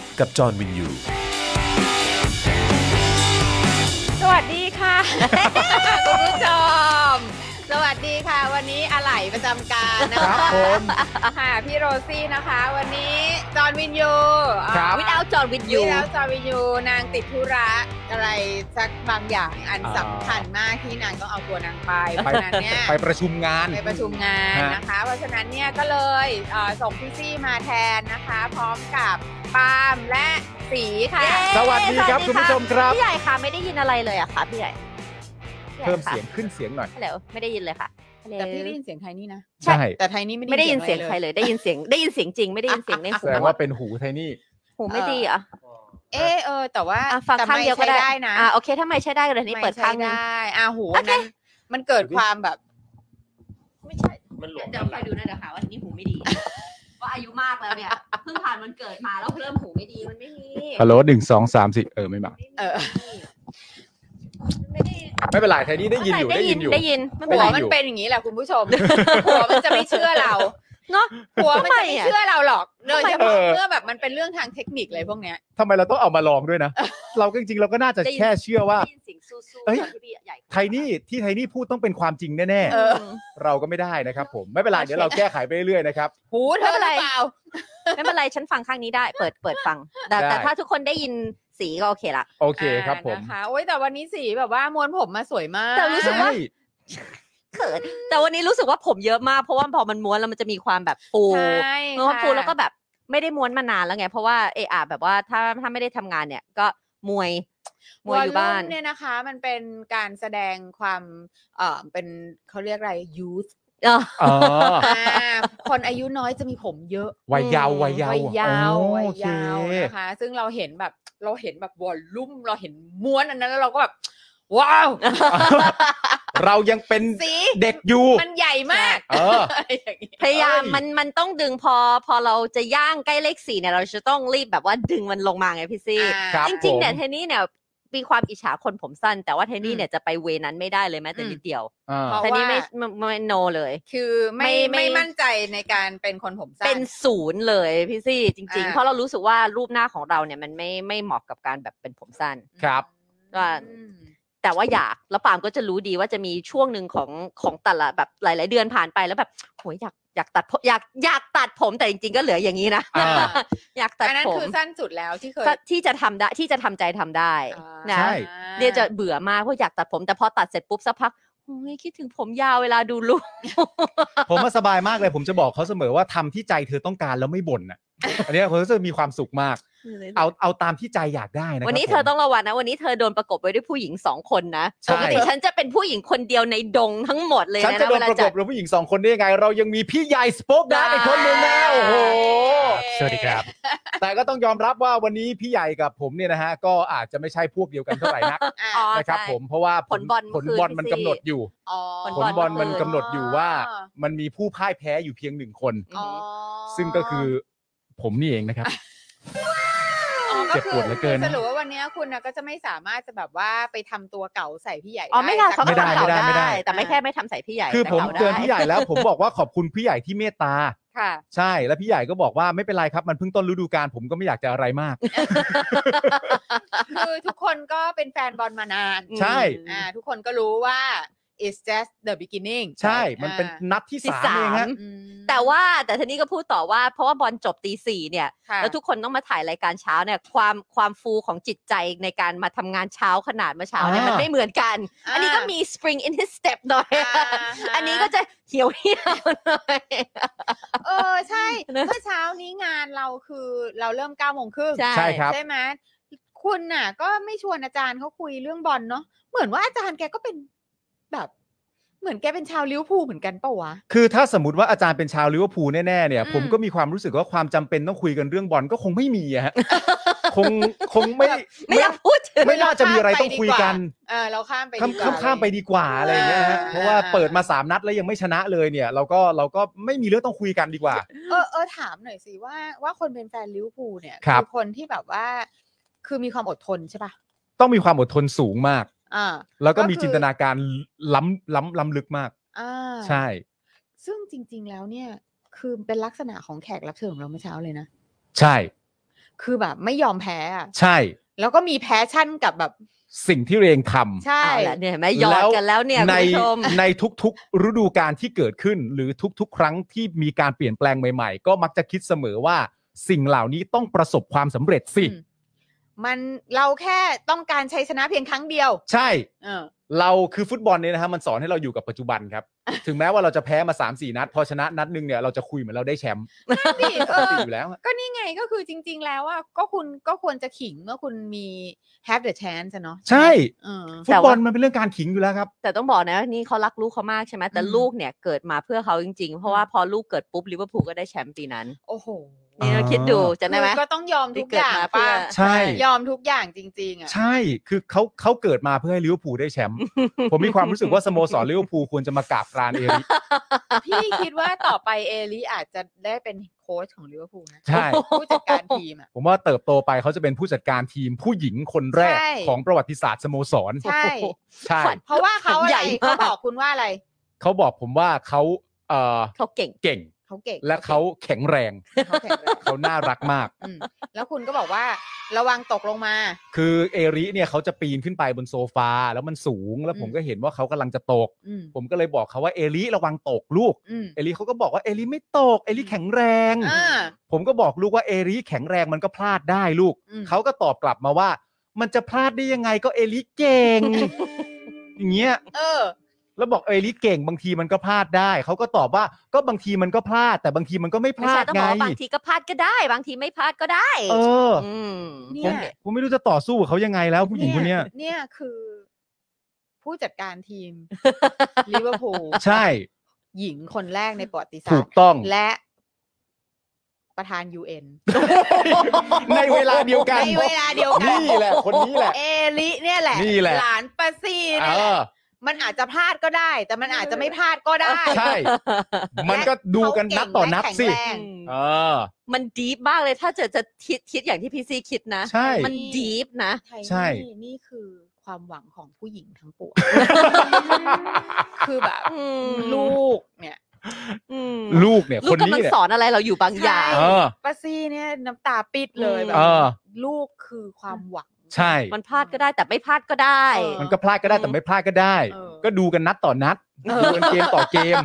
กับจอห์นวินยู สวัสดี ค่ะ คุณผู้ชม สวัสดีค่ะ วันนี้อะไหล่ประจำการนะคะ ครับผม ค่ะพี่โรซี่นะคะ วันนี้จอห์นวินยู ครับ วิดาวจอดวิดยู พี่แล้วจอห์นวินยูนางติดธุระอะไรสักบางอย่างอัน อ่า สำคัญมากที่นางต้องเอาตัวนางไปเพราะฉะนั้นเนี่ย ไปประชุมงาน ไปประชุมงาน ฮะ นะคะ เพราะฉะนั้นเนี่ยก็เลยเอ่อส่งพี่ซี่มาแทนนะคะ พร้อมกับปาล์มและสีค่ะ เย้ สวัสดีครับ สวัสดีค่ะ คุณผู้ชมครับ พี่ใหญ่ค่ะไม่ได้ยินอะไรเลยอะค่ะพี่ใหญ่พี่ใหญ่ เพิ่ม ค่ะ เสียงขึ้นเสียงหน่อย ฮัลโหลไม่ได้ยินเลยค่ะฮัลโหล แต่พี่ได้ยินเสียงไทยนี่นะ ใช่ แต่ไทยนี่ไม่ ไม่ได้ยินเสียง อะ ใค เล รเลยได้ยินเสียงได้ยินเสียงจริงไม่ได้ยินเสียงใน แส หู ดงว่าเป็นหูไทนี่ หูไม่ เออ ดีเหรอ่ะ เออเออ แต่ว่า อ่ะฟัง แต่ ข้าง ไม่ เดียวก็ ใช้ได้นะ อ่ะโอเคถ้าไม่ใช้ได้ก็เลยนี่ ไม่ เปิดข้างหนึง ได้อ่าหู โอเค นั้นมันเกิดความแบบ ไม่ใช่มันหลวมเดี๋ยวคอยดูนะเดี๋ยวหาว่านี่หูไม่ดี ว่าอายุมากแล้วเนี่ยเพิ่งผ่านวันเกิดมาแล้วเริ่มหูไม่ดีมันไม่มี ฮัลโหลหนึ่งสองสามสี่เออไม่มา เออ ไม่ได้ ไม่เป็นไรไทนี่ได้ยินอยู่ได้ยินอยู่ ได้ยินไม่เป็ หัวนไร มันเป็นอย่างนี้แหละคุณผู้ชม หัวมันจะไม่เชื่อเรา เนอะ หัวมันจะไม่ ทำไมอะ เชื่อเราหรอกโดยเฉ เอ พาะ อ เมื่อแบบมันเป็นเรื่องทางเทคนิคอะไรพวกเนี้ย ทำไมเราต้องเอามาลองด้วยนะ เราก็จริงๆเราก็น่าจะแค่เชื่อว่า ได้ยินเสียงสู้ๆ เอ้ย ตอนที่พี่ใหญ่ ไทนี่ที่ไทนี่พูดต้องเป็นความจริงแน่ เออ ม ๆ เราก็ไม่ได้นะครับผมไม่เป็นไรเดี๋ยวเราแก้ไขไปเรื่อยๆนะครับ หูเธอหรือเปล่า ไม่เป็นไร ฉันฟังข้างนี้ได้ เปิดเปิดฟัง แต่ ได้ แต่ถ้าทุกคนได้ยินสีก็โอเคละ โอเคครับผม อ่านะคะโอ้ยแต่วันนี้สีแบบว่าม้วนผมมาสวยมาก แต่รู้สึกว่า ใช่ เขินแต่วันนี้รู้สึกว่าผมเยอะมาก เพราะว่าพอมันม้วนแล้วมันจะมีความแบบฟู ใช่ เมื่อ ค่ะ ฟูแล้วก็แบบไม่ได้ม้วนมานานแล้วไง เพราะว่าเออแบบว่าถ้าถ้าไม่ได้ทำงานเนี่ย ก็มวยมวยอยู่บ้าวอลนลุ่มเนี่ยนะคะ มันเป็นการแสดงความเออเป็นเขาเรียกอะไร youth เออ อ๋อ อ่าคนอายุน้อยจะมีผมเยอะ วัยเยาววัยเยาว วัยยาว อ๋อ วัย โอเค ยาวนะคะ ซึ่งเราเห็นแบบเราเห็นแบบวอลลุ่มเราเห็นม้วนอันนั้นแล้วเราก็แบบ ว้าว เรายังเป็น สี เด็กอยู่ มันใหญ่มาก เออ ะไรอย่างเงี้ย พยายาม เอ้ย มันมันต้องดึงพอพอเราจะย่างใกล้เลขสี่เนี่ยเราจะต้องรีบแบบว่าดึงมันลงมาไงพี่ซี่ อ่า ครับ จริงๆเนี่ย ผม เทนนี่เนี่ยมีความอิจฉาคนผมสั้น แต่ว่าเทนนี่เนี่ยจะไปเวนั้นไม่ได้เลยแม้แต่ อืม นิดเดียว อ่า เพราะ เทนนี่ ว่า ไม่ไม่ไม่โนเลย คือไม่ ไม่ ไม่ ไม่ มั่นใจในการเป็นคนผมสั้น เป็นศูนย์เลยพี่ซี่จริง อ่า ๆ เพราะเรารู้สึกว่ารูปหน้าของเราเนี่ยมันไม่ไม่เหมาะกับการแบบเป็นผมสั้น ครับ ว่า อืม แต่ว่าอยากแล้วปาล์มก็จะรู้ดีว่าจะมีช่วงหนึ่งของของแต่ละแบบหลาย ๆ เดือนผ่านไปแล้วแบบโหยอยากอยากตัดผมอยากอยากตัดผมแต่จริง ๆ ก็เหลืออย่างนี้นะ อ่า อยากตัด อันนั้น ผม คือสั้นสุดแล้วที่เคย ที่จะทำได้ที่จะทำใจทำได้ อ่า นะ ใช่ เนี่ยจะเบื่อมากเพราะอยากตัดผมแต่พอตัดเสร็จปุ๊บสักพักโอ้ยคิดถึงผมยาวเวลาดูลูก ผมว่าสบายมากเลย ผมจะบอกเขาเสมอว่าทำที่ใจเธอต้องการแล้วไม่บ่นอ่ะ อันเนี้ยผมรู้สึกมีความสุขมาก เอาเอาตามที่ใจอยากได้นะครับ วันนี้เธอต้องระวังนะ วันนี้เธอโดนประกบไว้ด้วยผู้หญิงสองคนนะ ใช่ ปกติฉันจะเป็นผู้หญิงคนเดียวในดงทั้งหมดเลย ฉัน นะ จะโด เวน ลา ประก จัด บแล้วผู้หญิงสองคนได้ยังไง เรายังมีพี่ใหญ่สป็อกดาร์กอีกคนหนึ่งนะโอ้โห สวัสดีครับ แต่ก็ต้องยอมรับว่าวันนี้พี่ใหญ่กับผมเนี่ยนะฮะก็อาจจะไม่ใช่พวกเดียวกันเท่าไหร่ นัก อ่ะ อ๋อ นะครับ ใช่ ผมเพราะว่า ผลบอล ผลบอล คืน มัน ที่ กำหนดอยู่ อ๋อ ผลบอลมันกำหนดอยู่ว่ามันมีผู้พ่ายแพ้อยู่เพียงหนึ่งคน อ๋อ ซึ่งก็คือผมนี่เองนะครับ อ๋อ เจ็บปวดเหลือเกินนะ สรุปว่าวันนี้คุณนะก็จะไม่สามารถจะแบบว่าไปทำตัวเก่าใส่พี่ใหญ่ อ๋อไม่ได้ สัก เขาก็ ไม่ได้ ทำเก่า ไม่ได้ไม่ได้ ได้ แต่ไม่แค่ไม่ทำใส่พี่ใหญ่ คือ แต่ ผม ก่า เตือน ได้ พี่ใหญ่แล้ว ผมบอกว่าขอบคุณพี่ใหญ่ที่เมตตา ค่ะ ใช่แล้วพี่ใหญ่ก็บอกว่าไม่เป็นไรครับ มันเพิ่งต้นฤดูกาลผมก็ไม่อยากจะอะไรมาก คือทุกคนก็เป็นแฟนบอลมานาน ใช่ อืม อ่าทุกคนก็รู้ว่า is just the beginning ใช่มันเป็น อ่า นัดที่ ที่ สาม สา เอง ม ฮะ อืม แต่ว่าแต่ทีนี้ก็พูดต่อว่าเพราะว่าบอลจบตีสี่เนี่ย ค่ะ แล้วทุกคนต้องมาถ่ายรายการเช้าเนี่ยความความฟูของจิตใจในการมาทำงานเช้าขนาดเมื่อเช้าเนี่ย อ่ามั มันไม่เหมือนกัน อันนี้ก็มี spring in his step หน่อย อ่า อันนี้ก็จะเหี่ยวเหี่ยวหน่อย เออใช่ นะ เมื่อเช้านี้งานเราคือเราเริ่มเก้าโมงครึ่ง ใช่ครับ ใช่ไหมคุณน่ะ ก็ไม่ชวนอาจารย์เขาคุยเรื่องบอลเนาะเหมือนว่าอาจารย์แกก็เป็นแบบ เหมือนแกเป็นชาวลิเวอร์พูลเหมือนกันเปะวะ คือถ้าสมมติว่าอาจารย์เป็นชาวลิเวอร์พูลแน่ๆเนี่ย อืม ผมก็มีความรู้สึกว่าความจำเป็นต้องคุยกันเรื่องบอลก็คงไม่มีอะฮะ คงคงไม่ ไม่อยากพูดถึง ไม่น่าจะมีอะไรต้องคุยกัน เออเราข้ามไป ข้าม ดีกว่ ข้ามข้ามไปดีกว่าอะไรอย่างเงี้ยฮะเพราะว่าเปิดมาสามนัดแล้วยังไม่ชนะเลยเนี่ย เราก็เราก็ไม่มีเรื่องต้องคุยกันดีกว่า เออเออถามหน่อยสิว่าว่าคนเป็นแฟนลิเวอร์พูลเนี่ย ครับ คนที่แบบว่า คือมีความอดทนใช่ป่ะ ต้องมีความอดทนสูงมาก อ่า แล้วก็มี ก็คือ จินตนาการล้ำล้ำล้ำลึกมาก อ่า ใช่ ซึ่งจริง ๆ แล้วเนี่ย คือเป็นลักษณะของแขกรับเชิญของเราเมื่อเช้าเลยนะ ใช่ คือแบบไม่ยอมแพ้อะ ใช่ แล้วก็มีแพชชั่นกับแบบ สิ่งที่เรียงทำ ใช่ เอาละเนี่ยเห็นไหมหยอด แล้ว กันแล้วเนี่ย ใน คุณผู้ชม ในทุกๆ ฤดูกาลที่เกิดขึ้น หรือทุกๆ ครั้งที่มีการเปลี่ยนแปลงใหม่ๆ ก็มักจะคิดเสมอว่าสิ่งเหล่านี้ต้องประสบความสำเร็จสิ อืมมันเราแค่ต้องการชัยชนะเพียงครั้งเดียว ใช่ เออ เราคือฟุตบอลเนี่ยนะฮะมันสอนให้เราอยู่กับปัจจุบัน ครับ ถึงแม้ว่าเราจะแพ้มา3ามสี่นัด พอชนะนัดหนึ่งเนี่ยเราจะคุยเหมือนเราได้แชมป์ นี่ ป เอก อ ติอยู่แล้วอะ ก็นี่ไงก็คือจริง ๆ แล้วอ่ะก็คุณก็ควรจะขิงเมื่อคุณมี have the chance อะเนาะ ใช่ เออ ฟุ แต่ ตบอ ว่า ลมันเป็นเรื่องการขิงอยู่แล้วครับ แต่ต้องบอกนะนี่เขารักลูกเขามากใช่ไหมแต่ อืม ลูกเนี่ยเกิดมาเพื่อเขาจริงๆ เพราะว่าพอลูกเกิดปุ๊บลิเวอร์พูลก็ได้แชมป์ปีนั้น โอ้โห นี่เราคิดดูจะได้ไหม คือก็ต้องยอมทุกอย่าง ที่เกิดมาเพื่ ป้า อ ใช่ ยอมทุกอย่างจริง ๆ อ่ะ ใช่ คือเขาเขาเกิดมาเพื่อให้ลิเวอร์พูลได้แชมป์ ผมมีความรู้สึกว่าสโมสรลิเวอร์พูลควรจะมากราบกรานเอริ พี่คิดว่าต่อไปเอลิอาจจะได้เป็นโค้ชของลิเวอร์พูลนะ ใช่ ผู้จัดการทีมอ่ะ ผมว่าเติบโตไปเขาจะเป็นผู้จัดการทีมผู้หญิงคนแรก ใช่ ของประวัติศาสตร์สโมสร ใช่ ใช่ ขวัญ เพราะว่าเขาอะ ใหญ่ ไรเขา มาก บอกคุณว่าอะไร เขาบอกผมว่าเขาเอ่อ เขาเก่ง เก่ง เขาเก่ง และเขาแข็งแรง เขาแข็งแรง เขาน่ารักมาก อืมแล้วคุณก็บอกว่าระวังตกลงมา คือเอริเนี่ยเขาจะปีนขึ้นไปบนโซฟา แล้วมันสูง แล้วผมก็เห็นว่าเขากำลังจะตก อืม ผมก็เลยบอกเขาว่าเอริระวังตกลูก อืม เอริเขาก็บอกว่าเอริไม่ตก เอริแข็งแรง อ่า ผมก็บอกลูกว่าเอริแข็งแรงมันก็พลาดได้ลูก อืม เขาก็ตอบกลับมาว่า มันจะพลาดได้ยังไงก็เอริเก่ ง อย่างเงี้ย เออ แล้วบอกเอริเก่งบางทีมันก็พลาดได้ เขาก็ตอบว่าก็บางทีมันก็พลาด แต่บางทีมันก็ไม่พ ไม่ ลา ใช่ ด ต้องบ ไง อกว่าบางทีก็พลาดก็ได้ บางทีไม่พลาดก็ได้ เออ อืม เนี่ ผม ย ผมไม่รู้จะต่อสู้กับเขายังไงแล้วผู้หญิงคนเนี้ย เนี่ยคือ ผู้จัดการที ม ลิเวอร์พูล ใช่ หญิงคนแรกในประวัติศา ถู สต ก ร์ ต้อง และ ประธาน UN ในเวลาเดียวกัน ในเวลาเดียวกัน นี่แหละ คนนี้แหละ เอลิเนี่ยแหละ นี่แหละ หลานปาซี เอ เนี่ยแหละ อ มันอาจจะพลาดก็ได้ แต่มันอาจจะไม่พลาดก็ได้ ใช่ มันก็ดูกันนับต่อนับสิ เขาเก่งและแข็งแรง เออ มันดีฟมากเลยถ้าจะจะคิดคิดอย่างที่พี่ซีคิดนะ ใช่ มันดีฟนะ ไทย ใช่ นี่นี่คือความหวังของผู้หญิงทั้งป วงคือแบบ อืม ลูกเนี่ย อืม ลูกเนี่ย ลู ค ก น กำ นี้ ลัง เนี่ย สอนอะไรเราอยู่บางอย่าง ใช่ เออ ป้าซี่เนี่ยน้ำตาปิดเลย อืม แบบ เออ ลูกคือความหวัง ใช่ มันพลาดก็ได้แต่ไม่พลาดก็ได้ เออ มันก็พลาดก็ได้แต่ไม่พลาดก็ได้ เออ ก็ดูกันนัดต่อนัดดูกันเกมต่อเกม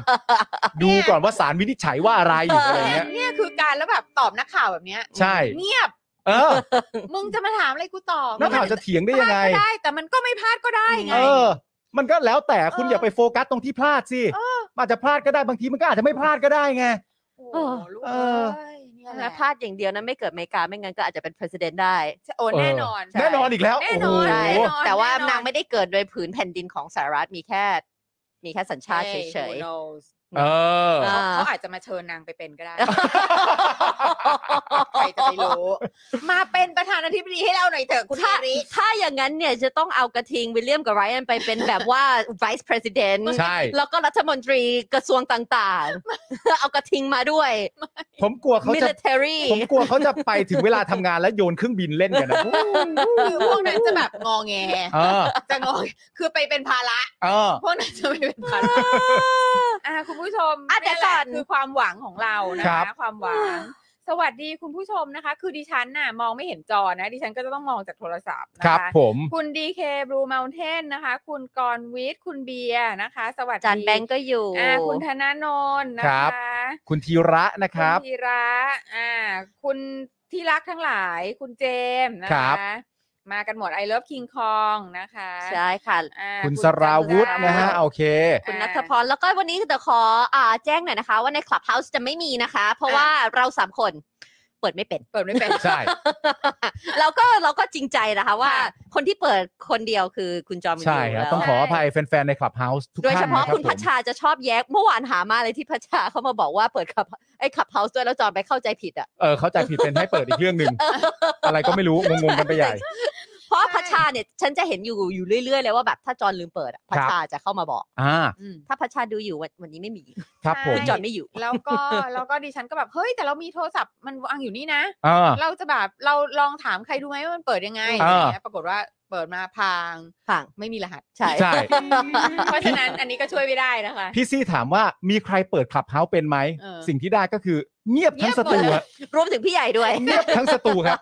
ดูก่อนว่าสารวินิจฉัยว่าอะไรอยู่อะไร เนี่ เงี้ ย ย เนี่ยคือการแล้วแบบตอบนักข่าวแบบเนี้ย ใช่ เงียบ เออ มึงจะมาถามอะไรกูตอบ นักข่าวจะเถียงได้ พ ยัง ลาด ไง ก็ได้แต่มันก็ไม่พลาดก็ได้ไง เออ มันก็แล้วแต่คุณ เออ อ อ ย่าไปโฟกัสตรงที่พลาดสิ เออ มันอาจจะพลาดก็ได้บางทีมันก็อาจจะไม่พลาดก็ได้ไง โอ้โหลูกเอ เออ ้ยเนี่ยแห แล้ ละ วพลาดอย่างเดียวนะไม่เกิดอเมริกาไม่งั้นก็อาจจะเป็น president ได้ โอ้แน่นอน แน่นอนอีกแล้ว แน่ โอ้ น โห อน ใช่ แน แต่ว่า แน่นอน นางไม่ได้เกิดโดยผืนแผ่นดินของสหรัฐมีแค่ มีแค่สัญชาติเฉย ๆ เออ อ่า เขาอาจจะมาเชิญนางไปเป็นก็ ได้ ใครจะไปรู้ มาเป็นประธานาธิบดีให้เราหน่อยเถอะคุณ ๆถ้า อาริ ถ้าอย่างนั้นเนี่ยจะต้องเอากระทิงวิลเลียมกับไรอันไปเป็นแบบว่า vice president ใช่ แล้วก็รัฐมนตรีกระทรวงต่างๆ เอากระทิงมาด้วย ผมกลัวเขาจะ military ผมกลัวเขาจะไปถึงเวลาทำงานแล้วโยนเครื่องบินเล่นกันนะ คือพวกนั้นจะแบบงอแง เออ จะงอคือไปเป็นภาระ เออ พวกนั้นจะไปเป็นภาระอ่ะคุณผู้ชม อ่ะแต่ นี่แหละ ก่อน คือความหวังของเรานะ ครั คะ บ ความหวัง สวัสดีคุณผู้ชมนะคะ คือดิฉันน่ะมองไม่เห็นจอนะ ดิฉันก็จะต้องมองจากโทรศัพท์นะครับ คะ ผม คุณ DK Blue Mountain นะคะ คุณกรณ์วิทย์คุณเบียร์นะคะ สวัสดี จานแบงก์ก็อยู่ อ่าคุณธนาโนนนะ ครั คะ บ คุณธีระนะครับ ณธีระอ่า คุณที่รักทั้งหลาย คุณเจมส์นะ ครั คะ บ มากันหมด I Love King Kong นะคะ ใช่ค่ะ อ่า คุณสราวุธนะฮะ จตุรัส โอเค คุณ อ่า นัทพรแล้วก็วันนี้แต่ขออ่าแจ้งหน่อยนะคะ ว่าใน Clubhouse จะไม่มีนะคะ เพราะ อ่า ว่าเราสามคนเปิดไม่เป็น เปิดไม่เป็น ใช่ เราก็เราก็จริงใจนะคะว่า ค่ะ คนที่เปิดคนเดียวคือคุณจอมวิน ใช่คยูรับ แล้ว ต้องขออภัยแฟนๆ ในคลับเฮาส์ทุก โดย ท่า เฉ น พาะ นะครับ คุณพัช ผม ชาจะชอบแย้เมื่อวานหามาเลยที่พัชชาเขามาบอกว่าเปิดขับไอ้ขับเฮาส์ด้วยแล้วจอมไปเข้าใจผิดอ่ะ เออเข้าใจผิดเป็นให้เปิดอีกเรื่องหนึ่ง อะไรก็ไม่รู้ งงๆ กันไปใหญ่ เพราะว่าพัชชาเนี่ยฉันจะเห็นอยู่อยู่เรื่อยๆเลยว่าแบบถ้าจอมลืมเปิดอะพัชชาจะเข้ามาบอก อ่า อืม ถ้าพัชชาดูอยู่วันวันนี้ไม่มี ครับผม คุณจอมไม่อยู่ แล้วก็ แล้วก็ดิฉันก็แบบเฮ้ยแต่เรามีโทรศัพท์มันวางอยู่นี่นะ เออ เราจะแบบเราลองถามใครดูไหมว่ามันเปิดยังไง อ่า อะไรเงี้ยปรากฏว่าเปิดมาพัง พัง ไม่มีร หัส ใช่ ใช่ เพราะฉะนั้นอันนี้ก็ช่วยไม่ได้นะคะ พี่ซี่ถามว่ามีใครเปิดคลับเฮาส์เป็นไหม เออ สิ่งที่ได้ก็คือเงียบทั้งสตู เงียบหมดเลย ฮะ รวมถึงพี่ใหญ่ด้วย เงียบทั้งสตูครับ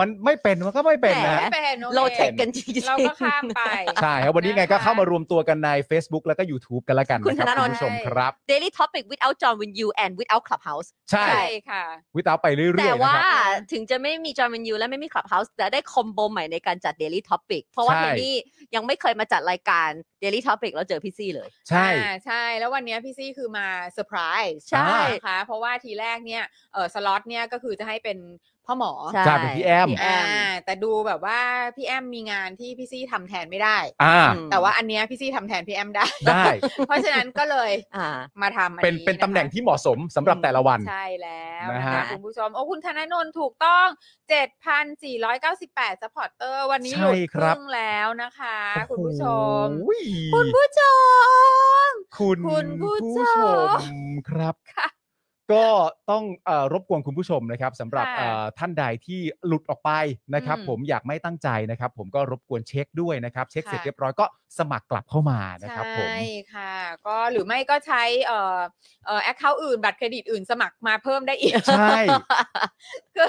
มันไม่เป็นมันก็ไม่เป็นนะ แหม ฮะ ไม่เป็นอค โลเทคกันจริงๆ เราก็ข้ามไป ใช่ครับ วันนี้ไงก็ นะคะ เข้ามารวมตัวกันใน Facebook แล้วก็ YouTube กันละกัน คุณ นะครับ ธนาโนน คุณผู้ชมครับ Daily Topic without John Win You and without Clubhouse ใช่ ใช่ค่ะ วิตเอาไปเรื่อยๆ แต่ นะ ว่า ครับ ถึงจะไม่มี John Win You และไม่มี Clubhouse แต่ได้คอมโบใหม่ในการจัด Daily Topic เพราะว่า ใช่ เฮนนี่ยังไม่เคยมาจัดรายการ Daily Topic แล้วเจอพี่ซี่เลย ใช่ อ่าใช่ แล้ววันเนี้ยพี่ซี่คือมาเซอร์ไพรส์ ใช่ นะคะ เพราะว่าทีแรกเนี่ยเออสล็อตเนี่ยก็คือจะให้เป็นพ่อหมอ ใช่ จัดเป็นพี่แอม แอ อ่าม แต่ดูแบบว่าพี่แอมมีงานที่พี่ซี่ทำแทนไม่ได้ อ่า อืม แต่ว่าอันเนี้ยพี่ซี่ทำแทนพี่แอมได้ ได้ เพราะฉะนั้นก็เลย อ่า มาทำอั เป็น คะ เป็นตำแหน่งที่เหมาะสมสำหรับแต่ละวัน ใช่แล้ว นะ นะ ฮะ คะคุณผู้ชม โอ้คุณธนนนท์ถูกต้อง 7,498ซัพพอร์ตเตอร์วันนี้หลุดครึ่งแล้วนะคะ คุณผู้ชม โอ้ย คุณผู้ชม คุณ คุณผู้ชม ผู้ชมครับ ค่ะ ก็ต้องเอ่อรบกวนคุณผู้ชมนะครับสำหรับ ค่ะ เอ่อท่านใดที่หลุดออกไปนะครับ อืม ผมอยากไม่ตั้งใจนะครับ ผมก็รบกวนเช็คด้วยนะครับ เช็คเสร็จ ค่ะ เรียบร้อยก็สมัครกลับเข้ามานะครับผม ใช่ค่ะ ก็หรือไม่ก็ใช้เอ่อเอ่อแอคเคาท์อื่น บัตรเครดิตอื่นสมัครมาเพิ่มได้อีก ใช่ คือ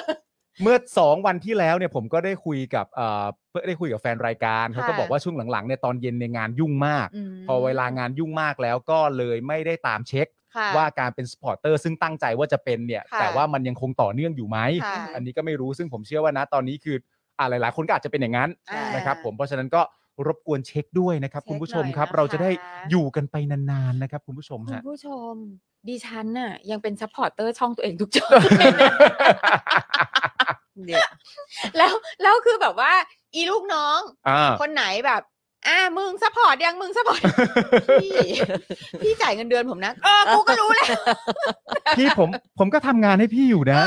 เมื่อสองวันที่แล้วเนี่ยผมก็ได้คุยกับเอ่อเพื่อได้คุยกับแฟนรายการเขาก็ ค่ะ บอกว่าช่วงหลังๆเนี่ยตอนเย็นในยงานยุ่งมาก ม พอเวลางานยุ่งมากแล้วก็เลยไม่ได้ตามเช็ค ค่ะ ว่าการเป็นสปอร์เตอร์ซึ่งตั้งใจว่าจะเป็นเนี่ย ค่ะ แต่ว่ามันยังคงต่อเนื่องอยู่ไหม ค่ะ อันนี้ก็ไม่รู้ซึ่งผมเชื่อว่านะตอนนี้คืออ่าหลาย ๆ คนก็อาจจะเป็นอย่างนั้น อ่า นะครับผมเพราะฉะนั้นก็รบกวนเช็คด้วยนะครับ เช็ค คุณผู้ชม หน่อย ครับ นะคะ เราจะได้อยู่กันไปนานๆนะครับ คุณผู้ชม คุณ ฮะ ผู้ชม ดิฉันน่ะ ยังเป็นซัพพอร์ตเตอร์ช่องตัวเองทุกช่ อง เนี่ย แล้วแล้วคือแบบว่า อีลูกน้อง อ่า คนไหนแบบ อ่ามึงซัพพอร์ตยังมึงซั พพอร์ต พี่พี่จ่ายเงินเดือนผมนะ เออกูก็รู้แหละ พี่ผมผมก็ทำงานให้พี่อยู่นะ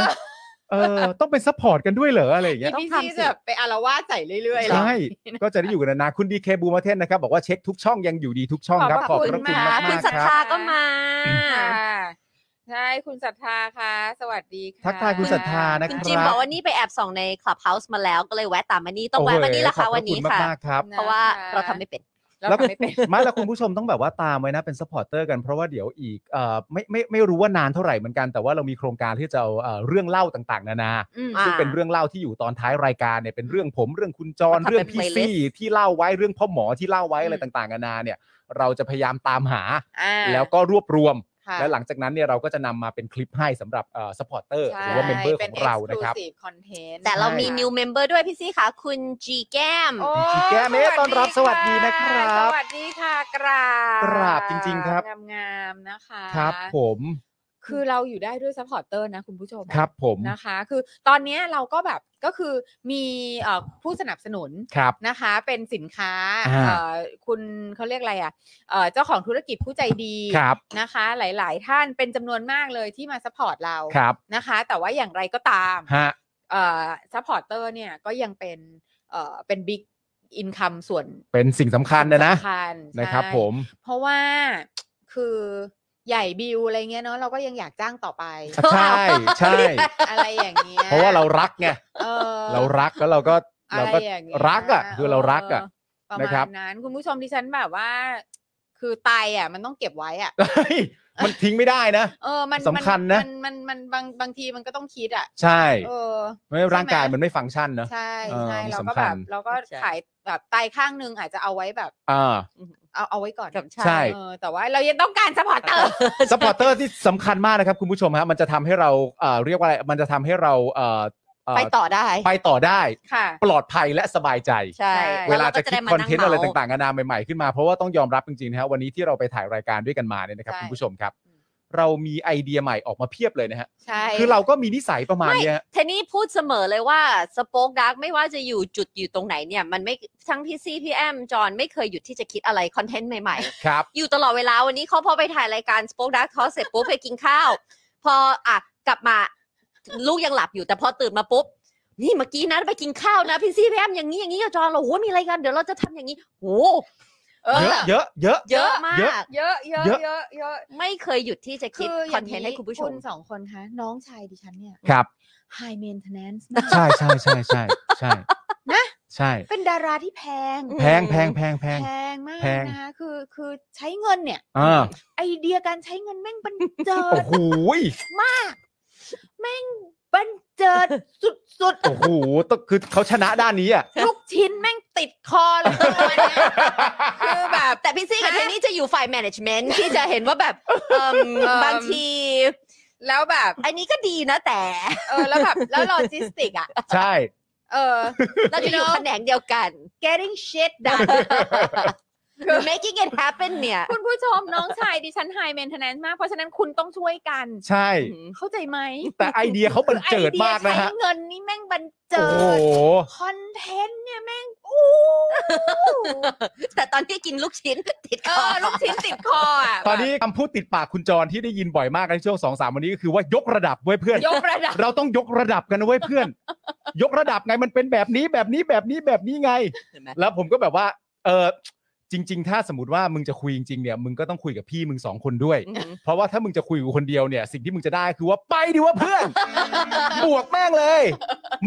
เออต้องเป็นซัพพอร์ตกันด้วยเหรออะไรอย่างเงี้ย พี่ซี่จะแบบไปอารวาสใส่เรื่อยๆเลย ใช่ ก็จะได้อยู่กันนานๆคุณดีเคบูมาเทนนะครับ บอกว่าเช็คทุกช่องยังอยู่ดีทุกช่องครับ ข ข อ อ บบ พ พ ระ ระ คุณ คุมามณาก ก คุณ ๆ ศรัท ครั ธา บ ก็มา ค่ะใช่คุณศรัทธาค่ะ สวัสดีค่ะ ทักทายคุณศรัทธานะค คุ รั ณจิมบอกว่านี่ไปแอบส่องใน Clubhouse มาแล้วก็เลยแวะตามมานี่ต้องแวะมานี่ละค่ะ โอ้โห วันนี้ ขอบพรณค่ะมากๆครับ น เพราะว่าเราทำไม่เป็น แล้ว แล้ว ทำไม่เป็น ไม่แล้วคุณผู้ชมต้องแบบว่าตามไว้นะเป็นซัพพอร์ตเตอร์กันเพราะว่าเดี๋ยวอีกเอ่อไม่ไม่ไม่รู้ว่านานเท่าไหร่เหมือนกันแต่ว่าเรามีโครงการที่จะเอาเอ่อเรื่องเล่าต่างๆ นานา อืม อ่า ซึ่งเป็นเรื่องเล่าที่อยู่ตอนท้ายรายการเนี่ยเป็นเรื่องผมเรื่องคุณจร ก็ทำเป็น เรื่องพี่ playlist ซี่ที่เล่าไว้เรื่องพ่อหมอที่เล่าไว้ อืม อะไรต่างๆนานาเนี่ย เราจะพยายามตามหา อ่า แล้วก็รวบรวม ค่ะ และหลังจากนั้นเนี่ยเราก็จะนำมาเป็นคลิปให้สำหรับเอ่อสปอร์เตอร์ ใช่ หรือว่าเมมเบอร์ของเรานะครับ ป็ exclusive content แต่เรามี ใช่ new member ด้วยพี่ซี่ค่ะ คุณจีแก้ม โอ้ จริงๆแก้มเอ๊ะ สวัสดี ต้อนรับสวัสดีนะค ค่ะ รับ สวัสดีค่ะ กราบ กราบจริงๆครับ งามๆนะคะ ครับ ผม คือเราอยู่ได้ด้วยซัพพอร์ตเตอร์นะคุณผู้ชม ครับผม นะคะ คือตอนเนี้ยเราก็แบบก็คือมีเอ่อผู้สนับสนุน ครับ นะคะ เป็นสินค้า อ่า เอ่อคุณเขาเรียกอะไรอ่ะเอ่อเจ้าของธุรกิจผู้ใจดี ครับ นะคะ หลาย ๆ ท่านเป็นจำนวนมากเลยที่มาซัพพอร์ตเรา ครับ นะคะ แต่ว่าอย่างไรก็ตาม ฮะ เอ่อซัพพอร์เตอร์เนี่ยก็ยังเป็นเอ่อเป็นบิ๊กอินคัมส่วน เป็นสิ่งสำคัญนะนะ สำคัญใช่ นะครับผม เพราะว่าคือใหญ่บิวอะไรเงี้ยเนาะเราก็ยังอยากจ้างต่อไป ใช่ใช่ อะไรอย่างเงี้ย เพราะว่าเรารักไง เออ เรารักแล้วเราก็ อะ เรา ไร ก็ อย่างเงี้ย รักอ่ะคือเรารักอ่ะ เออประ นะครั มา บ ณนั้นคุณผู้ชมดิฉันแบบว่า คือไตอ่ะมันต้องเก็บไว้อ่ะ เฮ้ย มันทิ้งไม่ได้นะ เออมัน สำคัญนะ มันมันมันมันบางบางทีมันก็ต้องคิดอ่ะ ใช่ เออ ไม่งั้นร่างกายมันไม่ฟังก์ชันเนอะ ใช่ เออ ใช่ มัน เราก็ สำคั แบ ญ บเราก็ ใช่ ขายแบบไตข้างหนึงอาจจะเอาไว้แบบ อ่า เอาเอาไว้ก่อน กับ ใช่ ชา เออแต่ว่าเรายังต้องการสปอร์เตอร์ สปอร์เตอร์ที่สำคัญมากนะครับคุณผู้ชมฮะมันจะทำให้เราเอ่อเรียกว่าอะไรมันจะทำให้เราเอ่อเอ่อ ไปต่อได้ ไปต่อได้ ค่ะ ปลอดภัยและสบายใจ ใช่ เว แร ลา ก็ จะคิด ได้ม คอนเทนต์ ง อะไร มาส์ ต่างๆนานาใหม่ๆขึ้นมา เพราะว่าต้องยอมรับจริงๆนะฮะวันนี้ที่เราไปถ่ายรายการด้วยกันมาเนี่ยนะครับ ใช่ คุณผู้ชมครับ เรามีไอเดียใหม่ออกมาเพียบเลยนะฮะ ใช่ คือเราก็มีนิสัยประมาณเนี้ยฮะ เทนนี่พูดเสมอเลยว่าสป็อกดักไม่ว่าจะอยู่จุดอยู่ตรงไหนเนี่ย มันไม่ทั้งพี่ซีพี่แอมจอนไม่เคยหยุดที่จะคิดอะไรคอนเทนต์ใหม่ ครับ ๆ อยู่ตลอดเวลาวันนี้เขาพอไปถ่ายรายการสป็อกดักเขาเสร็จปุ๊บไปกินข้าว พออ่ะกลับมาลูกยังหลับอยู่แต่พอตื่นมาปุ๊บ นี่เมื่อกี้นะไปกินข้าวนะพี่ซีพี่แอมอย่างนี้อย่างนี้กับจอนเราโหมีอะไรกันเดี๋ยวเราจะทำอย่างนี้โห เออ เยอะเยอะเยอะ เยอะมาก เยอะ เยอะเยอะเยอะเยอะ ไม่เคยหยุดที่จะคิดคอนเทนต์ให้คุณผู้ชม สองคนคะน้องชายดิฉันเนี่ย ครับ high maintenance ใช่ใช่ใช่ใช่ใช่ นะ ใช่ เป็นดาราที่แพง อืม แพงแพงแพงแพง แพงมาก แพง นะคะคือคือใช้เงินเนี่ย อ่า ไอเดียการใช้เงินแม่งบันเจิ โอ้ ด โหย มาก แม่งบันเจิดสุด โอ้โหต้องคือเขาชนะด้านนี้อ่ะ ๆลูกชิ้นแม่งติดคอเลยประมาณเนี้ยคือแบบ แต่พี่ซี่กับ ฮะ เทนนี่จะอยู่ฝ่ายแมネจเมนต์ที่จะเห็นว่าแบบเอิ่มบางที แล้วแบบ อันนี้ก็ดีนะแต่ เออแล้วแบบแล้วโลจิสติกอ่ะ ใช่ เออ เราจะอยู่แผนกเดียวกัน getting shit done making it happen เนี่ย คุณผู้ชมน้องชายดิฉัน high maintenance มาก เพราะฉะนั้นคุณต้องช่วยกัน ใช่ เข้าใจไหม แต่ไอเดียเขาบันเจิด ไอเดีย มากนะ ใช้ ฮะ เงินนี่แม่งบัน โอ้ เจิ โห ด คอนเทนต์เนี่ยแม่งอู้ แต่ตอนที่กินลูกชิ้น ติด เอ คอ อลูกชิ้นติดคออ่ะ ตอนนี้คำพูดติดปากคุณจรที่ได้ยินบ่อยมากในช่วงสองสามวันนี้ก็คือว่ายกระดับเว้ยเพื่อน ยกระดับ เราต้องยกระดับกันนะเว้ยเพื่อน ยกระดับไงมันเป็นแบบนี้แบบนี้แบบนี้แบบนี้ไง เห็นไหม แล้วผมก็แบบว่า เออจริง ๆ ถ้าสมมติว่ามึงจะคุยจริงๆเนี่ยมึงก็ต้องคุยกับพี่มึงสองคนด้วย อืม เพราะว่าถ้ามึงจะคุยกับคนเดียวเนี่ย สิ่งที่มึงจะได้คือว่าไปดิว่าเพื่อน บวกแม่งเลย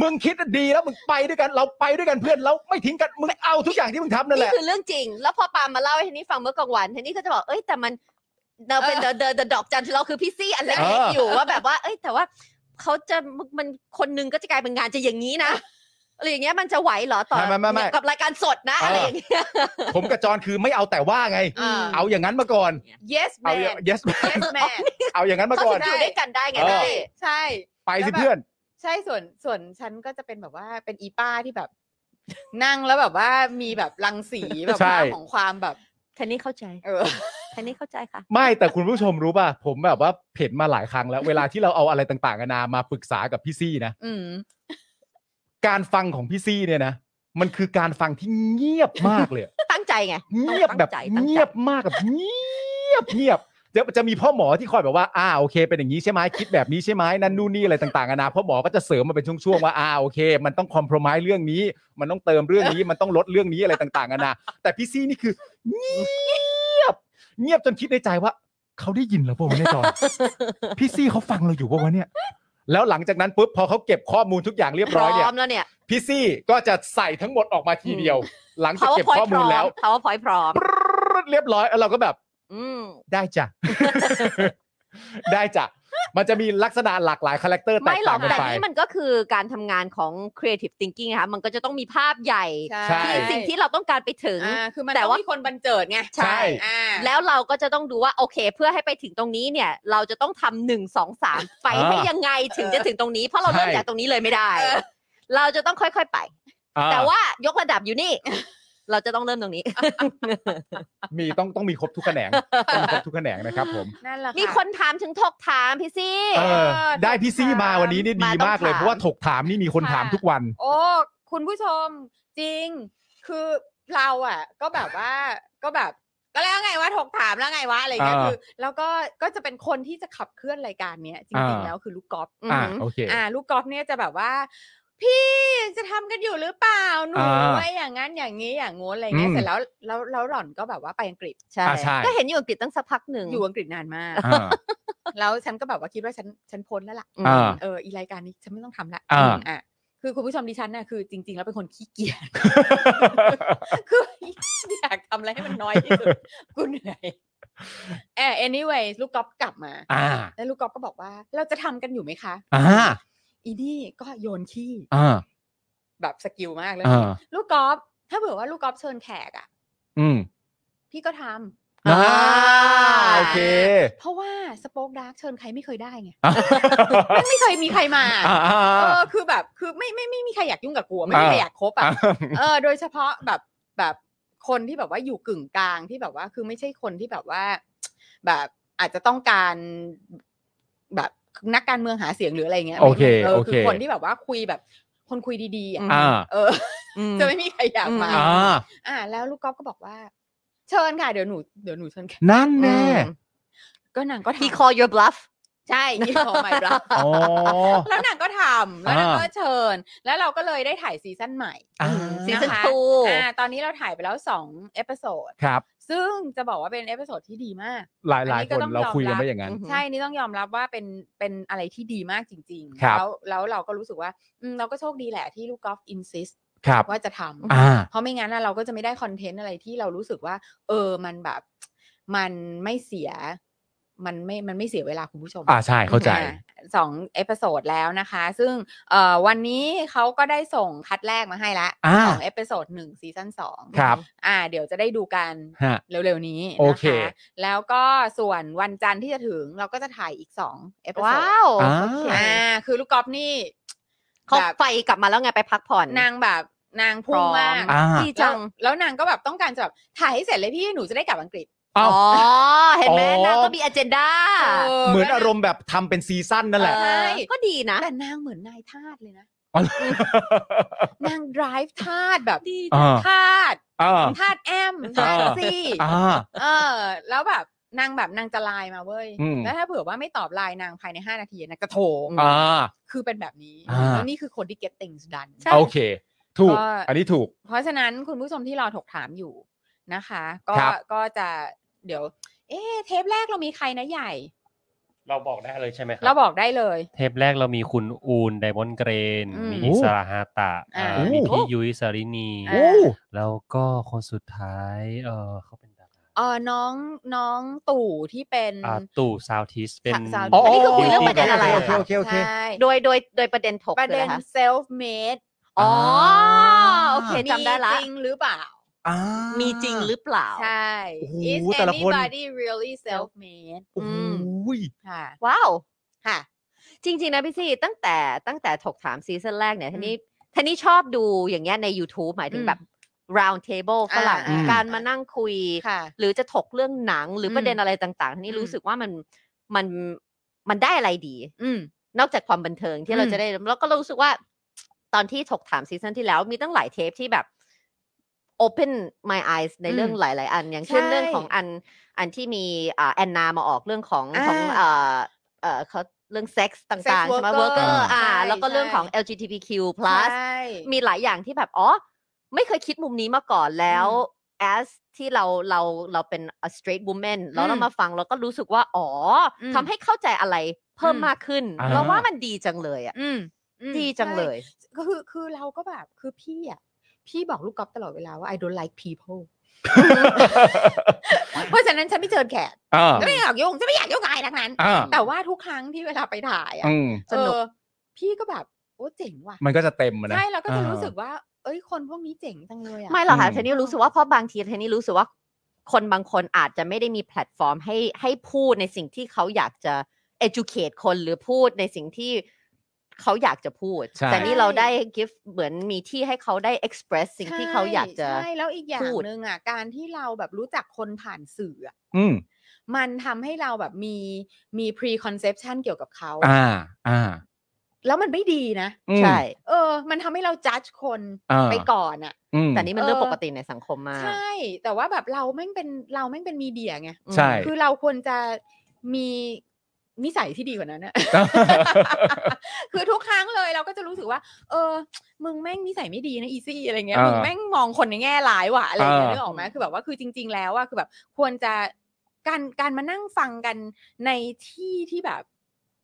มึงคิดดีแล้วมึงไปด้วยกัน เราไปด้วยกันเพื่อนเราไม่ทิ้งกันมึงเอาทุกอย่างที่มึงทำนั่นแห นี่ ละ คือเรื่องจริง แล้วพอปาล์มมาเล่าให้เทนนี่ฟังเมื่อกลางวันเทนนี่ก็จะบอกเอ้ยแต่มันเราเป็นเดอะเดอะเดอะดอกจันเราคือพี่ซี่อันเล็ เอกอ ๆ อ อยู่ว่าแบบว่า เอ้ย แต่ว่าเขาจะมันมันคนหนึงก็จะกลายเป็นงานจะอย่างนี้นะอะไรอย่างเงี้ยมันจะไหวเหรอต่อ ไม่ไม่ไม่ไม่ กับรายการสดนะอะไรอย่างเงี้ย ผมกับจอนคือไม่เอาแต่ว่าไง อืม เอาอย่างนั้นมาก่อน yes เอา man yes yes man เอาอย่างนั้นมา เขา ก่อ ถึ น งอยู่ด้วยกันได้ไง เออ ได้ ใช่ ไปสิเพื่อน ใช่ส่วนส่วนฉันก็จะเป็นแบบว่าเป็นอีป้าที่แบบ นั่งแล้วแบบว่ามีแบบรังสีแบบ ใช่ ว่าของความแบบ แค่นี้เข้าใจ เออ แค่นี้เข้าใจค่ะ ไม่แต่คุณผู้ชมรู้ป่ะ ผมแบบว่าเผ็ดมาหลายครั้งแล้ว เวลาที่เราเอาอะไรต่างๆนานามาปรึกษากับพี่ซี่นะ อืม การฟังของพี่ซี่เนี่ยนะ มันคือการฟังที่เงียบมากเลยอะ ตั้งใจไง เงียบแบบ ตั้งใจตั้งใจ เงียบมากแบบเงียบเงียบเดี๋ยวจะมีพ่อหมอที่คอยแบบว่าอ่าโอเค เป็นอย่างนี้ใช่ไหมคิดแบบนี้ใช่ไหมนั่นนู่นนี่อะไรต่างๆนานาพ่อหมอก็จะเสริมมาเป็นช่วงๆว่าอ่าโอเค มันต้องคอม p r o m i s e เรื่องนี้ มันต้องเติมเรื่องนี้มันต้องลดเรื่องนี้อะไรต่างๆนานาแต่พี่ซี่นี่คือเงียบ เงียบจนคิดในใจว่าเขาได้ยินเหรอป่าวะเนี่ย จอนพี่ซี่เขาฟังเราอยู่ป่าวะเนี่ย แล้วหลังจากนั้นปุ๊บพอเขาเก็บข้อมูลทุกอย่างเรียบ พ ร้ ร้ อยเนี่ย อมแล้วเนี่ย พี่ซี่ก็จะใส่ทั้งหมดออกมาทีเดียว หลังจากเก็บข้อ powerpoint พ มู ร้ ล อ แล้ว ม powerpoint พร้อม ปรึ๊ดเรียบร้อยแล้วเราก็แบบ อืม ได้ จ้ะ ได้จ้ะ มันจะมีลักษณะหลากหลายคาแรคเตอร์แต ไม่ ก หร ต่า อก งกัน แต่ ไป นี่มันก็คือการทำงานของ creative thinking นะคะมันก็จะต้องมีภาพใหญ่ ใช่ ที่สิ่งที่เราต้องการไปถึง อ่าคือมัน แต่ แต่ ว่า ว่ามีคนบันเจิดไง ใช่ อ่า แล้วเราก็จะต้องดูว่าโอเค เพื่อให้ไปถึงตรงนี้เนี่ย เราจะต้องทำหนึ่งสองสามไปให้ยังไงถึงจะถึงตรงนี้ เพราะเราเริ่มจากตรงนี้เลยไม่ได้ เราจะต้องค่อยๆไป อ่า แต่ว่ายกระดับอยู่นี่ เราจะต้องเริ่มตรงนี้ มีต้องต้องมีครบทุกแขนงต้องมีครบทุกแขนงนะครับผม นั่นแหละะ มีคนถามถึงทกถามพี่ซี่ เออ ได้ ถก พี่ซี่ ถาม มาวันนี้นี่ดีมากเลย มาต้องถาม เพราะว่าถกถามนี่มีคน ค่ะ ถามทุกวัน โอ้ คุณผู้ชมจริง คือเราอ่ะ ก็แบบว่าก็แบบก็แล้วไงวะถกถามแล้วไงวะอะไรเงี้ย อ่า คือแล้วก็ก็จะเป็นคนที่จะขับเคลื่อนรายการเนี้ยจริงๆ อ่า แล้วคือลูกกอล์ฟ อืม อ่าโอเค อ่า ลูกกอล์ฟเนี่ยจะแบบว่า พี่จะทำกันอยู่หรือเปล่าหนู อ่า ว่าอย่างนั้นอย่างนี้อย่างงู้นอะไรเงี้ย อืม เสร็จแล้วแล้วแล้วหล่อนก็แบบว่าไปอังกฤษ ใช่ อ่าใช่ ก็เห็นอยู่อังกฤษตั้งสักพักหนึ่ง อยู่อังกฤษนานมาก อ่า แล้วฉันก็แบบว่าคิดว่าฉันฉันพ้นแล้วล่ะ อืม อ่า เอออีรายการนี้ฉันไม่ต้องทำละ อ่า มอ่ะคือคุณผู้ชมดิฉันน่ะคือจริง ๆ แล้วเป็นคนขี้เกียจ คืออยากทำอะไรให้มันน้อยที่สุด กูเหนื่อย เออ anyway ลูกก๊อฟกลับมา อ่า แล้วลูกก๊อฟก็บอกว่า เราจะทำกันอยู่ไหมคะ อ่า อีนี่ก็โยนขี้ อ่า แบบสกิลมากเลย อ่า ลูกก๊อฟถ้าเผื่อว่าลูกก๊อฟเชิญแขกอ่ะ อืม พี่ก็ทำ อ่าโอเค เพราะว่าสป็อคดาร์กเชิญใครไม่เคยได้ไง อ่า ไม่เคยมีใครมา อ่าอ่า เออคือแบบคือไม่ไม่ไม่มีใครอยากยุ่งกับกูอะไม่มี อ่า ใครอยากคบอ่ะ อ่า เออโดยเฉพาะแบบแบบคนที่แบบว่าอยู่กึ่งกลางที่แบบว่าคือไม่ใช่คนที่แบบว่า แบบอาจจะต้องการแบบนักการเมืองหาเสียงหรืออะไรเงี้ย โอเค เอ โอ อ เค คือคนที่แบบว่าคุยแบบคนคุยดีๆอ่ะ อ่า เออ อืม จะไม่มีใครอยากมา อืม อ่า อ่า แล้วลูกก๊อฟก็บอกว่า เชิญค่ะเดี๋ยวหนูเดี๋ยวหนูเชิญค่ะ นั่นแน่ อืมก็นางก็ทำ he call your bluff ใช่ยี่ขอใหม่รับ อ๋อ แล้วนางก็ทำแล้วนาง อ่า ก็เชิญ แล้วเราก็เลยได้ถ่ายซีซั่นใหม่ อ่า ซีซั่น นะคะ ทู อ่าตอนนี้เราถ่ายไปแล้วสองเอพิโซด ครับ ซึ่งจะบอกว่าเป็นเอพิโซดที่ดีมาก หลายหลาย อันนี้ ค ก็ น ต้อง เรา ยอม คุยกัน รับ ไว้อย่างนั้น อืม ใช่ นี่ต้องยอมรับว่าเป็นเป็นอะไรที่ดีมากจริงๆ ครับ แล้วแล้วเราก็รู้สึกว่าอืมเราก็โชคดีแหละที่ลูกกอล์ฟอินซิส ครับ ว่าจะทำ อ่า เพราะไม่งั้นน่ะเราก็จะไม่ได้คอนเทนต์อะไรที่เรารู้สึกว่า เออมันแบบ มันไม่เสีย มันไม่มันไม่เสียเวลาคุณผู้ชม อ่าใช่เข้าใจ อ่ะสองเอพิโซดแล้วนะคะ ซึ่งเอ่อวันนี้เขาก็ได้ส่งคัดแรกมาให้ละ อ่า สองเอพิโซดหนึ่งซีซั่นสอง ครับ อ่า เดี๋ยวจะได้ดูกัน ฮะ เร็วๆนี้ โอ นะ เค คะแล้วก็ส่วนวันจันทร์ที่จะถึงเราก็จะถ่ายอีกสองเอพิโซด ว้าว อ่า โอเค อ่า คือลูกกอล์ฟนี่ เขา แบบ ไฟกลับมาแล้วไงไปพักผ่อน นางแบบนางพุ่งมาก อ่า ดีจัง แล้วแล้วนางก็แบบต้องการจะแบบถ่ายให้เสร็จเลยพี่หนูจะได้กลับอังกฤษ อ๋ เอ้า อ เห็นไหม อ๋อ นางก็มี agenda เหมือนอารมณ์แบบทำเป็นซีซั่นนั่นแหละ เออก็ดีนะ แต่นางเหมือนนายทาสเลยนะ อน าง drive ธาตุแบบ ดี ่า ธาตุ อ่า ธาตุแอม อ่า ธาตุซี อ่า เออ แล้วแบบนางแบบนางจะไลน์มาเว้ย อืม แล้วถ้าเผื่อว่าไม่ตอบไลน์นางภายใน 5 นาทีนางจะโทร อ่า คือเป็นแบบนี้ อ่า แล้วนี่คือคนที่ get things done ใช่ โอเค ถูก ก็ อันนี้ถูก เพราะฉะนั้นคุณผู้ชมที่รอถกถามอยู่นะคะ ก็ ครับ ก็จะเดี๋ยว เอ๊ะเทปแรกเรามีใครนะใหญ่ เราบอกได้เลยใช่ไหมครั เราบอกได้เลย เทปแรกเรามีคุณอูนไดมอนด์เกรน อืม มีอิสราฮาตะ อ่า อ่ามีพี่ยุ้ยสารินี อ่า โอ้ แล้วก็คนสุดท้าย เออเขาเป็นดารา เออน้องน้องตู่ที่เป็น อ่าตู่ซาวทิสเป็น สาว อ๋อ นี่คือคุยเรื่องประเด็นอะไร โอ อะ เค คะ โอเคโอเค ใช่ โดยโดยโดยประเด็นถก ประ เล เด็ ย น นะคะ self made อ๋อโอเคจำได้ละ มีจริงหรือเปล่า อ่า มีจริงหรือเปล่า ใช่ โอ้โห is แต่ละคน anybody really self made โอ้ย ค่ะ ว้าว ค่ะ จริง ๆ นะพี่ซี่ตั้งแต่ตั้งแต่ถกถามซีซั่นแรกเนี่ยท่านี้ท่านี้ชอบดูอย่างเงี้ยใน YouTube หมายถึง อืม แบบ round table ฝรั่ง อ่า การ อ่าม มานั่งคุย ค่ะ หรือจะถกเรื่องหนังหรืออ ม ประเด็นอะไรต่างๆ นี่ อืม รู้สึกว่ามันมันมันได้อะไรดี อืม นอกจากความบันเทิงที่เรา อืม จะได้แล้วก็รู้สึกว่า ตอนที่ถกถามซีซั่นที่แล้วมีตั้งหลายเทปที่แบบ open my eyes ในเรื่อง อืม หลาย ๆ อัน อย่างเช่น ใช่ เรื่องของอันอันที่มีอ่าแอนนามาออกเรื่องของ อ่า ของเอ่อเอ่อเขาเรื่องเซ็กส์ต่าง ๆ Sex ใช่ไหม worker เวิร์กเกอร์อ่า ใช่ แล้วก็เรื่องของ ใช่ LGBTQ+ ใช่ มีหลายอย่างที่แบบ อ๋อ ไม่เคยคิดมุมนี้มาก่อนแล้ว as ที่เราเราเราเป็น a straight woman แล้วเรา อืม มาฟังเราก็รู้สึกว่า อ๋ออ ม ทำให้เข้าใจอะไรเพิ่ม อืม มากขึ้น อ่า เราว่ามันดีจังเลยอ่ะ อืมอืม ดีจังเลย ใช่ก็คือคือเราก็แบบคือพี่อ่ะ พี่บอกลูกกอล์ฟตลอดเวลาว่า I don't like people เพราะฉะนั้นฉันไม่เจอแขก อ่า ฉันไม่อยากยุ่งฉันไม่อยากยุ่งกับใครทั้งนั้น อ่า แต่ว่าทุกครั้งที่เวลาไปถ่ายอ่ะ อืม สนุก เออพี่ก็แบบโอ้เจ๋งว่ะ มันก็จะเต็มอะนะ ใช่เราก็จะรู้สึกว่า เอ้ยคนพวกนี้เจ๋งจังเลยอ่ะ ไม่หรอกค่ะ อืม เทนนี่รู้สึกว่าเพราะบางทีเทนนี่รู้สึกว่าคนบางคนอาจจะไม่ได้มีแพลตฟอร์มให้ให้พูดในสิ่งที่เขาอยากจะ educate คนหรือพูดในสิ่งที่เขาอยากจะพูด ใช่ แต่นี่เราได้ give เหมือนมีที่ให้เขาได้ express สิ่งที่เขาอยากจะ ใช่ใช่แล้วอีกอย่าง พูด หนึ่งอ่ะการที่เราแบบรู้จักคนผ่านสื่ออะ อืม มันทำให้เราแบบมีมี preconception เกี่ยวกับเขา อ่า อ่า แล้วมันไม่ดีนะ อืม ใช่ เออ มันทำให้เรา judge คน อ่า ไปก่อนอ่ะ อืม แต่นี่มันเรื่อง เออ ปกติในสังคมมาก ใช่ แต่ว่าแบบเราแม่งเป็นเราแม่งเป็นมีเดียไง ใช่ คือเราควรจะมีนิสัยที่ดีกว่านั้นนะ คือทุกครั้งเลยเราก็จะรู้สึกว่า เออ มึงแม่งนิสัยไม่ดีนะอีซี่อะไรเงี้ย อ่ามึ มึงแม่งมองคนในแง่ร้ายว่ะอะไรเงี้ย อ่า นึกออกไหมคือแบบว่าคือจริง ๆ แล้วอะคือแบบควรจะการการมานั่งฟังกันในที่ที่แบบ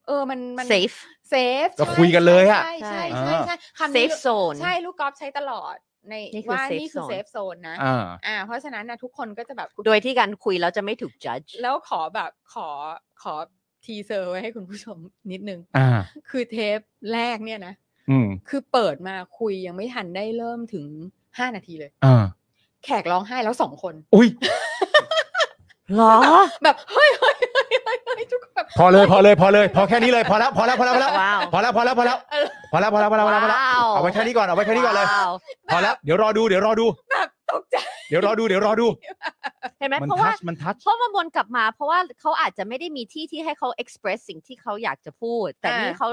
เออมันมัน safe เซฟ ก็คุยกันเลยอะ ใช่ใช่ใช่ใช่ อ่า ใช่คำนี้ safe zone ใช่ลูกกอล์ฟใช้ตลอด ใน นี่คือ ว่า safe นี่คือ zone เซฟโซนนะ อ่า อ่า เพราะฉะนั้นนะทุกคนก็จะแบบ โดยที่การคุยแล้วจะไม่ถูก judge แล้วขอแบบขอขอทีเซอร์ไว้ให้คุณผู้ชมนิดนึง อ่า คือเทปแรกเนี่ยนะ อืม คือเปิดมาคุยยังไม่ทันได้เริ่มถึงห้านาทีเลย อ่า แขกร้องไห้แล้วสองคน อุ้ย หรอ แบบเฮ้ยเฮ้ยเฮ้ยเฮ้ยเฮ้ยทุกคนแบบ พอเลยพอเลยพอเลย พอแค่นี้เลยพอแล้วพอแล้วพอแล้วพอแล้ว ว้าว พอแล้วพอแล้วพอแล้ว เออ พอแล้วพอแล้วพอแล้วพอแล้วพอแล้ว ว้าว เอาไว้แค่นี้ก่อนเอาไว้แค่นี้ก่อนเลย ว้าว พอแล้วเดี๋ยวรอดูเดี๋ยวรอดู แบบตกใจ เดี๋ยวรอดูเดี๋ยวรอดู เห็นไหม มัน เพราะ ทั ว่า ชมันทัช เพราะมันวนกลับมาเพราะว่าเขาอาจจะไม่ได้มีที่ที่ให้เขา express สิ่งที่เขาอยากจะพูด แต่ อ่านี่ นี่เขา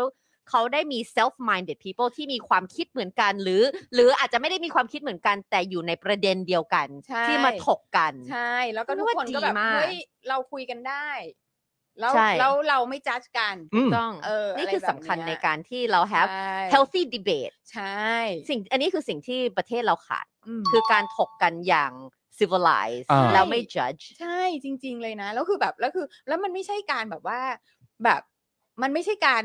เขาได้มี self minded people ที่มีความคิดเหมือนกัน หรือ หรืออาจจะไม่ได้มีความคิดเหมือนกัน แต่อยู่ในประเด็นเดียวกัน ใช่ ที่มาถกกัน ใช่ แล้วก็ทุกคนก็ ว่าดี แบบ มาก เฮ้ยเราคุยกันได้ แล้ว ใช่ แล้วเราไม่จัดกัน อืม ต้อง เออ นี่คือสำคัญใน การ การที่เรา have healthy debate ใช่ สิ่งอันนี้คือสิ่งที่ประเทศเราขาด อืม คือการถกกันอย่าง civilized อ่า แล้วไม่ judge ใช่จริง ๆ เลยนะแล้วคือแบบแล้วคือ แล้วมันไม่ใช่การแบบว่า แบบมันไม่ใช่การ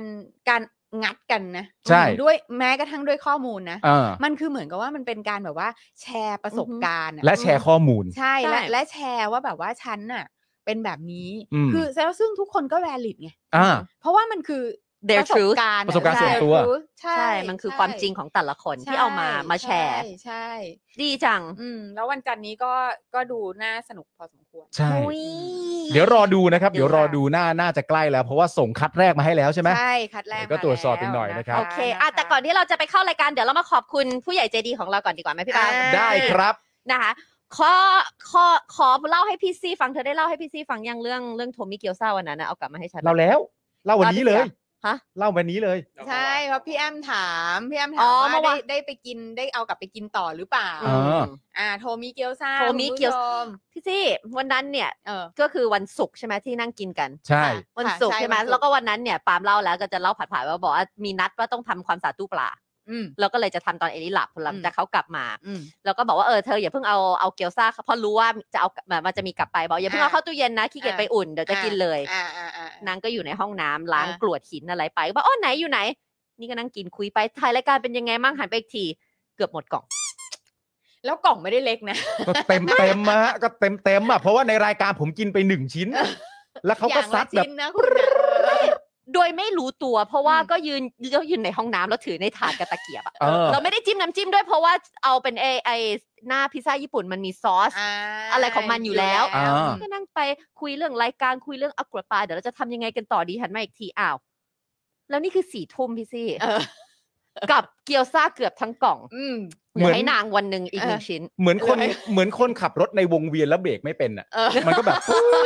การงัดกันนะ ใช่ ด้วยแม้กระทั่งด้วยข้อมูลนะ อ่า มันคือเหมือนกับว่ามันเป็นการแบบว่า แชร์ประสบการณ์อ และแชร์ข้อมูล ใช่และ ใช่ และแชร์ว่าแบบว่าฉันน่ะ เป็นแบบนี้ อืม คือแล้วซึ่งทุกคนก็แวลิดไง อ่า เพราะว่ามันคือ Their ประสบ truth การณ์ ประสบการณ์ส่วนตัว ใช่ truth ใช่ ใช่ มันคือความจริงของแต่ละคนที่เอามา ใช่ มาแชร์ ใช่ใช่ ดีจัง อืม แล้ววันจันทร์นี้ก็ก็ดูน่าสนุกพอสมควร ใช่ อุ๊ย เดี๋ยวรอดูนะครับ เดี๋ยวรอ เดี๋ยวรอ ดูหน้าน่าจะใกล้แล้ว เพราะว่าส่งคัดแรกมาให้แล้วใช่ไหม ใช่ คัดแรก เดี๋ยวก็ตรวจสอบอีกหน่อยนะครับ โอเคอ่ะแต่ก่อนที่เราจะไปเข้ารายการเดี๋ยวเรามาขอบคุณผู้ใหญ่ใจดีของเราก่อนดีกว่าไหมพี่ปาล์ม อ่า ได้ครับ นะคะขอขอขอเล่าให้พี่ซี่ฟังเธอได้เล่าให้พี่ซี่ฟังยังเรื่องเรื่องโทมิเกียวซาวันนั้นนะเอากลับมาให้ฉัน เราแล้ว เล่าวันนี้เลย ฮะ เล่าวันนี้เลย ใช่เพราะพี่แอมถาม พี่แอม อ๋ ถาม อเมื่ ว่า อ ได้ วาน ได้ไปกินได้เอากลับไปกินต่อหรือเปล่า เอ ม อ อ่า โทมิเกียวซา โทมิเกียว คุณผู้ชม พี่ซี่วันนั้นเนี่ย เออ ก็คือวันศุกร์ใช่ไหมที่นั่งกินกัน ใช่ ค่ะ วันศุกร์ ใช่ ใช่ไหม วันศุกร์ แล้วก็วันนั้นเนี่ยปาล์มเล่าแล้วก็จะเล่าผัดผ่านว่าบอกว่ามีนัดว่าต้องทำความสะอาดตู้ปลา อืม แล้วก็เลยจะทำตอนเอลิหลับหลังจากเขากลับมา อืม แล้วก็บอกว่าเออเธออย่าเพิ่งเอาเอาเกี๊ยวซ่าค่ะเพราะรู้ว่าจะเอาแบบมันจะมีกลับไปบอกอย่าเพิ่งเอา อ่า เข้าตู้เย็นนะขี้เกียจ อ่า ไปอุ่นเดี๋ยวจะกินเลย อ่าอ่าอ่า นางก็อยู่ในห้องน้ำล้าง อ่าก ก รวดหินอะไรไปก็บอกอ๋อไหนอยู่ไหน นี่ก็นั่งกินคุยไปถ่ายรายการเป็นยังไงมั่งหันไปอีกที เกือบหมดกล่อง แล้วกล่องไม่ได้เล็กนะ ก็เต็มเต็มๆอะฮะก็เต็มเต็มๆอะเพราะว่าในรายการผมกินไปหนึ่งชิ้น แล้วเขาก็ อย่งละ ซัดแบบ ชิ้นนะคุณนะเออ โดยไม่รู้ตัว เพราะว่า อืม ก็ยืนก็ยืนในห้องน้ำแล้วถือในถาดกับตะเกียบอะ เออ เราไม่ได้จิ้มน้ำจิ้มด้วยเพราะว่าเอาเป็นไอไอหน้าพิซซ่าญี่ปุ่นมันมีซอส อ่า อะไรของมันอยู่แล้ว อ่า ก็นั่งไปคุยเรื่องรายการคุยเรื่องอักรปาเดี๋ยวเราจะทำยังไงกันต่อดีหันมาอีกทีอ้าว แล้วนี่คือสี่ทุ่มพี่ซี่ เออ กับเกียวซ่าเกือบทั้งกล่อง อืม เหลือให้นางวันหนึ่งอีกหนึ่ง เออ ชิ้น เหมือนคน เลย เหมือนคนขับรถในวงเวียนแล้วเบรกไม่เป็นอ่ะ เออ มันก็แบบ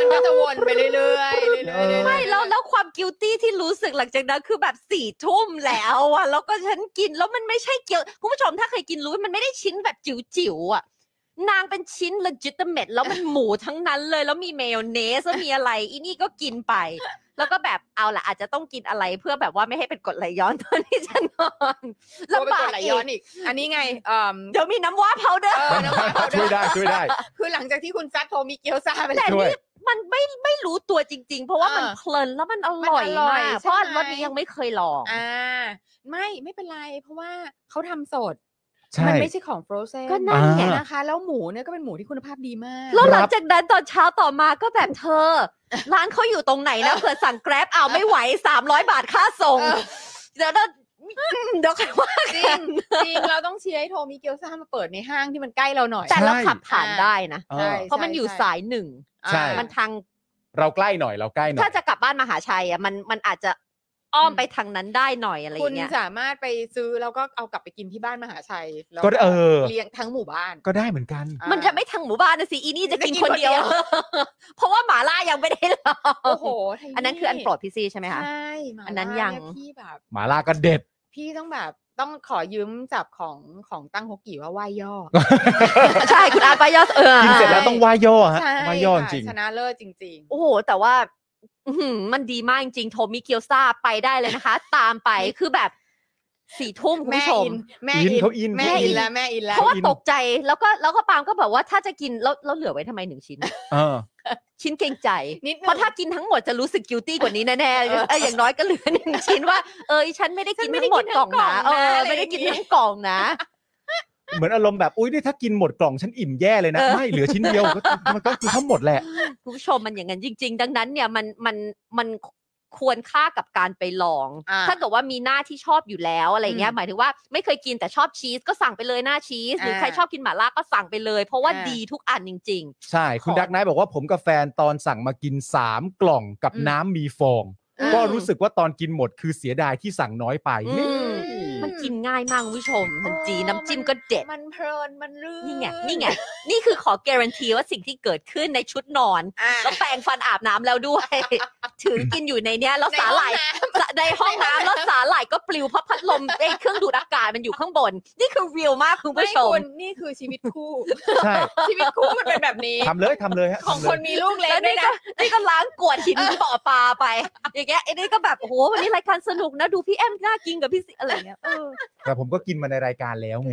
มันก็จะวนไปเรื่อยๆเรื่อยๆเรื่อยๆเรื่อยๆ ไม่แล้วแล้วความกิ i ตี้ที่รู้สึกหลังจากนั้นคือแบบสี่ทุ่มแล้วอะแล้วก็ฉันกินแล้วมันไม่ใช่เกี๊ยวคุณผู้ชมถ้าเคยกินรู้ว่ามันไม่ได้ชิ้นแบบจิ๋วๆอะนางเป็นชิ้น legitimate แล้วมันหมูทั้งนั้นเลย แล้วมีเมยองเนสแล้วมีอะไร อีนี่ก็กินไป แล้วก็แบบเอาละอาจจะต้องกินอะไรเพื่อแบบว่าไม่ให้เป็นกรดไหลย้อนตอนที่ฉันนอน กลัวไป ลำบากกดไหลย้อน อีก อีก อันนี้ไงเอ่อ เดี๋ยวมีน้ำว้าเพาเดอ เอ ร์ อน้ำมันเผา ช่วยได้ เอ ช่วยได้ คือหลังจากที่คุณซัดโทมิเกียวซาไปแล้ว แต่ ช่วย นี่มันไม่ไม่รู้ตัวจริง ๆ เพราะว่ามัน เออ เพลินแล้วมันอร่อย มันอร่อย มาก ใช่ เพราะ ไหม รสนี้ยังไม่เคยลอง อ่า ไม่ไม่เป็นไร เพราะว่าเขาทำสด ใช่ มันไม่ใช่ของฟรอเซน ก็นั่นไง นะคะ แล้วหมูเนี่ยก็เป็นหมูที่คุณภาพดีมาก แล้วหลั ค ง รับ จากนั้นตอนเช้าต่อมาก็แบบเธอ ร้านเขาอยู่ตรงไหนนะเผื่อสั่งแกร็บเอาไม่ไหวสามร้อยบาทค่าส่ง เออ เดี๋ยวเราอืมเดี๋ยวค่อยว่า จริ กั ง น จริงเราต้องเชียร์ให้โทมิเกียวซ่ามาเปิดในห้างที่มันใกล้เราหน่อย แต่เราขับผ่าน ใช่ ได้นะ เอ ใช่ อ เพราะมันอยู่ ใช่ สายหนึ่ง อ่า ใช่ มันทาง เราใกล้หน่อยเราใกล้หน่อ ถ้าย จะกลับบ้านมหาชัยอ่ะมันมันอาจจะอ้อมไปทางนั้นได้หน่อยอะไรอ คุณ ย่างเงี้ย สามารถไปซื้อแล้วก็เอากลับไปกินที่บ้านมหาชัยแล้ว ก็เออ เลี้ยงทั้งหมู่บ้าน ก็ได้เหมือนกัน อ่า มันจะไม่ทางหมู่บ้านนะสิอีนี่จะกิน จะกิน คนเดียว คนเดียว เพราะว่าหมาล่ายังไม่ได้ลอง โอ้โห อันนั้นคืออันโปรดพี่ซี่ใช่ไหมคะ ใช่หมา อันนั้น ล่าเ ยัง พี่แบบ หมาล่าก็เด็ด พี่ต้องแบบต้องขอยืมจับของของตั้งฮกกี่ว่าไหวย่อ ใช่คุณอาปายอสเออ กินเสร็จแล้วต้องไหว้ย่อฮะ ใช่ ไหว้ย่อจ ค่ะ ริง ชนะเลิศจริง ๆ โอ้โห แต่ว่า อื้อหือมันดีมากจริงๆโทมิเกียวซาไปได้เลยนะคะ ตาม ไปคือแบบสี่ทุ่มคุณ แม่ ผู้ชม อินแม่ อินเขาอิน แม่ เขาอิ อินนแล้วแม่อินแล้ เพ ว ราะว่าตกใจแล้วก็แล้วก็ปาล์มก็แบบว่าถ้าจะกินแล้วแล้วเหลือไว้ทำไมหนึ่งชิ้น เออ ชิ้นเกรงใจ นิดนึง เพราะถ้ากินทั้งหมดจะรู้สึกกิ i ตี้กว่านี้แน่ๆเอออย่างน้อยก็เหลือหนึ่งชิ้นว่า เออฉันไม่ได้กินทั้งหมดกล่องนะเออไม่ได้กินทั้งกล่องนะ เหมือนอารมณ์แบบอุ้ยนี่ถ้ากินหมดกล่องฉันอิ่มแย่เลยนะ เออ ไม่เหลือชิ้นเดียวก็มันก็คือทั้งหมดแหละ คุณผู้ชมมันอย่างนั้นจริง ๆ ดังนั้นเนี่ยมันมันมันควรค่ากับการไปลอง อ่า ถ้าเกิดว่ามีหน้าที่ชอบอยู่แล้วอะไรเงี้ย อืม หมายถึงว่าไม่เคยกินแต่ชอบชีสก็สั่งไปเลยหน้าชีสหรือ อ่า ใครชอบกินหม่าล่าก็สั่งไปเลย เพราะว่า อ่า ดีทุกอันจริง ใช่ คุณ ของ ดักไนท์บอกว่าผมกับแฟนตอนสั่งมากิน 3 กล่องกับ อืม น้ำมีฟอง อืม ก็รู้สึกว่าตอนกินหมดคือเสียดายที่สั่งน้อยไป ๆอื นี่ มมันกินง่ายมากคุณผู้ชมมันจีน้ำจิ้มก็เด็ด มันเพลินมันรื่น นี่ไงนี่ไงนี่คือขอการันตีว่าสิ่งที่เกิดขึ้นในชุดนอน อ่ะ แล้วแปรงฟันอาบน้ำแล้วด้วย ถือกินอยู่ในเนี้ยแล้วสาหร่าย ในห้องน้ำ ในห้องน้ำแล้วสาหร่ายก็ปลิวเพราะพัดลมไอ้เครื่องดูดอากาศมันอยู่ข้างบน นี่คือเรียลมากคุณ ไม่ ผู้ชม คุณนี่คือชีวิตคู่ ใช่ ชีวิตคู่มันเป็นแบบนี้ ทำเลยทำเลยฮะ ของ ทำเลย คนมีลูกเล็ก แล้ว ด้ว นี่ ย ก็ นะ นี่ก็ล้างกรวดหินบ่อปลาไป อย่างเงี้ยไอ้นี่ก็แบบโอ้โหวันนี้รายการสนุกนะดูพี่แอมน่ากินกับพี่สิอะไรเงี้ยเออ แต่ผมก็กินมาในรายการแล้วไง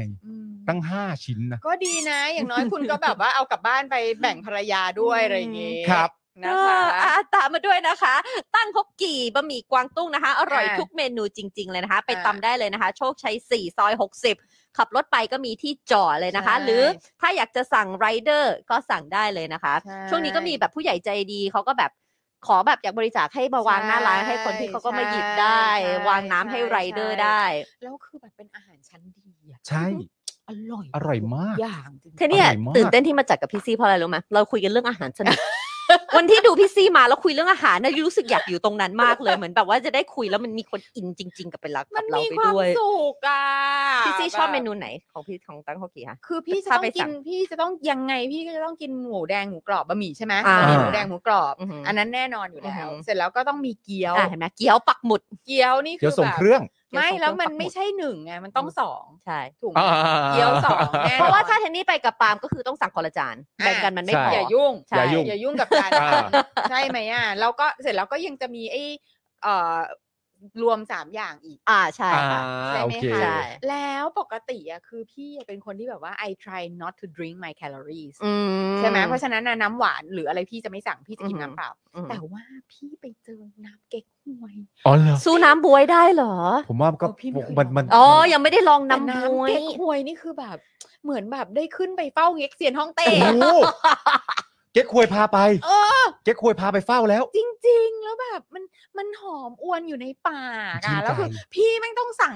ตั้ง 5 ชิ้นนะ ก็ดีนะ อย่างน้อยคุณก็แบบว่าเอากลับบ้านไปแบ่งภรรยาด้วยอะไรอย่างงี้ ครับ นะ เอ คะ ออ่ะตามมาด้วยนะคะ ตั้งฮกกี่บะหมี่กวางตุ้งนะคะ อร่อย อ่า ทุกเมนูจริง ๆ เลยนะคะ ไป อ่า ตำได้เลยนะคะ โชคชัย4ซอย60 ขับรถไปก็มีที่จอดเลยนะคะ ใช่ หรือถ้าอยากจะสั่งไรเดอร์ก็สั่งได้เลยนะคะ ช่วงนี้ก็มีแบบผู้ใหญ่ใจดีเขาก็แบบขอแบบอยากบริจาคให้มาวางหน้าร้าน ใช่ ให้คนที่เขาก็มาหยิบ ใช่ ได้ ใช่ วางน้ำให้ ใช่ ไรเดอร์ ใช่ ได้ แล้วคือแบบเป็นอาหารชั้นดีอ่ะ ใช่ อร่อย อร่อยมาก ทุอย่างจริงๆ แค่เนี้ย อร่อยมาก ตื่นเต้นที่มาจัดกับพี่ซี่เพราะอะไรรู้ไหมเราคุยกันเรื่องอาหารส นุก วันที่ดูพี่ซี่มาแล้วคุยเรื่องอาหารนะรู้สึกอยากอยู่ตรงนั้นมากเลยเหมือนแบบว่าจะได้คุยแล้วมันมีคนอินจริง ๆ กับไปรัก มั กัน บเรา มี ไป ความ ด้วย สุขอ่ะ พี่ซี่ชอบ แบบ เมนูไหนของพี่ของตั้งฮกกี้คะ คือพี่จะต้ถ้าอง ไปกิสั่ง นพี่จะต้องยังไงพี่ก็จะต้องกินหมูแดงหมูกรอบบะหมี่ใช่ไหม อ่า บะหมี่หมูแดงหมูกรอบ อือหืออั อันนั้นแน่นอนอยู่แล้ว อือหือ เสร็จแล้วก็ต้องมีเกี๊ยว อ่ะเห็นไหมเกี๊ยวปักหมุด เกี๊ยวนี่คืเดี๋ยว อ ส่ง แบบ เครื่อง ไม่ เดี๋ยวส่ง แล้วมัน เครื่อง ไม่ใช่หนึ่งไงมันต้องสอง ใช่ ถูกไหม อ่า เกี๊ยวสองแน่ เพราะว่าถ้าเทนนี่ไปกับปาล์มก็คือต้องสั่งคนละจาน อ่ะ แบ่งกันมันไม่พอ อ อ ย่ายุ่ง ใช่ อย่ายุ่ง อย่ายุ่งกับการ อ่า ใช่ไหมอ่ะแล้วก็เสร็จแล้วก็ยังจะมีไอ้เอ่อรวมสามอย่างอีก อ่าใช่ค่ะ อ่าโอเค ใช่ไหม ใช่ คะแล้วปกติอะคือพี่เป็นคนที่แบบว่า I try not to drink my calories อื ใช่ไหมเพราะฉะนั้นน่ะน้ำหวานหรืออะไรพี่จะไม่สั่งพี่จะกิน อือหือ น้ำเปล่า อืม แต่ว่าพี่ไปเจอน้ำเก๊กฮวย อ๋อเหรอ สู้น้ำบวยได้เหรอ ผมว่าก็ เออพี่ไม่เคย มันมัน ล อ๋อ ยังไม่ได้ลอง แต่ น้ำบวน้ำ ย เก๊กฮวยนี่คือแบบ เหมือนแบบได้ขึ้นไปเฝ้าเง็กเซียนฮ่องเต้ โอ้โหเก๊กควยพาไป เออ เก๊กควยพาไปเฝ้าแล้ว จริง ๆ แล้วแบบมันมันหอมอวนอยู่ในปาก ชื่น อะ ใจ แล้วคือพี่แม่งต้องสั่ง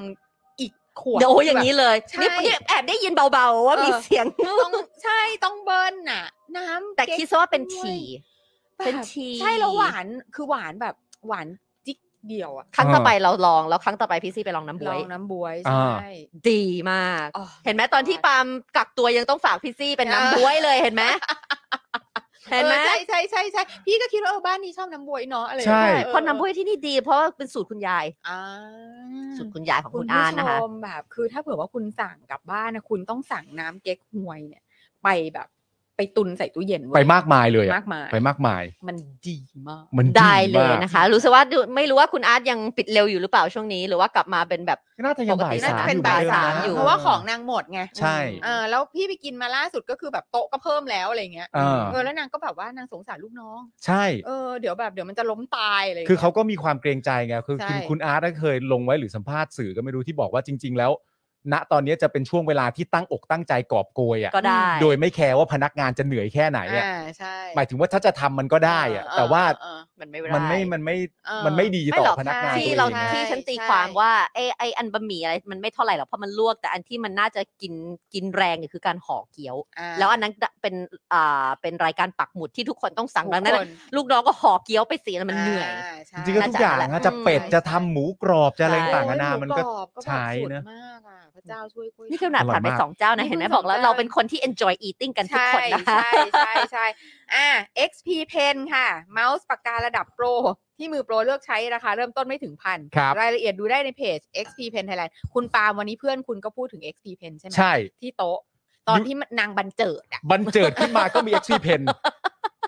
อีกขวด เดี๋ยวโอ้อย่าง นี้ นี้เลย ใช่ นี่นี่แอบได้ยินเบาๆว่า เออ มีเสียง ต้องใช่ต้องเบิ้ลน่ะ น้ำ แต่ เก๊ก คิดซะว่าเป็น ฮวย ฉี่ แบบ เป็นที ใช่แล้วหวานคือหวานแบบหวานจิกเดียวอะ ครั้งต่อไปเราลอง แล้วครั้งต่อไปพี่ซี่ไปลองน้ำบ ล ว อย งน้ำบวย อ่า ใช่ ดีมาก อ๋อ เห็นไหมตอนที่ปาล์มกักตัวยังต้องฝากพี่ซี่เป็น เออ น้ำบวยเลยเห็นไหมเห็นไหม ออใช่ใช่ใช่ใช่พี่ก็คิดว่าเออบ้านนี้ชอบน้ำบวยเนาะอะไร ใช่ อย่งงี้ย เพราะน้ำบวยที่นี่ดี เพราะว่าเป็นสูตรคุณยาย อ่า สูตรคุณยายของ คุ คุณ ณ ผู้ อานะคะ ชมแบบคือถ้าเผื่อว่าคุณสั่งกลับบ้านนะคุณต้องสั่งน้ำเก๊กฮวยเนี่ย ไปแบบ ไปตุนใส่ตู้เย็นเว้ย ไปมากมายเลยอะ มากมาย ไปมากมาย มันดีมาก มัน ได้เลย มาก นะคะ รู้สึกว่าดูไม่รู้ว่าคุณอาร์ตยังปิดเร็วอยู่หรือเปล่าช่วงนี้ หรือว่ากลับมาเป็นแบบ น่าจะยังบ่าย น่า สาม จะ อ เป็น ยู่ บ่าย หมื สามอนเดิ ยู่ น เพราะว่าของนางหมดไง ใช่ เออแล้วพี่ไปกินมาล่าสุดก็คือแบบโต๊ะก็เพิ่มแล้วอะไรเงี้ย เออ เออแล้วนางก็แบบว่านางสงสารลูกน้อง ใช่ เออเดี๋ยวแบบเดี๋ยวมันจะล้มตายอะไรย่งงี้ย คือเขาก็มีความเกรงใจไง คือ ใช่ คุณคุณอาร์ตเคยลงไว้หรือสัมภาษณ์สื่อก็ไม่รู้ที่บอกว่าจริง ๆ แล้ว ณ ตอนนี้จะเป็นช่วงเวลาที่ตั้งอกตั้งใจกอบโกยอ่ะ ก็ได้ โดยไม่แคร์ว่าพนักงานจะเหนื่อยแค่ไหนอ่ะ อ่าใช่ หมายถึงว่าถ้าจะทำมันก็ได้อ่ะ เเ แต่ว่า เออ มันไม่ มันไม่มันไม่ เออ มันไม่ดีต่ ไม่หร อ อก พนักงาน ใช่ ที่ ตัว เรา องนะ ที่ฉันตี ใช่ ความว่าไอ้ไอ้อันบะหมี่อะไรมันไม่เท่าไหร่หรอกเพราะมันลวกแต่อันที่มันน่าจะกินกินแรงเนี่ยคือการห่อเกี๊ยว อ่า แล้วอันนั้นเป็นอ่าเป็นรายการปักหมุดที่ทุกคนต้องสั่ง ทุก ดังนั้น ค ลูกน้องก็ห่อเกี๊ยวไปสิแล้วมันเหนื่อย าใช่ จริงๆก็ทุกอย่างนะจะเป็ด ใช่ จะทำหมูกรอบจะอะไร ใช่ ต่างๆนานา โอ้ย มันก็ หรอบแบบ ใช้ สุด นะ มากอ่ะพระเจ้าช่วยกล้วย นี่ขนาด อร่อยมาก ผ่านไปสองเจ้านะเห็นไหมบอกแล้วเราเป็นคนที่ enjoy eating กันทุก ใช่ คนนะ ใช่ใช่ใช่อ่า XP Pen ค่ะ เมาส์ปากการะดับโปร ที่มือโปรเลือกใช้ราคาเริ่มต้นไม่ถึงพัน ครับ รายละเอียดดูได้ในเพจ XP Pen Thailand คุณปาล์มวันนี้เพื่อนคุณก็พูดถึง XP Pen ใช่ไหม ใช่ ที่โต๊ะ ตอนที่มันนางบันเจิดอ่ะ บันเจิดขึ้นมาก็มี XP Pen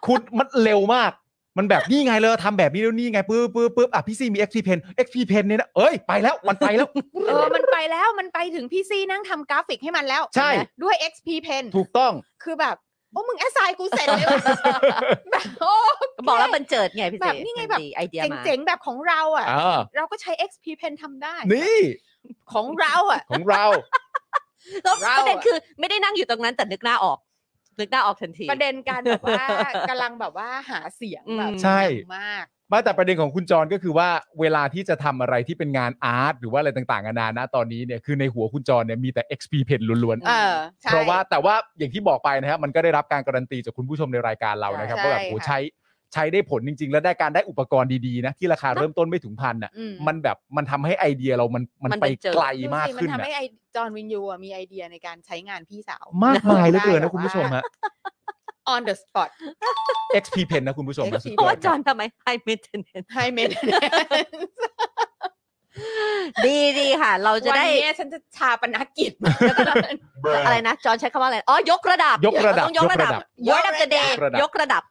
คุณมันเร็วมาก มันแบบนี่ไงเลยทำแบบนี้แล้วนี่ไงปื๊บปื๊บปื๊บอ่ะพี่ซีมี XP Pen XP Pen เนี่ยนะเอ้ยไปแล้วมันไปแล้ว เออ มันไปแล้ว มันไปถึงพี่ซี่นั่งทำกราฟิกให้มันแล้ว ใช่ เห็นไหมด้วย XP Pen ถูกต้อง คือแบบ โอ้มึงแอสไซน์กู เสร็จเลยว่ะแบบโอ้ บอกแล้วมันเจิดไงพี่เจ แบบนี่ไงแบบ ไอเดียมา เจ๋งๆ แบบของเราอ่ะ อ่า เราก็ใช้ XP Pen ทำได้ นี่ ของเราอ่ะ ของเรา แล้ว เรา ประเด็น อะ คือไม่ได้นั่งอยู่ตรงนั้นแต่นึกหน้าออก นึกหน้าออกทันที ประเด็นการแบบว่ากำลังแบบว่าหาเสียงแบบ อืม ใช่ หนักมาก ไมาแต่ประเด็นของคุณจรก็คือว่าเวลาที่จะทำอะไรที่เป็นงานอาร์ตหรือว่าอะไรต่างๆนานานะตอนนี้เนี่ยคือในหัวคุณจรเนี่ยมีแต่ XP Pen ล้วน เออใช่ เพราะว่าแต่ว่าอย่างที่บอกไปนะฮะมันก็ได้รับการการันตีจากคุณผู้ชมในรายการเรานะครับ ใช่ ว่าแบบโห ค่ะ ใช้ใช้ได้ผลจริง ๆ และได้การได้อุปกรณ์ดีๆนะที่ราคาเริ่มต้นไม่ถึงพันอ่ะ อื มันแบบมันทำให้ไอเดียเรามันมัน มัน ไป ไปเจอ ไกล ดูสิ มากขึ้น มันทำ อะ ให้ไอจอห์นวินยูอะมีไอเดียในการใช้งานพี่สาว มากมายเหลือเกิน ได้ นะคุณผู้ชม แบบว่า ฮะ on the spot XP Pen นะคุณผู้ชมฮะ XP สุดย เพราะ อ ว่า ด จอห์นทำไม high maintenance high maintenance ดีดีค่ะ เราจะ วัน ได้ นี้ฉันจะชาปนกิจมัน อะไรนะจอห์นใช้คำว่าอะไร อ๋อ ยกระดับ ยกระดับ ต้องยกระดับ ยก word ระดับ of the day ยกระดับ ยกระดับ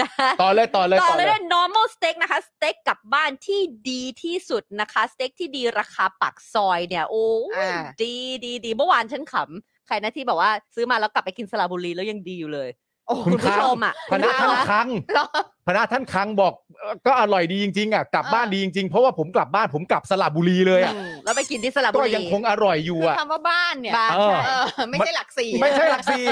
นะฮะ ต่อเลยต่อเลย ต่อเลย ต่อ ด้วย normal steak นะคะ สเต็กกลับบ้านที่ดีที่สุดนะคะ สเต็กที่ดีราคาปักซอยเนี่ย โอ้ย อ่า ดีดีดีเมื่อวานฉันขำ ใครนะที่แบบว่าซื้อมาแล้วกลับไปกินสระบุรีแล้วยังดีอยู่เลย โอ้โห คุณผู้ชมอ่ะ พนักท่าน คะ คัง พนักท่านคลังบอกเอ่อก็อร่อยดีจริงๆอ่ะกลับบ้าน เออ ดีจริงๆ เพราะว่าผมกลับบ้านผมกลับสระบุรีเลยอ่ะ อืมแล้วไปกินที่สระบุ ก็ รี ยังคงอร่อยอยู่ คือ อ่ะ คำว่าบ้านเนี่ย บ้าน เออ เออไม่ใช่หลักสี่ ไม่ใช่หลักสี่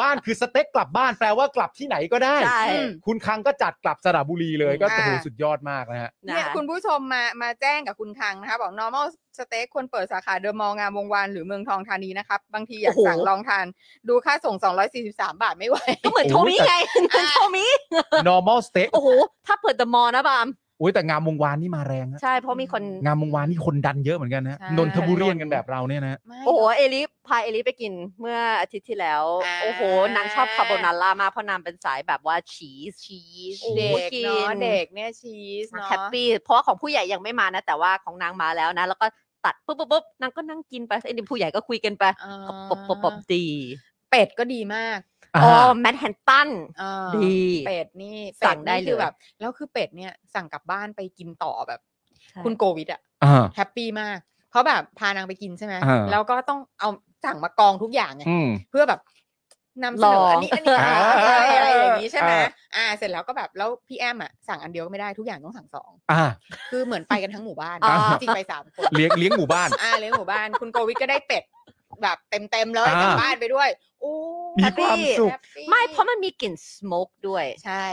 บ้านคือสเต็กกลับบ้านแปลว่ากลับที่ไหนก็ได้ ใช่ อืม คุณคลังก็จัดกลับสระบุรีเลยก็ อ่า โอ้โหสุดยอดมากนะฮะ นะ เนี่ยคุณผู้ชมมามาแจ้งกับคุณคังนะคะ บอก normal steak ควรเปิดสาขาเดอะมอลล์งามวงวานหรือเมืองทองธานีนะครับ บางทีอยากสั่งลองทาน ดูค่าส่ง 243 บาทไม่ไหว ก็เหมือนโทมิไง เหมือนโทมิโทมิ normal steak โอ้โห ถ้าเปิดเดอะมอลล์นะบาม โอ้ยแต่งามวงวานนี่มาแรงฮะ ใช่เพราะมีคน งามวงวานนี่คนดันเยอะเหมือนกันนะฮะ ใช่ นนทบุรีกันแบบเราเนี่ยนะฮะ ไม่ โอ้โห เอลิพาเอลิไปกินเมื่ออาทิตย์ที่แล้ว อ่า โอ้โห นางชอบคาโบนาร่ามากเพราะนางเป็นสายแบบว่าชีสชีส เด็ก กิ เนาะ น เด็กเนี่ยชีสเนาะ แฮปปี้เพราะว่าของผู้ใหญ่ยังไม่มานะ แต่ว่าของนางมาแล้วนะ แล้วก็ตัดปุ๊บปุ๊บปุ๊บนางก็นั่งกินไปไอ้นี่ผู้ใหญ่ก็คุยกันไป เออ ปบปบปบดี เป็ดก็ดีมาก อ๋ า อแมนแฮนตัน เออ ดี เป็ดนี่ สั่งได้ นี่คือ เลย แบบแล้วคือเป็ดเนี่ยสั่งกลับบ้านไปกินต่อแบบ คุ คุณ ณโกวิดอะ อ่า แฮปปี้มาก เพราะแบบพานางไปกินใช่ไหม อ่า แล้วก็ต้องเอาสั่งมากองทุกอย่างไง อืม เพื่อแบบนำเสน ล อ อง อันนี้อันนี้ อ่า อะไรอะไรอย่างนี้ใช่ไหม อ่า อ่า เสร็จแล้วก็แบบแล้วพี่แอมอ่ะสั่งอันเดียวก็ไม่ได้ทุกอย่างต้องสั่งสอง อ่า คือเหมือนไปกันทั้งหมู่บ้าน อ่า จริงๆไปสามคน เลี้ยงเลี้ยงหมู่บ้าน อ่าเลี้ยงหมู่บ้าน คุณโกวิทก็ได้เป็ด แบบเต็มเต็มๆเลย อ่าก ลับบ้านไปด้วยโอ้ มีความสุข แฮปปี้ ไม่เพราะมันมีกลิ่นสโมกด้วย ใช่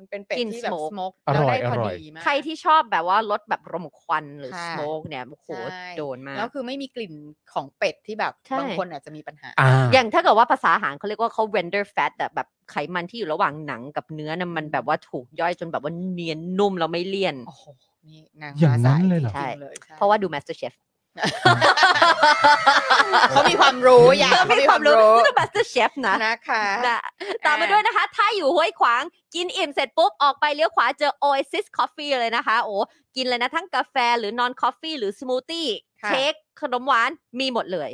มันเป็นเป็ด กิน ที่แบบ smoke สโมก อร่อย แล้วได้พ อร่อย ดีมาก ใครที่ชอบแบบว่ารสแบบรมควันหรือ ค่ะ สโมกเนี่ยโอ้โห ใช่ โดนมาก แล้วคือไม่มีกลิ่นของเป็ดที่แบบ ใช่ บางคนอาจจะมีปัญหา อ่า อย่างถ้าเกิดว่าภาษาอาหารเขาเรียกว่าเขา render fat อะแบบไขมันที่อยู่ระหว่างหนังกับเนื้อนะมันแบบว่าถูกย่อยจนแบบว่าเนียนนุ่มแล้วไม่เลี่ยน โอ้โห นี่นาง อย่างนั้น มส เลยเหรอ จง ใช่ ๆเลยใช่ เพราะว่าดู master chef เขามีความรู้อย่าง เออ เขามีความ นี่ รู้ คือ master chef นะ นะคะ นะตามมาด้วยนะคะ ถ้าอยู่ห้วยขวาง กินอิ่มเสร็จปุ๊บ ออกไปเลี้ยวขวาเจอ Oasis Coffee เลยนะคะ โอ้กินเลยนะทั้งกาแฟหรือ non coffee หรือสมูทตี้เค้กขนมหวานมีหมดเลย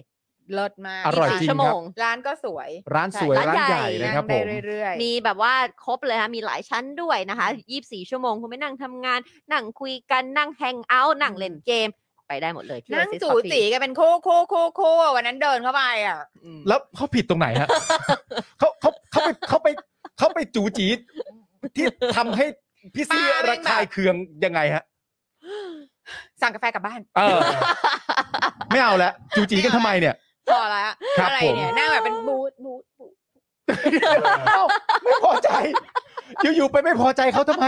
เลิศมาก อร่อย สี่ จริง ชั่วโมง ร้านก็สวย ร้านสวย ใช่ ร้านใหญ่ ร้านใหญ่ นะครับ ง ผ ได้ ม เรื่อยๆ มีแบบว่าครบเลยนะมีหลายชั้นด้วยนะคะ 24 ชั่วโมงคุณไม่นั่งทำงาน นั่งคุยกันนั่งแฮงเอาท์นั่งเล่นเกม ไปได้หมดเลยที่ นั่ง Oasis จู Coffee จีกันเป็นคู่คู่คู่คู่วันนั้นเดินเข้าไปอ่ะ อืม แล้วเขาผิดตรงไหนฮะ เขาเขาเขาไปเขาไปเขาไปจูจีดที่ทำให้พี่ซีระคายเคืองยังไงฮะ สั่งกาแฟกลับบ้าน เออ ไม่เอาละจูจีกันทำไมเนี่ย พอละ ครับ อะไรเนี่ย ผม นั่งแบบเป็นบูธบูธบูธ เอ้าไม่พอใจ อยู่ๆไปไม่พอใจเขาทำไม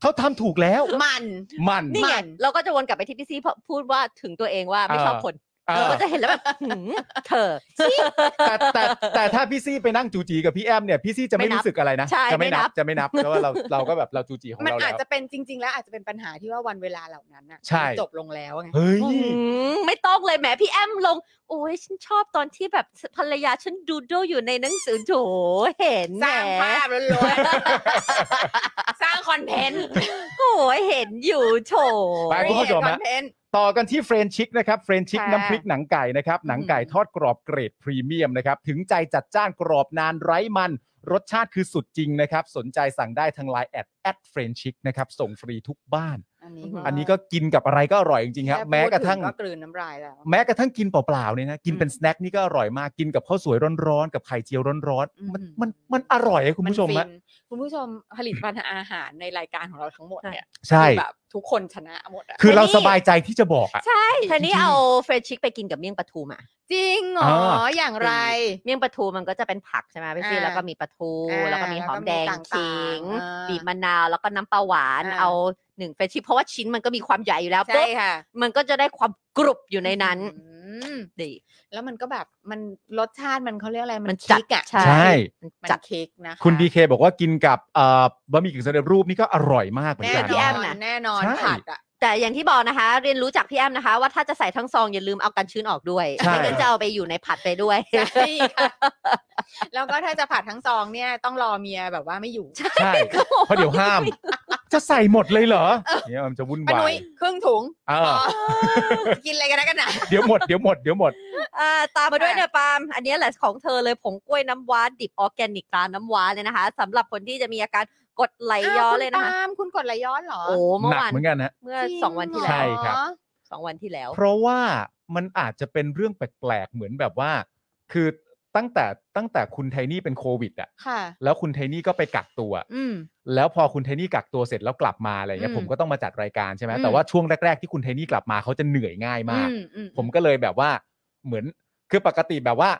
เขาทำถูกแล้ว มัน มัน นี่ไง มัน เราก็จะวนกลับไปที่พี่ซีเพราะพูดว่าถึงตัวเองว่าไม่ เออ ชอบคน เอ เรา อ ก็จะเห็นแล้วแบบ หืมเธอ แต่แต่แต่ถ้าพี่ซี่ไปนั่งจูจีกับพี่แอมเนี่ยพี่ซี่จะไม่ ไม่นับ รู้สึกอะไรนะ ใช่ จะไม่ ไม่นั นับบ จะไม่นับเพราะว่าเราเราก็แบบเราจูจีของ มัน เรา อา แล้ จ ว จะเป็นจริง ๆ แล้วอาจจะเป็นปัญหาที่ว่าวันเวลาเหล่านั้นอ่ะ ใช่ จบลงแล้วไง เฮ้ย หืมไม่ต้องเลยแหมพี่แอมลง โอ้ยฉันชอบตอนที่แบบภรรยาฉันดูดูอยู่ในหนังสือโถเห็นแห สร้ามงภาพล้วนๆสร้างคอนเทนต์ โอ้ยเห็นอยู่โถ ไป คุณผู้ชคมอฮะนเทนต์ ต่อกันที่เฟรนชิกนะครับเฟรนชิก ค่ะ น้ำพริกหนังไก่นะครับ หนังไก่ทอดกรอบเกรดพรีเมียมนะครับ ถึงใจจัดจ้านกรอบนานไร้มัน รสชาติคือสุดจริงนะครับ สนใจสั่งได้ทางไลน์แอดแอดเฟรนชิกนะครับ ส่งฟรีทุกบ้าน อ่า อันนี้ก็กินกับอะไรก็อร่อยจริงๆครับ แพูด แม้กระทั่ง ถึก็กลืนน้ำลายแล้ว แม้กระทั่งกินเปล่าๆเนี่ยนะกิน อืม เป็นสแน็คนี่ก็อร่อยมากกินกับข้าวสวยร้อนๆกับไข่เจียวร้อนๆมัน อืม มันมันอร่อยอะคุณผู้ชม นฟิ ฮะ นคุณผู้ชมผลิตภัณฑ์อาหารในรายการของเราทั้งหมดเนี่ย ใช่ คือแบบ ทุกคนชนะหมดอะ คือเรา แต่นี่ สบายใจที่จะบอกอะ ใช่ทีนี้เอาเฟรนช์ชิกไปกินกับเมี่ยงปลาทูมา จริงเหรอ อ่า อย่างไร เมี่ยงปลาทูมันก็จะเป็นผักใช่ไหมพี่ซี อ่า แล้วก็มีปลาทู อ่า แล้วก็มีหอมแดง แล้วก็มีต่างๆ ขิง อ่า บีบมะนาวแล้วก็น้ำปลาหวาน อ่า เอาหนึ่งเฟรนช์ชิกเพราะว่าชิ้นมันก็มีความใหญ่อยู่แล้ว ใช่ ปุ๊บ ค่ะ มันก็จะได้ความกรุบอยู่ในนั้น อืม ดี แล้วมันก็แบบมันรสชาติมันเขาเรียกอะไร มั มัน น จั คิ ด กอะ ใช่ ใช่ มัน มัน จัด เค้กนะคะ คุณดีเคบอกว่ากินกับเอ่อบะหมี่กึ่งสำเร็จรูปนี่ก็อร่อยมากเหมือน แน่ กัน พี่ น แอ อนมน่ะ แน่นอน ใช่ ผัดอะ แต่อย่างที่บอกนะคะ เรียนรู้จากพี่แอมนะคะ ว่าถ้าจะใส่ทั้งซองอย่าลืมเอากันชื้นออกด้วย ใช่ ไม่งั้นจะเอาไปอยู่ในผัดไปด้วย ใช่ค่ะแล้วก็ถ้าจะผัดทั้งซองเนี่ยต้องรอเมียแบบว่าไม่อยู่ ใช่เพราะเดี๋ยวห้าม จะใส่หมดเลยเหรอเนี่ยมันจะวุ่ป้าวนา นุ้ ย ยครึ่งถุง เออ พอกินอะไรกันนะกันนะ เดี๋ยวหมดเดี๋ยวหมดเดี๋ยวหมด อ่าตามมาด้วย ค่ะ เนี่ยปาล์มอันเนี้ยแหละของเธอเลยผงกล้วยน้ำว้าดิบออร์แกนิกตาน้ำว้าเลยนะคะสำหรับคนที่จะมีอาการกรดไหลย้อนเลยนะคะ อ้าวณปาล์มคุณกดไหลย้อนเหรอ โอ้เมื่อ หนัก วาน เหมือนกันนะ เมื่อ จริ สองวันที่ เหร แล้ ใช่ ว ครับ สองวันที่แล้ว เพราะว่ามันอาจจะเป็นเรื่องแปลกๆ เหมือนแบบว่า คือตั้งแต่ตั้งแต่คุณไทนี่เป็นโควิดอะ ค่ะ แล้วคุณไทนี่ก็ไปกักตัว อืม แล้วพอคุณไทนี่กักตัวเสร็จแล้วกลับมาอะไรเงี้ย อืม ผมก็ต้องมาจัดรายการใช่ไหม อืม แต่ว่าช่วงแรกๆที่คุณไทนี่กลับมาเขาจะเหนื่อยง่ายมาก อือื ผมก็เลยแบบว่าเหมือนคือปกติแบบว่า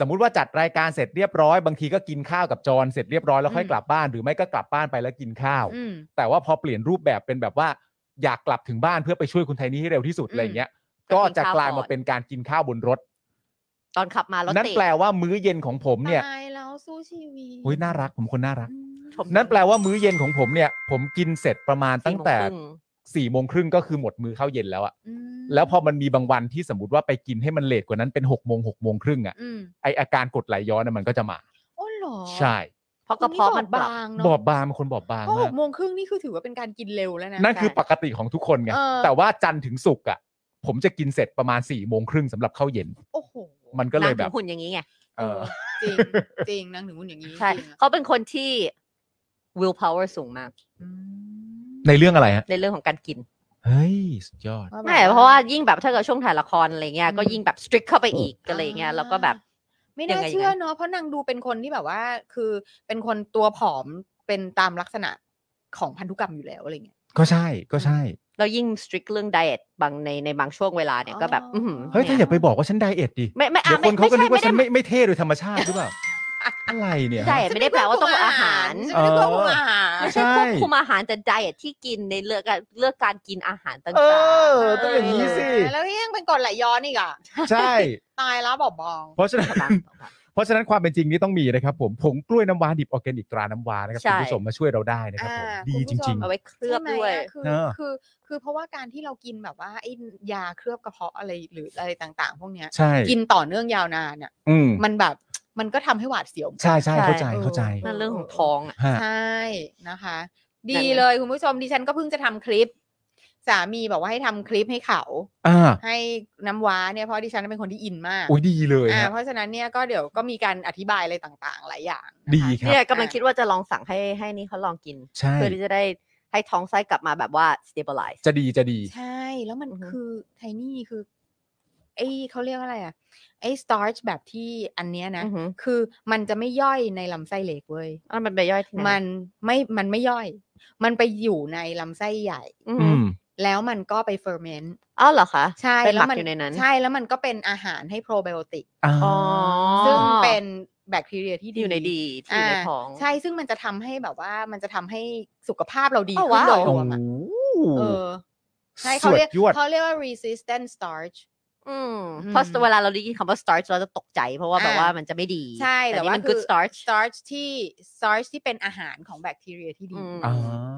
สมมุติว่าจัดรายการเสร็จเรียบร้อยบางทีก็กินข้าวกับจอนเสร็จเรียบร้อยแล้วค่อย อืม กลับบ้านหรือไม่ก็กลับบ้านไปแล้วกินข้าว อืม แต่ว่าพอเปลี่ยนรูปแบบเป็นแบบว่า อยากกลับถึงบ้านเพื่อไปช่วยคุณไทนี่ให้เร็วที่สุด อืม อะไรเงี้ย ก็ ก็ กิน จะ ข้าว กลาย ก่ มา อน เป็นการกินข้าวบนรถ ตอนขับมารถ นั่น ติด แปลว่ามื้อเย็นของผมเนี่ย ตายแล้วสู้ชีวิต โอ้ยน่ารักผมคนน่ารัก อืม ชม นั่นแปลว่ามื้อเย็นของผมเนี่ย ผมกินเสร็จประมาณตั้งแต่ สี่สี่โมโมครึ่งครึ่งก็คือหมดมื้อข้าวเย็นแล้วอะ อืม แล้วพอมันมีบางวันที่สมมติว่าไปกินให้มันเลทกว่านั้นเป็นหกโมงหกโมงครึ่งอะ อืม ไออาการกดไหลย้อนน่ะมันก็จะมา โอ้เหรอ ใช่ เพราะกระเพาะมันปรับ คุณนี่ บบ อบบอางเนอะ บางเป็นคนบอบบาง เพราะห มาก กโมงครึ่งนี่คือถือว่าเป็นการกินเร็วแล้วนะ นั่นคือ ารย์ ปกติของทุกคนไง เออ แต่ว่าจันทร์ถึงศุกร์อะผมจะกินเสร็จประมาณสี่โมงครึ่งสำหรับข้าวเย็น โอ้โห มันก็เลยแบบ นางถึงหุ่นอย่างนี้ไง เออ จริ งจริงนางถึงคุณอย่างนี้ ใช่ จริงอะ เขาเป็นคนที่ will power สูงมาก อืม ในเรื่องอะไรฮะ ในเรื่องของการกิน เฮ้ยสุดยอด แบบ ใช่เพราะว่ายิ่งแบบถ้าเกิดช่วงถ่ายละครอะไรเงี้ย อืม ก็ยิ่งแบบ strict เข้าไปอีกอะไรเงี้ยแล้วก็แบบ ไม่ ยั น่าง ไง เชื่อ นะ เนาะเพราะนางดูเป็นคนที่แบบว่า คือเป็นคนตัวผอมเป็นตามลักษณะของพันธุกรรมอยู่แล้วอะไรเงี้ย ก็ใช่ก็ใช่ เรายิ่ง strict เรื่องไดเอทบางในในบางช่วงเวลาเนี่ยก็แบบอื้อหือ เฮ้ยถ้าอย่าไปบอกว่าฉันไดเอทดิ ไม่ไม่ เดี๋ยอ่ะวค ไม่ นเขา ไม่ ก็นึกว่าใช่ไม่ได้ ฉันไม่ไม่เท่โดยธรรมชาติหรือเปล่า อะไรเนี่ย ไดเอทไม่ได้แปลว่าต้องอาหาร ฉันไม่ได้ควบคุมอาหาร ไม่ใช่ควบคุมอาหารแต่ไดเอทที่กินในเลือกการเลือกการกินอาหารต่าง เออ เออ ต้องอย่างนี้สิ แล้วยังเป็นกรดไหลย้อนอีกอ่ะ ใช่ ตายแล้วบอบบาง เพราะฉะนั้น ๆ เพราะฉะนั้นความเป็นจริงนี้ต้องมีนะครับผมผงกล้วยน้ำว้าดิบออร์แกนิกตราน้ำว้านะครับ ใช่ คุณผู้ชมมาช่วยเราได้นะครับผม อ่า ดี คุณผู้ จ ช ริง ม เอาไว้เคลือบ ใช่ไหม ด้วย อะคือ เออ คือคือเพราะว่าการที่เรากินแบบว่าไอ้ยาเคลือบกระเพาะอะไรหรืออะไรต่างๆ พวกเนี้ย ๆ ใช่ กินต่อเนื่องยาวนานอ่ะ อืม มันแบบมันก็ทำให้หวาดเสียว ใช่ใช่ ใช่ เข้าใจเข้าใจ เ นั่นเรื่องของท้องอ่ะ ฮะ ใช่นะคะ นั่ ดี นแหละ เลยคุณผู้ชมดิฉันก็เพิ่งจะทำคลิป สามีบอกว่าให้ทำคลิปให้เขา อ่า ให้น้ำว้าเนี่ยเพราะดิฉันเป็นคนที่อินมาก อุ้ยดีเลย อ่า ฮะ เพราะฉะนั้นเนี่ยก็เดี๋ยวก็มีการอธิบายอะไรต่างๆ หลายอย่างนะคะ ดีครับ เนี่ยกำลังคิดว่าจะลองสั่งให้ให้นี่เขาลองกิน ใช่ เพื่อที่จะได้ให้ท้องไส้กลับมาแบบว่า stabilize จะดีจะดี ใช่ แล้วมัน อือฮึ คือไทนี่คือ ไอ้เขาเรียกว่าอะไรอ่ะ ไอ้สตาร์ชแบบที่อันเนี้ยนะ อือหือ คือมันจะไม่ย่อยในลำไส้เล็กเว้ย อ่ะมันไปย่อยที่ไหน มันไม่มันไม่ย่อย มันไปอยู่ในลำไส้ใหญ่ อื อื ม ม แล้วมันก็ไปเฟอร์เมนต์ อ้าวเหรอคะ ใช่ ไปหมัก แล้วมั อยู่ในนั้น ใช่แล้วมันก็เป็นอาหารให้โปรไบโอติก อ่า อ๋อ ซึ่งเป็นแบคทีเรียที่ ที่อยู่ในดีที่อยู่ในท้อง าใช่ซึ่งมันจะทำให้แบบว่ามันจะทำให้สุขภาพเราดี อ้าว ขึ้นโดย ว้าว รวมอ่ะเออใช่เขาเรียก สุดยอด เขาเรียกว่า resistant starch อืม อืม เพราะเวลาเราได้ยินคำว่า starch เราจะตกใจ เพราะว่าแบบ อ่า ว่ามันจะไม่ดี ใช่แต่ นี่ ว่ามั มันคือ คือ starch starch ที่ starch ที่เป็นอาหารของแบคทีเรียที่ดี อืม อ่า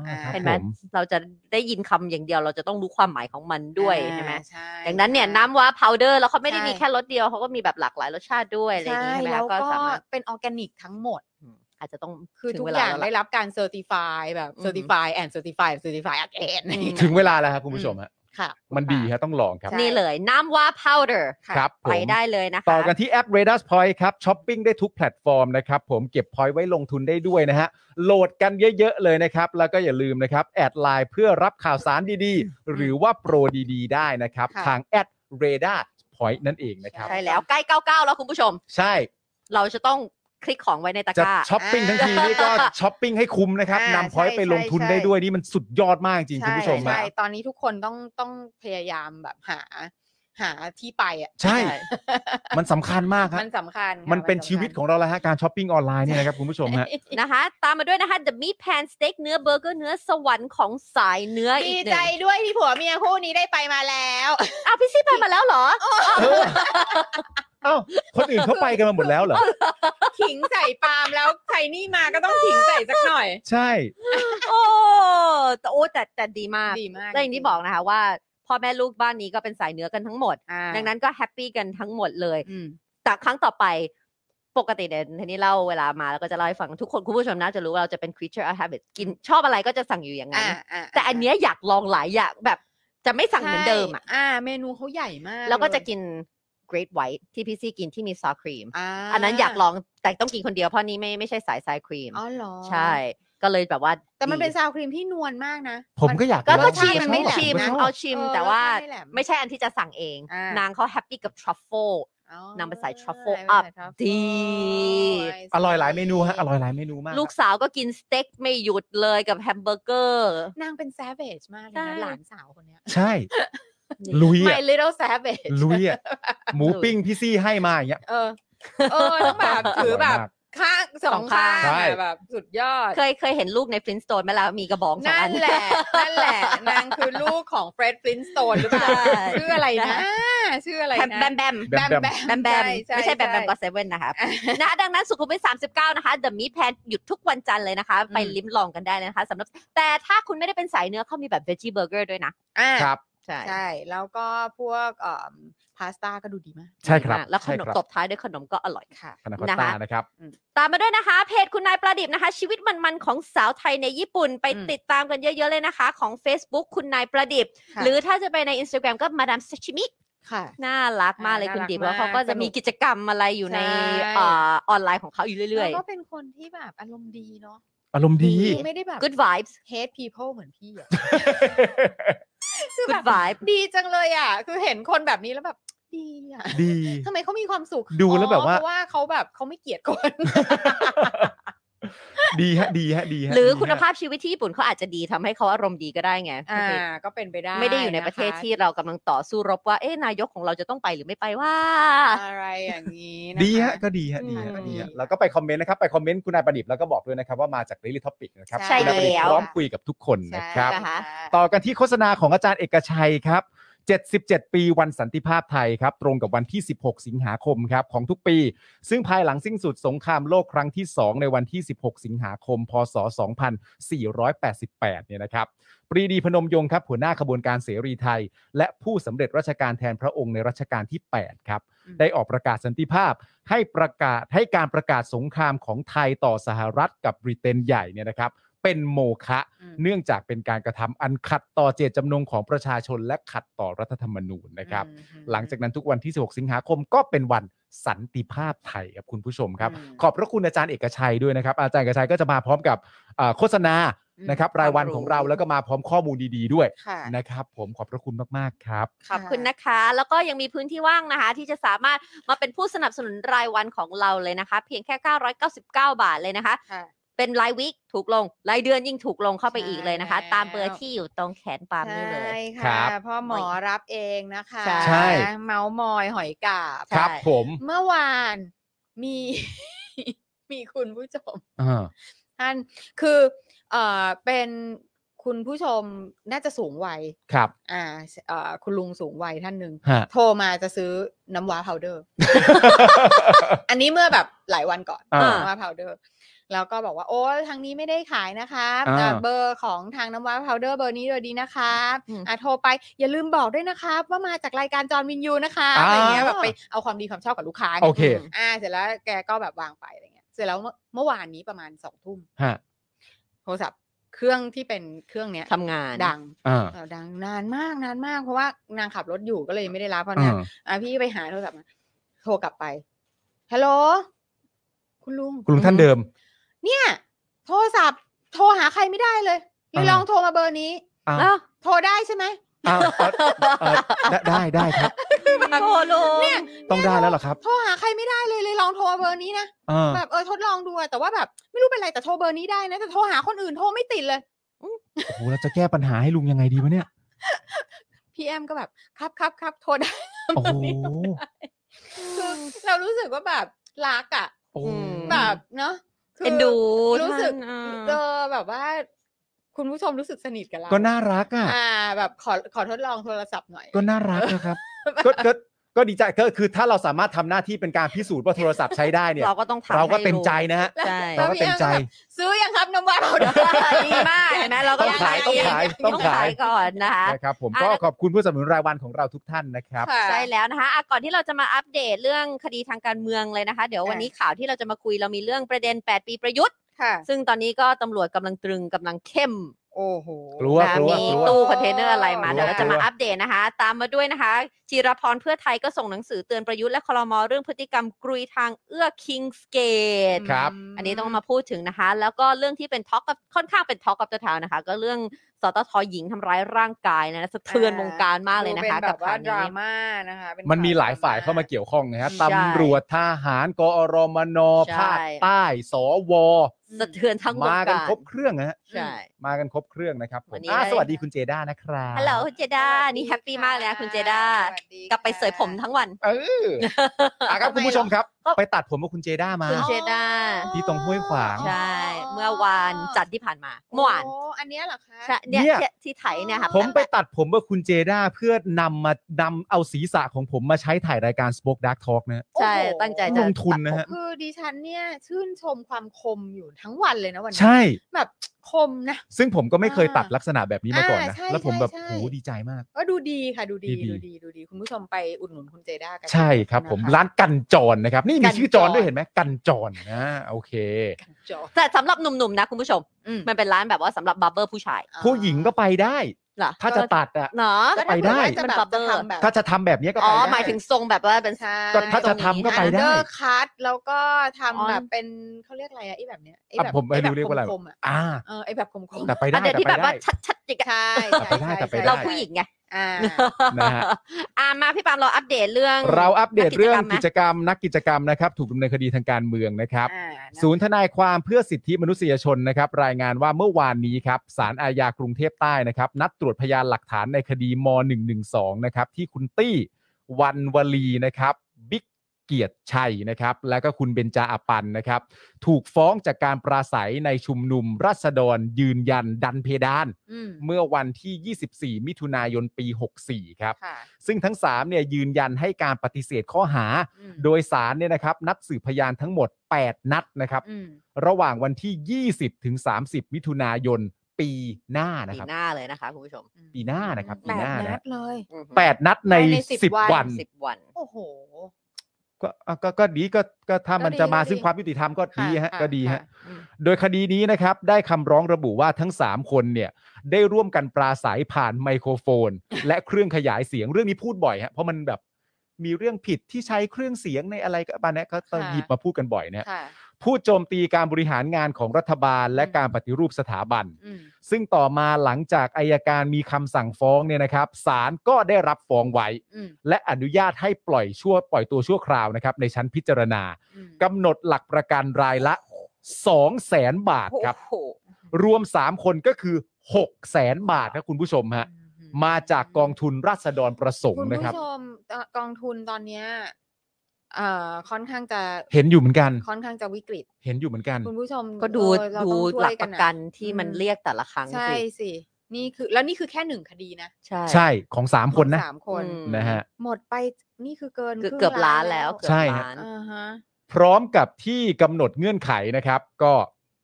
อ่า ครับ เห็นไหม ผม เราจะได้ยินคำอย่างเดียวเราจะต้องรู้ความหมายของมันด้วยใช่ไหม ใช่ ดังนั้นเนี่ย ใช่ น้ำว้าพาวเดอร์แล้วเขาไม่ได้ ใช่ มีแค่รสเดียวเขาก็มีแบบหลากหลายรสชาติด้วยอะไรอย่างงี้ ใช่ ใช่ไหม แล้ว ก็ ก็ สามารถ เป็นออร์แกนิกทั้งหมด อืมอาจจะต้อง คือ ถึ ทุก เว อ ล ย่าง แล้ว ได้ ล่ะ รับการเซอร์ติฟายแบบ อืม certify and certify and certify again อืม ถึงเวลาแล้วครับคุณผู้ชมฮะ ค่ะ มันดีฮะต้องลองครับ ใช่ นี่เลยน้ำว้าพาวเดอร์ ครับผม ไปได้เลยนะคะ ต่อกันที่แอป r a d a r Point ครับช้อปปิ้งได้ทุกแพลตฟอร์มนะครับ ผมเก็บ point ไว้ลงทุนได้ด้วยนะฮะ โหลดกันเยอะ ๆ เลยนะครับ แล้วก็อย่าลืมนะครับ แอดไลน์เพื่อรับข่าวสารดีๆ หรือว่าโปรดีๆ ได้นะครับ ค่ะ ทางแอด r a d a r Point นั่นเองนะครับ ใช่แล้วใกล้ 99 แล้วคุณผู้ชม ใช่ เราจะต้อง คลิกของไว้ในตะ จะ กร้า ช้อปปิ้งทั้งทีนี่ ก็ช้อปปิ้งให้คุ้มนะครับ อ่าน ำพอยต์ ใช่ ไปลงทุน ใช่ ได้ด้วยนี่มันสุดยอดมากจริงๆคุณผู้ชม ใช่ ฮะ ใช่ตอนนี้ทุกคนต้องต้องพยายามแบบหา หาที่ไปอ่ะ ใช่ มันสำคัญมากครั มันสำคัญค่ะ มันเป็น สำคัญ ชีวิตของเราแล้วฮะการช้อปปิ้งออนไลน์เนี่ยนะครับคุณผู้ชมฮะ นะคะตามมาด้วยนะคะ The Meat Pan Steak เนื้อเบอร์เกอร์เนื้อสวรรค์ของสายเนื้ออี ดี กหนึ่ ใจ ง ด้วยที่ผัวเมียคู่นี้ได้ไปมาแล้ว อ้าวพี่ซี่ไปมาแล้ว เหรอ เออเอ้าคนอื่นเขาไปกันมาหมดแล้วเหรอ ขิงใส่ปาล์มแล้วใครนี่มาก็ต้องขิงใส่สักหน่อย ใช่ โอ้แต่โอ้แต่แต่ดีมาก ดีมาก และอย่างที่บอกนะคะว่าพ่อแม่ลูกบ้านนี้ก็เป็นสายเนื้อกันทั้งหมด อ่า ดังนั้นก็แฮปปี้กันทั้งหมดเลย อืม แต่ครั้งต่อไปปกติเดนทีนี้เล่าเวลามาแล้วก็จะเล่าให้ฟังทุกคนคุณผู้ชมน่าจะรู้ว่าเราจะเป็น creature of habit กินชอบอะไรก็จะสั่งอยู่อย่างนั้น อ่า แต่อันเนี้ยอยากลองหลายอย่างแบบจะไม่สั่งเหมือนเดิมอ่ะ ใช่อ่า เมนูเขาใหญ่มาก แล้วก็จะ เย กิน Great White ที่พี่ซี่กินที่มีซอสครีม อา อันนั้นอยากลองแต่ต้องกินคนเดียวเพราะนี่ไม่ไม่ใช่สายสายครีม อ๋อเหรอ ใช่ ก็เลยแบบว่า แต่มันเป็น ดี ซาวครีมที่นวลมากนะ ผมก็อยาก ก็ ล ก็ อง ชิรสมชาติ ผ ไม่ ก็ แหล ช ชิ อบผมมก็ชอบ เอาชิม เออ แต่ว่า ใช่แหลม ไม่ใช่อันที่จะสั่งเอง อ่าน นางเขาแฮปปี้กับทรัฟเฟิล อ๋อน ำไปใส่ truffle นำไปใส่ up truffle ดี ไ อร่อยหลายเมนูฮะ อร่อยหลายเมนูมาก ลูกสาวก็กินสเต็กไม่หยุดเลยกับแฮมเบอร์เกอร์ นางเป็นแซเวจมากเลย ใช่ นะหลานสาวคนเนี้ย ใช่ ลุย My อ่ะ little savage ลุย อ่ะ หมูปิ้งพี่ซี่ให้มาอย่างเงี้ย เออ เออต้องแบบถือแบบข้างสองข้าง ใช่ อะแบบสุดยอด เคยเคยเห็นลูกในฟลินสโตนไหมล่ะมีกระบองสอง นั่ อั น น แหละ นั่นแหละ นางคือลูกของเฟร็ดฟลินสโตนหรือเปล่า ใช่ ชื่ออะไรนะ ชื่ออะไร แบม นะ แบมแบม แบมแบม แบมแบม ใช่ ไม่ใช่แบมแบม ใช่ ก็เซเว่นนะคะ นะดังนั้นสุขุมวิท39 นะคะ The Meat Pan หยุดทุกวันจันทร์เลยนะคะ ไปลิ้มลองกันได้เลยนะคะสำหรับแต่ถ้าคุณไม่ได้เป็นสายเนื้อเขามีแบบ veggie burger ด้วยนะ อ่า ครับ ใช่ ใช่ แล้วก็พวกเอ่อพาสต้าก็ดูดีมาก ใช่ครับ มากแล้วขนม ใช่ครับ ตบท้ายด้วยขนมก็อร่อยค่ะ พานาคอต นะ ตา คะ นะครับ ตามมาด้วยนะคะ เพจคุณนายประดิษฐ์นะคะ ชีวิตมันๆของสาวไทยในญี่ปุ่นไป อืม ติดตามกันเยอะๆเลยนะคะ ของ Facebook คุณนายประดิษฐ์ห ห รื รือ อ ถ้าจะไปใน Instagram ก็มาดามซาชิมิ ค่ะ น่ารักมากเลย อ่า คุณ น่ารัก ดิบแล้วเขา มาก ก็สจะนุก มีกิจกรรมอะไรอยู่ใน ใช่ เออออนไลน์ของเขาอยู่เรื่อย แล้วก็เป็นคนที่แบบอารมณ์ดีเนาะ อารมณ์ดี คือไม่ได้แบบ ๆ good vibes hate people เหมือนพี่อะ คือแบ good บ vibe ดีจังเลยอ่ะ คือเห็นคนแบบนี้แล้วแบบ ดีอ่ะ ดี ทำไมเขามีความสุข ดูแล้วแบบว่า อ๋อเพราะว่าเขาแบบเขาไม่เกลียดคน ดีฮะ ดีฮะ ดีฮะ หรือ ดีฮะ คุณภาพชีวิตที่ญี่ปุ่นเขาอาจจะดีทำให้เขาอารมณ์ดีก็ได้ไง อ่า ก็เป็นไปได้ ไม่ได้อยู่ในประเทศ ค ที่เรากำลังต่อสู้รบว่าเอ๊ะนายกของเราจะต้องไปหรือไม่ไปว่า อะไรอย่างนี้นค ดีฮะก็ดีฮะดีฮะ อืม ดีฮะแล้วก็ไปคอมเมนต์นะครับไปคอมเมนต์คุณนายประดิษฐ์แล้วก็บอกด้วยนะครับว่ามาจาก Daily Topic นะครับ ใช่ คุณนายประดิษ แล้ ฐ์ ว พร้อมคุยกับทุกคนนะครับ ใช่ค่ะ ต่อกันที่โฆษณาของอาจารย์เอกชัยครับ 77 ปีวันสันติภาพไทยครับ ตรงกับวันที่ 16 สิงหาคมครับของทุกปี ซึ่งภายหลังสิ้นสุดสงครามโลกครั้งที่ 2 ในวันที่ 16 สิงหาคม พศ 2488 เนี่ยนะครับ ปรีดีพนมยงค์ครับ หัวหน้าขบวนการเสรีไทย และผู้สำเร็จราชการแทนพระองค์ในรัชกาลที่ 8 ครับ อืม ได้ออกประกาศสันติภาพ ให้ประกาศให้การประกาศสงครามของไทยต่อสหรัฐกับบริเตนใหญ่เนี่ยนะครับ เป็นโมฆะ อืม เนื่องจากเป็นการกระทำอันขัดต่อเจตจำนงของประชาชนและขัดต่อรัฐธรรมนูญนะครับ อืม หลังจากนั้นทุกวันที่ 16 สิงหาคมก็เป็นวันสันติภาพไทยครับคุณผู้ชมครับ อืม ขอบพระคุณอาจารย์เอกชัยด้วยนะครับ อาจารย์เอกชัยก็จะมาพร้อมกับเอ่อโฆษณา อืม นะครับ รายวัน ความรู้ ของเราแล้วก็มาพร้อมข้อมูลดี ๆ ด้วย ค่ะ นะครับ ผมขอบพระคุณมากๆครับ ขอบคุณนะคะ แล้วก็ยังมีพื้นที่ว่างนะคะ ที่จะสามารถมาเป็นผู้สนับสนุนรายวันของเราเลยนะคะ เพียงแค่ 999 บาทเลยนะคะ ค่ะ เป็นรายวิคถูกลงรายเดือนยิ่งถูกลงเข้าไปอีกเลยนะคะ ใช่ ตามเบอร์ที่อยู่ตรงแขนปาล์มนี่เลย ใช่ ครั ค่ะ บ พ่อหมอรับเองนะคะ ใช่ เมาส์มอยหอยกาบ ใช่ ครับผม เมื่อวานมี มีคุณผู้ชม อ่า ท่านคือเอ่อเป็นคุณผู้ชมน่าจะสูงวัย ครับ อ่าเอ่อคุณลุงสูงวัยท่านหนึ่ง ฮะ โทรมาจะซื้อน้ำว้าพาวเดอร์ อันนี้เมื่อแบบหลายวันก่อน อ่า น้ำว้าพาวเดอร์ แล้วก็บอกว่าโอ้ทางนี้ไม่ได้ขายนะครับ อ่า แต่เบอร์ของทางน้ำว้าพาวเดอร์เบอร์นี้เบอร์นี้นะครับ อืม อ่ะโทรไปอย่าลืมบอกด้วยนะครับ ว่ามาจากรายการจอห์นวินยูนะคะ อ่า อะไรเงี้ยแบบไปเอาความดีความชอบกับลูกค้าไง โอเค อ่าเสร็จแล้วแกก็แบบวางไปอะไรเงี้ยเสร็จแล้วเมื่อเมื่อวานนี้ประมาณสองทุ่ม ฮะ โทรศัพท์เครื่องที่เป็นเครื่องเนี้ย ทำงาน ดัง อ่า เออดังนานมากนานมากเพราะว่านางขับรถอยู่ก็เลยไม่ได้รับเพราะ อ่า นาง อ่ะพี่ไปหาโทรศัพท์มาโทรกลับไป ฮัลโหล คุณลุง คุณลุงท่านเดิม เนี่ย โทรศัพท์ โทรหาใครไม่ได้เลยเลย อ่า ลองโทรมาเบอร์นี้ อ่า เอ้า โทรได้ใช่ไหม อ้าวเอ่อเอ่อได้ได้ได้ครับ โอ้ลุง เนี่ย ต้องได้แล้วเหรอครับ โทรหาใครไม่ได้เลยเลยลองโทรเบอร์นี้นะ เออ แบบเออทดลองดูอะแต่ว่าแบบไม่รู้เป็นไรแต่โทรเบอร์นี้ได้นะแต่โทรหาคนอื่นโทรไม่ติดเลย โอ้โหเราจะแก้ปัญหาให้ลุงยังไงดีวะเนี่ย พี่แอมก็แบบครับครับครับโทรได้ โอ้โห คือเรารู้สึกว่าแบบรักอ่ะ โอ้โห อืม แบบเนาะคื เอ็นดู รู้สึก ท่านอ่า เออแบบว่า คุณผู้ชมรู้สึกสนิทกับเรา ก็น่ารักอ่ะ อ่า แบบขอขอทดลองโทรศัพท์หน่อย ก็น่ารักนะครับ ก็ก็ก็ดีใจก็คือถ้าเราสามารถทำหน้าที่เป็นการพิสูจน์ว่าโทรศัพท์ใช้ได้เนี่ย เราก็ต้องทำ เราก็ ให้ เต็ม รู้ ใจนะฮะ ใช่ เราก็เต็มใจ ซื้อยังครับน้ำว่าเรา เออดีมากเห็นไหมเราก็ ต้องขายต้องขายต้ ต้ อ อง ง ขาย ขายก่อนนะคะ นะครับผม อ่ะ ก็ขอบคุณผู้สนับสนุนรายวันของเราทุกท่านนะครับ ค่ะ ใช่แล้วนะคะอ่ะก่อนที่เราจะมาอัปเดตเรื่องคดีทางการเมืองเลยนะคะ เดี๋ยววันนี้ข่าวที่เราจะมาคุยเรามีเรื่องประเด็น 8 ปีประยุทธ์ ค่ะ ซึ่งตอนนี้ก็ตำรวจกำลังตรึงกำลังเข้ม โอ้โห กลัว นะ กลัว มี กลัว ตู้คอนเทนเนอร์อะไรมา กลัว เดี๋ยวเราจะ กลั มาว อัปเดตนะคะ ตามมาด้วยนะคะจีรพรเพื่อไทยก็ส่งหนังสือเตือนประยุทธ์และคลมเรื่องพฤติกรรมกรุยทางเอื้อคิงส์เกต ครับ อันนี้ต้องมาพูดถึงนะคะ แล้วก็เรื่องที่เป็นท็อกกับค่อนข้างเป็นท็อกกับเจ้าทาวนะคะ ก็เรื่องสตทหญิงทำร้ายร่างกายนะสะเทือน อ่า วงการมากเลยนะคะ ดูป็แบบว่า กั ด ข่ ราว นี้ ม่านะคะเป็ มันมีหลาย ข่ว ฝ่ายเข้ามา ดร เกี่ยวข้องนะฮะ ใช่ ตำรวจทหารกอรมน ใช่ ภาคใต้สว สะเทือนทั้งวง มากั กาน ร ครบเครื่องนะฮะ ใช่ มากันครบเครื่องนะครับผม วันนี้ อ่ะ ได้ สวัสดีคุณเจด้านะครับ ฮัลโหลคุณเจด้า สวัสดี นี่แฮปปี้มากเลยนะ ค่ะ คุณเจด้า สวัสดีค่ะ กลับไปเสยผมทั้งวัน เอออ่ะครับคุณผู้ชมครับ ก็ ไปตัดผมกับคุณเจด้ามา คุณเจด้า อ๋อ ที่ตรงห้วยขวาง ใช่ เมื่อวานจัดที่ผ่านมา เมื่อวาน โอันเนี้ยเหรอคะ ใช่เนี่ย เนี่ย ที่ที่ไถเนี่ยค่ะ ผมไปตัดผมกับคุณเจด้าเพื่อนำมานำเอาศีรษะของผมมาใช้ถ่ายรายการ Spoke Dark Talk นะฮะ ใช่ โอ้โห ตั้งใจ ล จะ งทุนนะฮะ คือดิฉันเนี่ย ชื่นชมความคมอยู่ทั้งวันเลยนะวันนี้ ใช่ แบบคมนะ ซึ่งผมก็ไม่เคยตัด อ่า ลักษณะแบบนี้มาก่อนนะ อ่าใช่ แล้วผมแบบ ใช่ใช่ โหดีใจมาก ก็ดูดีค่ะ ดูดี ดีดี ดูดีดูดีคุณผู้ชมไปอุดหนุนคุณเจด้ากัน ใช่ครับผม นะคะ ร้านกันจรนะครับ นี่มีชื่อจรด้วยเห็นไหมกันจรนะโอเค กันจอ แต่สำหรับหนุ่มๆนะคุณผู้ชม อืม มันเป็นร้านแบบว่าสำหรับบับเบอร์ผู้ชาย อ่า ผู้หญิงก็ไปได้ เหรอ ถ้าจะตัดอะ เนาะ ก็ไปได้ จะ มัน แบบ บับเบิ้ จะ ล ทำแบบ ถ้าจะทำแบบนี้ก็ อ๋ ไป อ ได้ หมายถึงทรงแบบว่าเป็น ใช่ ก็ถ้าจะทำก็ไปได้ อันเดอร์คัตแล้วก็ทำแบบ อ๋อ เป็นเขาเรียกอะไรอะไอ้แบบเนี้ยไอ้ อ่ะ แบบ ผมไม่ อ้แบ รู้ บ เรียกว่าอะไร คมๆอะ อ่า เออไอ้แบบคมๆ แต่ไปได้ อันเดียว แต่ ที่ ไป แบบ ได้ ว่าชัดๆจิกอะ ใช่ แต่ ใช่ใช่ไปได้แต่ไปได้ เราผู้หญิงไง อ่า นะฮะ อ่ามาพี่ปาล์มเราอัปเดตเรื่อง เราอัปเดตเรื่อง นั กิ ก จกรรม นักกิจกรรมนะครับ ถูกดำเนินคดีทางการเมืองนะครับ อ่านะ ศูนย์ทนายความเพื่อสิทธิมนุษยชนนะครับ รายงานว่าเมื่อวานนี้ครับสารอาญากรุงเทพใต้นะครับ นัดตรวจพยานหลักฐานในคดีม .112 นะครับ ที่คุณตี้วันวลีนะครับ บิ๊กเกียรติชัยนะครับ และก็คุณเบญจาอปันนะครับ ถูกฟ้องจากการปราศัยในชุมนุมรัษฎรยืนยันดันเพดาน อืม เมื่อวันที่ 24 มิถุนายนปี 64 ครับ ค่ะ ซึ่งทั้ง3เนี่ยยืนยันให้การปฏิเสธข้อหา อืม โดยสารเนี่ยนะครับนัดสืบพยานทั้งหมด 8 นัดนะครับ อืม ระหว่างวันที่ 20 ถึง 30 มิถุนายนปีหน้านะ ปี ครับ หน้าเลยนะคะคุณผู้ชม ปีหน้านะครับแปปีดหน้า นั นะ ดเลย แปดนัดใน ภายใน10 10 วัน สิบวัน โอ้โห ก็ก็ก็ดีก็ก็ถ้ามัน ก็ดี จะมา ก็ดี ซึ่งความยุติธรรมก็ดีฮะ ค่ะ ก็ดีฮะ ค่ะอืม โดยคดีนี้นะครับได้คำร้องระบุว่าทั้ง 3 คนเนี่ยได้ร่วมกันปราศัยผ่านไมโครโฟน และเครื่องขยายเสียงเรื่องนี้พูดบ่อยฮะเพราะมันแบบมีเรื่องผิดที่ใช้เครื่องเสียงในอะไรก็บานนี้ก็ต้องหยิบมาพูดกันบ่อยนะฮะ ค่ะ พูดโจมตีการบริหารงานของรัฐบาลและ อืม การปฏิรูปสถาบัน อืม ซึ่งต่อมาหลังจากอายการมีคำสั่งฟ้องเนี่ยนะครับศาลก็ได้รับฟ้องไว้ อืม และอนุญาตให้ปล่อยชั่วปล่อยตัวชั่วคราวนะครับในชั้นพิจารณา อืม กำหนดหลักประกันรายละ 2 0 0แสนบาทครับ โอ้โห รวม 3 คนก็คือ 6 0แสนบาทนะคุณผู้ชมฮะ อื มาจากกองทุนราษฎรประสง คุณ ค์นะครับ ผู้ชมเอ่อกองทุนตอนเนี้ยเอ่อค่อนข้างจะ เห็นอยู่เหมือนกัน ค่อนข้างจะวิกฤต เห็นอยู่เหมือนกัน คุณผู้ชม ก็ดู เออเรา ดู ต้องช่ ห ว ลั ย กประ อ กันที่มัน อืม เรียกแต่ละครั้ง ใช่ สิ สิ นี่คือ แล้วนี่คือแค่หนึ่งคดีนะ ใช่ ใช่ของสามคนนะ สามคน อืม นะฮะ หมดไปนี่คือเกิน เกือบ ครึ่ง เกือบล้านแล้ว ใช่ เกือบล้าน อ่าฮะ พร้อมกับที่กำหนดเงื่อนไขนะครับ ก็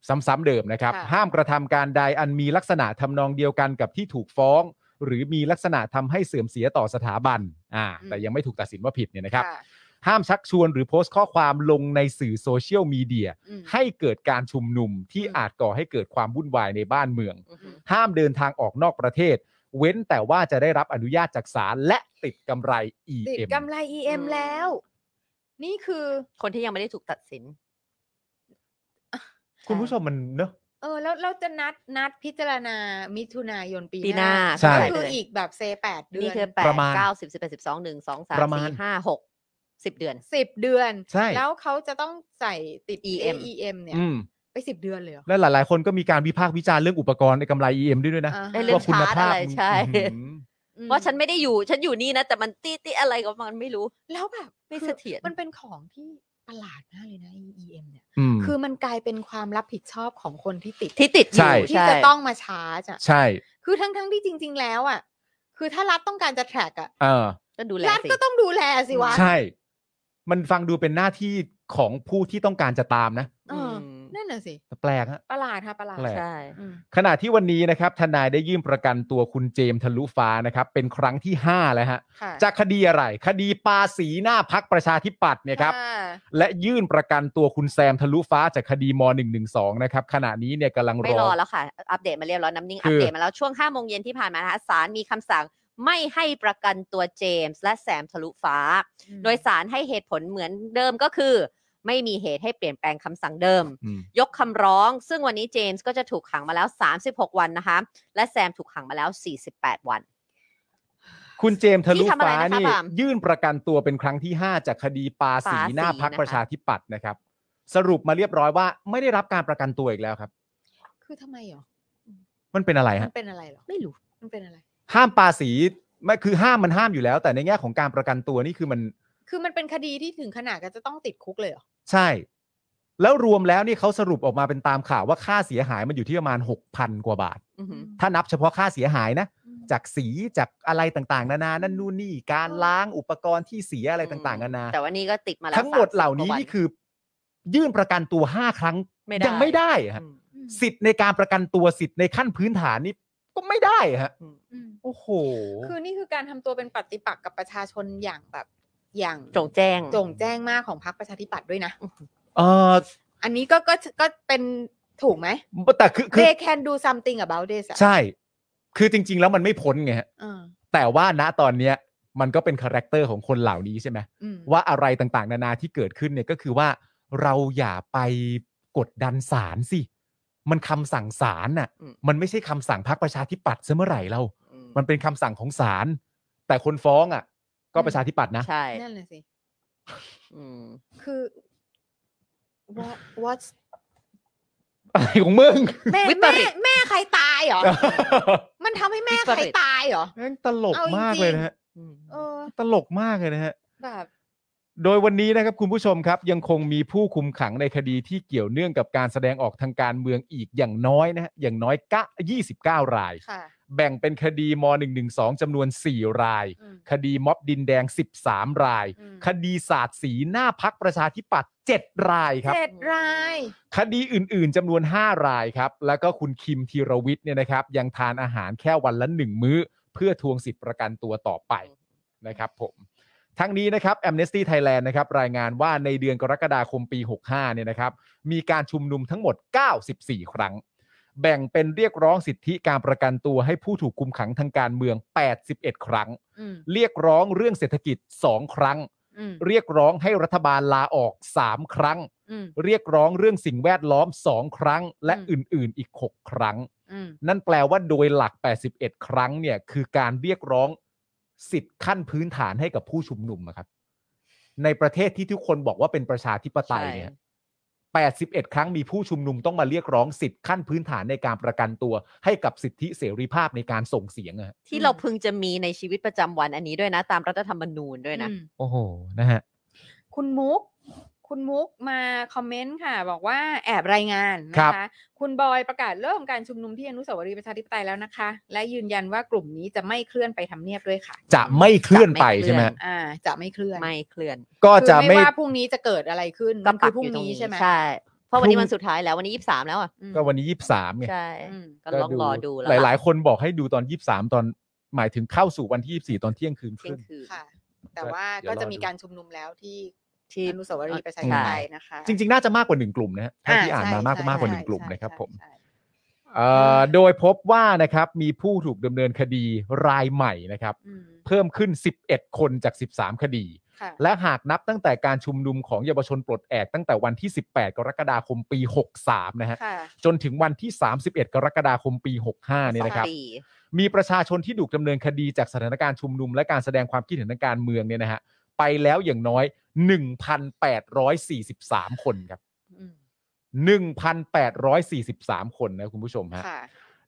ซ้ำๆเดิมนะครับ ค่ะ ห้ามกระทำการใดอันมีลักษณะทำนองเดียวกันกับที่ถูกฟ้อง หรือมีลักษณะทำให้เสื่อมเสียต่อสถาบันอ่าแต่ยังไม่ถูกตัดสินว่าผิดเนี่ยนะครับ ค่ะ ห้ามชักชวนหรือโพสต์ข้อความลงในสื่อโซเชียลมีเดีย อืม ให้เกิดการชุมนุมที่ อืม อาจก่อให้เกิดความวุ่นวายในบ้านเมือง อือฮึ ห้ามเดินทางออกนอกประเทศ เว้นแต่ว่าจะได้รับอนุญาตจากศาลและติดกำไร EM ติดกำไร EM อืม แล้ว นี่คือ คนที่ยังไม่ได้ถูกตัดสิน คุณผู้ชมมันเนอะ เออแล้วเราจะนัดนัดพิจารณามิถุนายนปี ปีหน้า ใช่ ก็ เท่าไหร่ คือ เลย อีกแบบเซแปดเดื นี่ อน คือแปด ประมาณ เก้าสิบสิบแปดสิบสองหนึ่งสองสาม ประมาณ สี่ห้าหกสิบเดือน สิบเดือน ใช่ แล้วเขาจะต้องใส่ติด EM EM เนี่ย อืม ไปสิบเดือนเลยเหรอ และหลาย ๆ คนก็มีการวิพากษ์วิจารณ์เรื่องอุปกรณ์ในกำไร EM ด้วยด้วยนะ อ่าฮะ ได้เรื่อง ว่าคุณภาพ ชาร์จอะไรใช่ อื้อหือ อืม ว่าฉันไม่ได้อยู่ ฉันอยู่นี่นะ แต่มันตี้ตี้อะไรก็มันไม่รู้ แล้วแบบ ไม่ คือ เสถียร มันเป็นของที่ประหลาดมากเลยนะ EM เนี่ย อืม คือมันกลายเป็นความรับผิดชอบของคนที่ติด ที่ติดอ ใช่ ยู่ ที่จะต้องมาชาร์จอ่ะ ใช่ คือทั้งทั้งๆที่จริง ๆ แล้วอ่ะ คือถ้ารัฐต้องการจะแทร็กอ่ะ เออ ก็ดูแล รัฐ สิ ก็ต้องดูแลสิวะ ใช่ มันฟังดูเป็นหน้าที่ของผู้ที่ต้องการจะตามนะ เอออื นั่นน่ะสิ แต่แปลกฮะ ประหลาดค่ะประหลาด แปลก ใช่ อืม ขณะที่วันนี้นะครับทนายได้ยื่นประกันตัวคุณเจมส์ทะลุฟ้านะครับ เป็นครั้งที่ 5 แล้วฮะ ค่ะ จากคดีอะไร คดีปาสีหน้าพักประชาธิปัตย์เนี่ยครับ อ่า และยื่นประกันตัวคุณแซมทะลุฟ้าจากคดีม .112 นะครับ ขณะนี้เนี่ยกำลังร ไม่ร อ อแล้วค่ะ อัปเดตมาเรียบร้อยน้ำนิ่ง คืออั อัปเดตมาแล้วช่วง5้าโมงเย็นที่ผ่านมานะคะศาลมีคำสั่งไม่ให้ประกันตัวเจมส์และแซมทะลุฟ้า โดยศาลให้เหตุผลเหมือนเดิมก็คือ ไม่มีเหตุให้เปลี่ยนแปลงคำสั่งเดิม อืม ยกคำร้อง ซึ่งวันนี้เจมส์ก็จะถูกขังมาแล้ว 36 วันนะคะ และแซมถูกขังมาแล้ว 48 วัน คุณเจมส์ทะลุ นี่ทำอะไร ฟ้า นะคะ นี่ ปาล์ม ยื่นประกันตัวเป็นครั้งที่ 5 จากคดีปาสี ปาสี หน้าพัก นะคะ ประชาธิปัตย์นะครับ สรุปมาเรียบร้อยว่า ไม่ได้รับการประกันตัวอีกแล้วครับ คือทำไมเหรอ มันเป็นอะไร มั ฮะ นเป็นอะไรเหรอ ไม่รู้ มันเป็นอะไร ห้ามปาสีไม่คือห้ามมันห้ามอยู่แล้ว แต่ในแง่ของการประกันตัวนี่คือมัน คือมันเป็นคดีที่ถึงขนาดก็จะต้องติดคุกเลยเหรอ ใช่ แล้วรวมแล้วนี่เขาสรุปออกมาเป็นตามข่าวว่าค่าเสียหายมันอยู่ที่ประมาณ 6,000 กว่าบาท อือหือ ถ้านับเฉพาะค่าเสียหายนะ จากสีจากอะไรต่างๆ นานานั่นนู่นนี่การ อืม ล้างอุปกรณ์ที่เสียอะไรต่างๆนานา แต่ว่านี่ก็ติดมาแล้ว ทั้งหมด 30 เหล่านี้ กว่วั นี่คือ ยื่นประกันตัว 5 ครั้ง ไม่ได้ ยัไม่ได้ฮะ อืม อืม สิทธิ์ในการประกันตัวสิทธิ์ในขั้นพื้นฐานนี่ก็ไม่ได้ฮะ อืม โอ้โห คือนี่คือการทำตัวเป็นปฏิปักษ์กับประชาชนอย่างแบบ อย่าง จงแจ้ง จงแจ้งมากของพรรคประชาธิปัตย์ด้วยนะ เออ อันนี้ก็ก็ก็เป็นถูกไหม แต่คือคือ They can do something about this อะ ใช่ คือจริง ๆ แล้วมันไม่พ้นไงฮะ เออ แต่ว่าณตอนเนี้ยมันก็เป็นคาแรคเตอร์ของคนเหล่านี้ใช่ไหม อืม ว่าอะไรต่างๆ นานาที่เกิดขึ้นเนี่ยก็คือว่าเราอย่าไปกดดันศาลสิ มันคำสั่งศาลน่ะ อืม มันไม่ใช่คำสั่งพรรคประชาธิปัตย์ซะเมื่อไหร่เรา อืม มันเป็นคำสั่งของศาลแต่คนฟ้องอ่ะ ก็ประชาธิปัตย์นะ ใช่ นั่นเลยสิ อืม คือ what what อะไรของมึง แม่แม่แม่ใครตายเหรอ มันทำให้แม่ใครตายเหรอ แม่งตลก เอาจริง มากเลยนะฮะ อืม เออ ตลกมากเลยนะฮะ แบบ โดยวันนี้นะครับคุณผู้ชมครับ ยังคงมีผู้คุมขังในคดีที่เกี่ยวเนื่องกับการแสดงออกทางการเมืองอีกอย่างน้อยนะฮะอย่างน้อยกะ29 ราย ค่ะ แบ่งเป็นคดีม .112 จำนวน 4 ราย อืม คดีม็อบดินแดง 13 ราย อืม คดีศาสตร์สีหน้าพักประชาธิปัตย์7รายครับ เจ็ดราย คดีอื่น ๆจำนวน 5 รายครับ แล้วก็คุณคิมธีรวิทย์เนี่ยนะครับ ยังทานอาหารแค่วันละ 1 มื้อ เพื่อทวงสิทธิประกันตัวต่อไปนะครับผม ทั้งนี้นะครับ Amnesty Thailand นะครับ รายงานว่าในเดือนกรกฎาคมปี 65 เนี่ยนะครับ มีการชุมนุมทั้งหมด 94 ครั้ง แบ่งเป็นเรียกร้องสิทธิการประกันตัวให้ผู้ถูกคุมขังทางการเมือง 81 ครั้ง อืม เรียกร้องเรื่องเศรษฐกิจ 2 ครั้ง อืม เรียกร้องให้รัฐบาลลาออก 3 ครั้ง อืม เรียกร้องเรื่องสิ่งแวดล้อม 2 ครั้ง และ อื อ ม ื่น ๆ อีก 6 ครั้ง อืม นั่นแปลว่าโดยหลัก 81 ครั้งเนี่ยคือการเรียกร้องสิทธิ์ขั้นพื้นฐานให้กับผู้ชุมนุมอะครับ ในประเทศที่ทุกคนบอกว่าเป็นประชาธิปไตยเนี่ย ใช่ 81 ครั้งมีผู้ชุมนุมต้องมาเรียกร้องสิทธิ์ขั้นพื้นฐานในการประกันตัว ให้กับสิทธิเสรีภาพในการส่งเสียงอะฮะ ที่ อืม เราพึงจะมีในชีวิตประจำวันอันนี้ด้วยนะ ตามรัฐธรรมนูญด้วยนะ อืม โอ้โหนะฮะ คุณมุก คุณมุกมาคอมเมนต์ค่ะ บอกว่าแอบรายงาน ครั นะ บ คะ คุณบอยประกาศเริ่มการชุมนุมที่อนุสาวรีย์ประชาธิปไตยแล้วนะคะ และยืนยันว่ากลุ่มนี้จะไม่เคลื่อนไปทำเนียบด้วยค่ะ จะไม่เคลื่อนไปใช่ไหม จะไม่เคลื่อน อ่า จะไม่เคลื่อน ไม่เคลื่อน ก็ คือ จะ ไม่ ไม่ ว่าพรุ่งนี้จะเกิดอะไรขึ้น ก็ มัน ปั คื ก อพรุ่ อง ยู่ตรง นี้ นี้ ใช่ไหม ใช่ เพราะวันนี้ พรุ่ง วันสุดท้ายแล้ววันนี้ยี่สามแล้วอ่ะ อืม ก็วันนี้ 23ไง ใช่ อืม ก็ลองรอดูแล้ว ห ล่ะ ลาย ๆ คนบอกให้ดูตอน 23 ตอนหมายถึงเข้าสู่วันที่ 24 ตอนเที่ยงคืนค เที่ย รึ่ ง ง คืน ค่ะ แต่ว่า เดี๋ยว ก็ รอ จะมี ดู การชุมนุมแล้วที่ ที่ อนุสาวรีย์ประชาธิปไตยนะคะ จริง ๆ น่าจะมากกว่า 1 กลุ่มนะฮะเท่าที่ อ่ อ่าน ใช่ มามากกว่ามากกว่า ใช่ 1 กลุ่ม ใช่ นะครับ ใช่ ผม ใช่ เอ่อโดยพบว่านะครับมีผู้ถูกดำเนินคดีรายใหม่นะครับ อืม เพิ่มขึ้น 11 คนจาก 13 คดี ค่ะ และหากนับตั้งแต่การชุมนุมของเยาวชนปลดแอกตั้งแต่วันที่ 18 กรกฎาคมปี 63 นะฮะ ค่ะ จนถึงวันที่ 31 กรกฎาคมปี 65เนี่ยนะครับ สองปี มีประชาชนที่ถูกดำเนินคดีจากสถานการณ์ชุมนุมและการแสดงความคิดเห็นทางการเมืองเนี่ยนะฮะไปแล้วอย่างน้อย 1,843 คนครับ อืม 1,843 คนนะคุณผู้ชมฮะ ค่ะ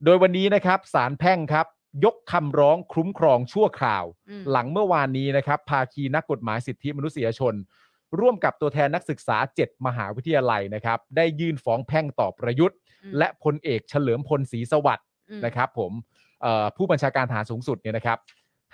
โดยวันนี้นะครับศาลแพ่งครับ ยกคำร้องคุ้มครองชั่วคราว อืม หลังเมื่อวานนี้นะครับ ภาคีนักกฎหมายสิทธิมนุษยชน ร่วมกับตัวแทนนักศึกษา 7 มหาวิทยาลัยนะครับ ได้ยื่นฟ้องแพ่งต่อประยุทธ์ อืม และพลเอกเฉลิมพลศรีสวัสดิ์ อืม นะครับ ผมเอ่อผู้บัญชาการทหารสูงสุดเนี่ยนะครับ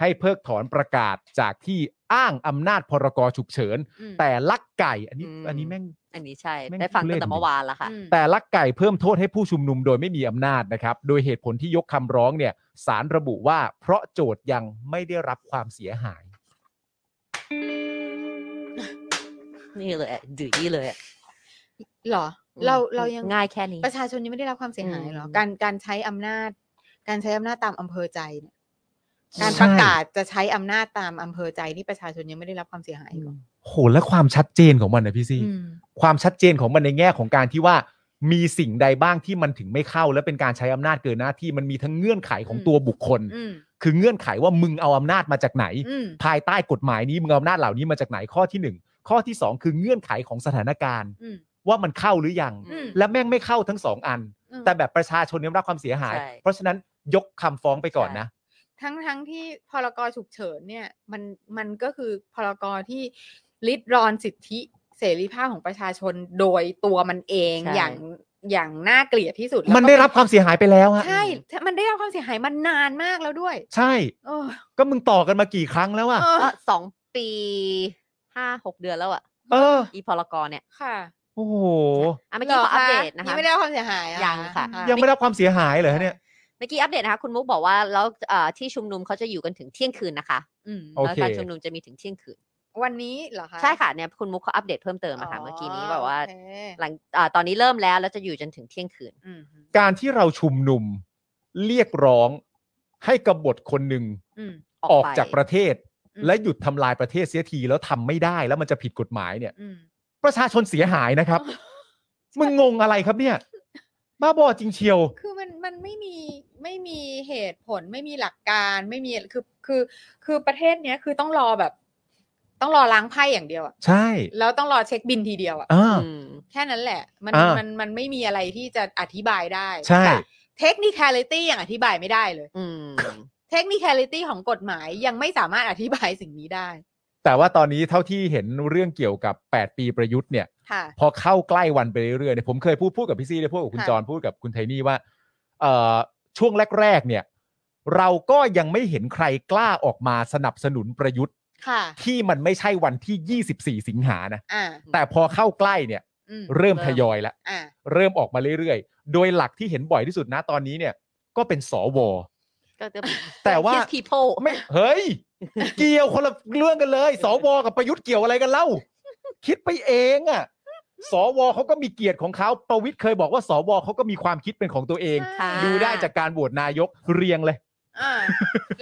ให้เพิกถอนประกาศจากที่อ้างอำนาจพรกฉุกเฉิน อืม แต่ลักไก่อันนี้ อืม อันนี้แม่ง อันนี้ใช่ แม่ง ได้ฟัง ทุเร ตั้ ศ งแต่เมื่อ ดิ วานแล้วค่ะ อืม แต่ลักไก่เพิ่มโทษให้ผู้ชุมนุมโดยไม่มีอำนาจนะครับ โดยเหตุผลที่ยกคำร้องเนี่ยสารระบุว่าเพราะโจทย์ยังไม่ได้รับความเสียหาย นี่เลยอะดื้อนี่เลยอะ เหรอ เราเรายัง ง่ายแค่นี้ ประชาชนยังไม่ได้รับความเสียหายเหรอ อืม การการใช้อำนาจ การใช้อำนาจตามอำเภอใจเนี่ยการปใช่ระกาศจะใช้อำนาจตามอำเภอใจนี่ประชาชนยังไม่ได้รับความเสียหายเหรอ โหและความชัดเจนของมันนะพี่ซี่ อืม ความชัดเจนของมันในแง่ของการที่ว่ามีสิ่งใดบ้างที่มันถึงไม่เข้า และเป็นการใช้อำนาจเกินหน้าที่มันมีทั้งเงื่อนไขของ อืม ตัวบุคคล อืม คือเงื่อนไขว่ามึงเอาอำนาจมาจากไหน อืม ภายใต้กฎหมายนี้มึงเอาอำนาจเหล่านี้มาจากไหนข้อที่หนึ่งข้อที่สองคือเงื่อนไขของสถานการณ์ อืม ว่ามันเข้าหรือยัง อืม และแม่งไม่เข้าทั้งสองอัน แต่แบบประชาชนได้รับความเสียหาย ใช่ เพราะฉะนั้นยกคำฟ้องไปก่อนนะ ทั้งทั้งที่พรกฉุกเฉินเนี่ยมันมันก็คือพรกที่ริดรอนสิทธิเสรีภาพของประชาชนโดยตัวมันเอง ใช่ อย่างอย่างน่าเกลียดที่สุดแล้ว มันได้รับความเสียหายไปแล้วฮะ ใช่มันได้รับความเสียหายมันนานมากแล้วด้วย ใช่ เออ ก็มึงต่อกันมากี่ครั้งแล้วอะ เออ เอ้อสองปีห้าหกเดือนแล้วอ่ะ เออ อีพลกรเนี่ย ค่ะ โอ้โห อ่ะเมื่อกี้ขออัปเดตยันะคะ งไม่ได้รับความเสียหายอะ ยังค่ะ ยังไม่ได้รับความเสียหายเหรอฮะเนี่ย เมื่อกี้อัปเดตนะคะ คุณมุกบอกว่าแล้วเอ่อที่ชุมนุมเขาจะอยู่กันถึงเที่ยงคืนนะคะ อืม โอเค แล้วการชุมนุมจะมีถึงเที่ยงคืน วันนี้เหรอคะ ใช่ค่ะเนี่ยคุณมุกเขาอัปเดตเพิ่มเติมนะคะเมื่อกี้นี้บอกว่า โอเค หลังอ่าตอนนี้เริ่มแล้วแล้วจะอยู่จนถึงเที่ยงคืน อืม การที่เราชุมนุมเรียกร้องให้กบฏคนหนึ่ง อืม ออกจากประเทศ อืม และหยุดทำลายประเทศเสียทีแล้วทำไม่ได้แล้วมันจะผิดกฎหมายเนี่ย อืม ประชาชนเสียหายนะครับ มึงงงอะไรครับเนี่ย บ้าบอจริงเชียว คือมันมันไม่มีไม่มีเหตุผลไม่มีหลักการไม่มีคือคือคือประเทศเนี้ยคือต้องรอแบบ ต้องรอล้างไพ่อย่างเดียวอะ ใช่ แล้วต้องรอเช็คบินทีเดียวอะ อ่า อืม แค่นั้นแหละ มัน อ่ามั มันมันไม่มีอะไรที่จะอธิบายได้ ใช่ เทคนิค a l i t y ยังอธิบายไม่ได้เลย อืม เทคนิค a l i t y ของกฎหมายยังไม่สามารถอธิบายสิ่งนี้ได้ แต่ว่าตอนนี้เท่าที่เห็นเรื่องเกี่ยวกับ 8 ปีประยุทธ์เนี่ย ค่ะ พอเข้าใกล้วันไปเรื่อยๆเนี่ยผมเคยพูดพูดกับพี่ซี่ได้พูดกับคุณ ค่ะ จรพูดกับคุณไทนี่ว่าเอ่อช่วงแรก ๆ เนี่ย เราก็ยังไม่เห็นใครกล้าออกมาสนับสนุนประยุทธ์ ค่ะ ที่มันไม่ใช่วันที่ 24 สิงหานะ อ่า แต่พอเข้าใกล้เนี่ย อืม เริ่มทยอยแล้ว อ่า เริ่มออกมาเรื่อยๆ โดยหลักที่เห็นบ่อยที่สุดนะตอนนี้เนี่ย ก็เป็นสว ก็จะ แต่ว่า Yes people ไม่เฮ้ย เกี่ยวคนละเรื่องกันเลยสวกับประยุทธ์เกี่ยวอะไรกันเล่า คิดไปเองอะสวเขาก็มีเกียรติของเขาประวิทย์เคยบอกว่าสวเขาก็มีความคิดเป็นของตัวเอง ค่ะ ดูได้จากการโหวตนายกเรียงเลย อ่า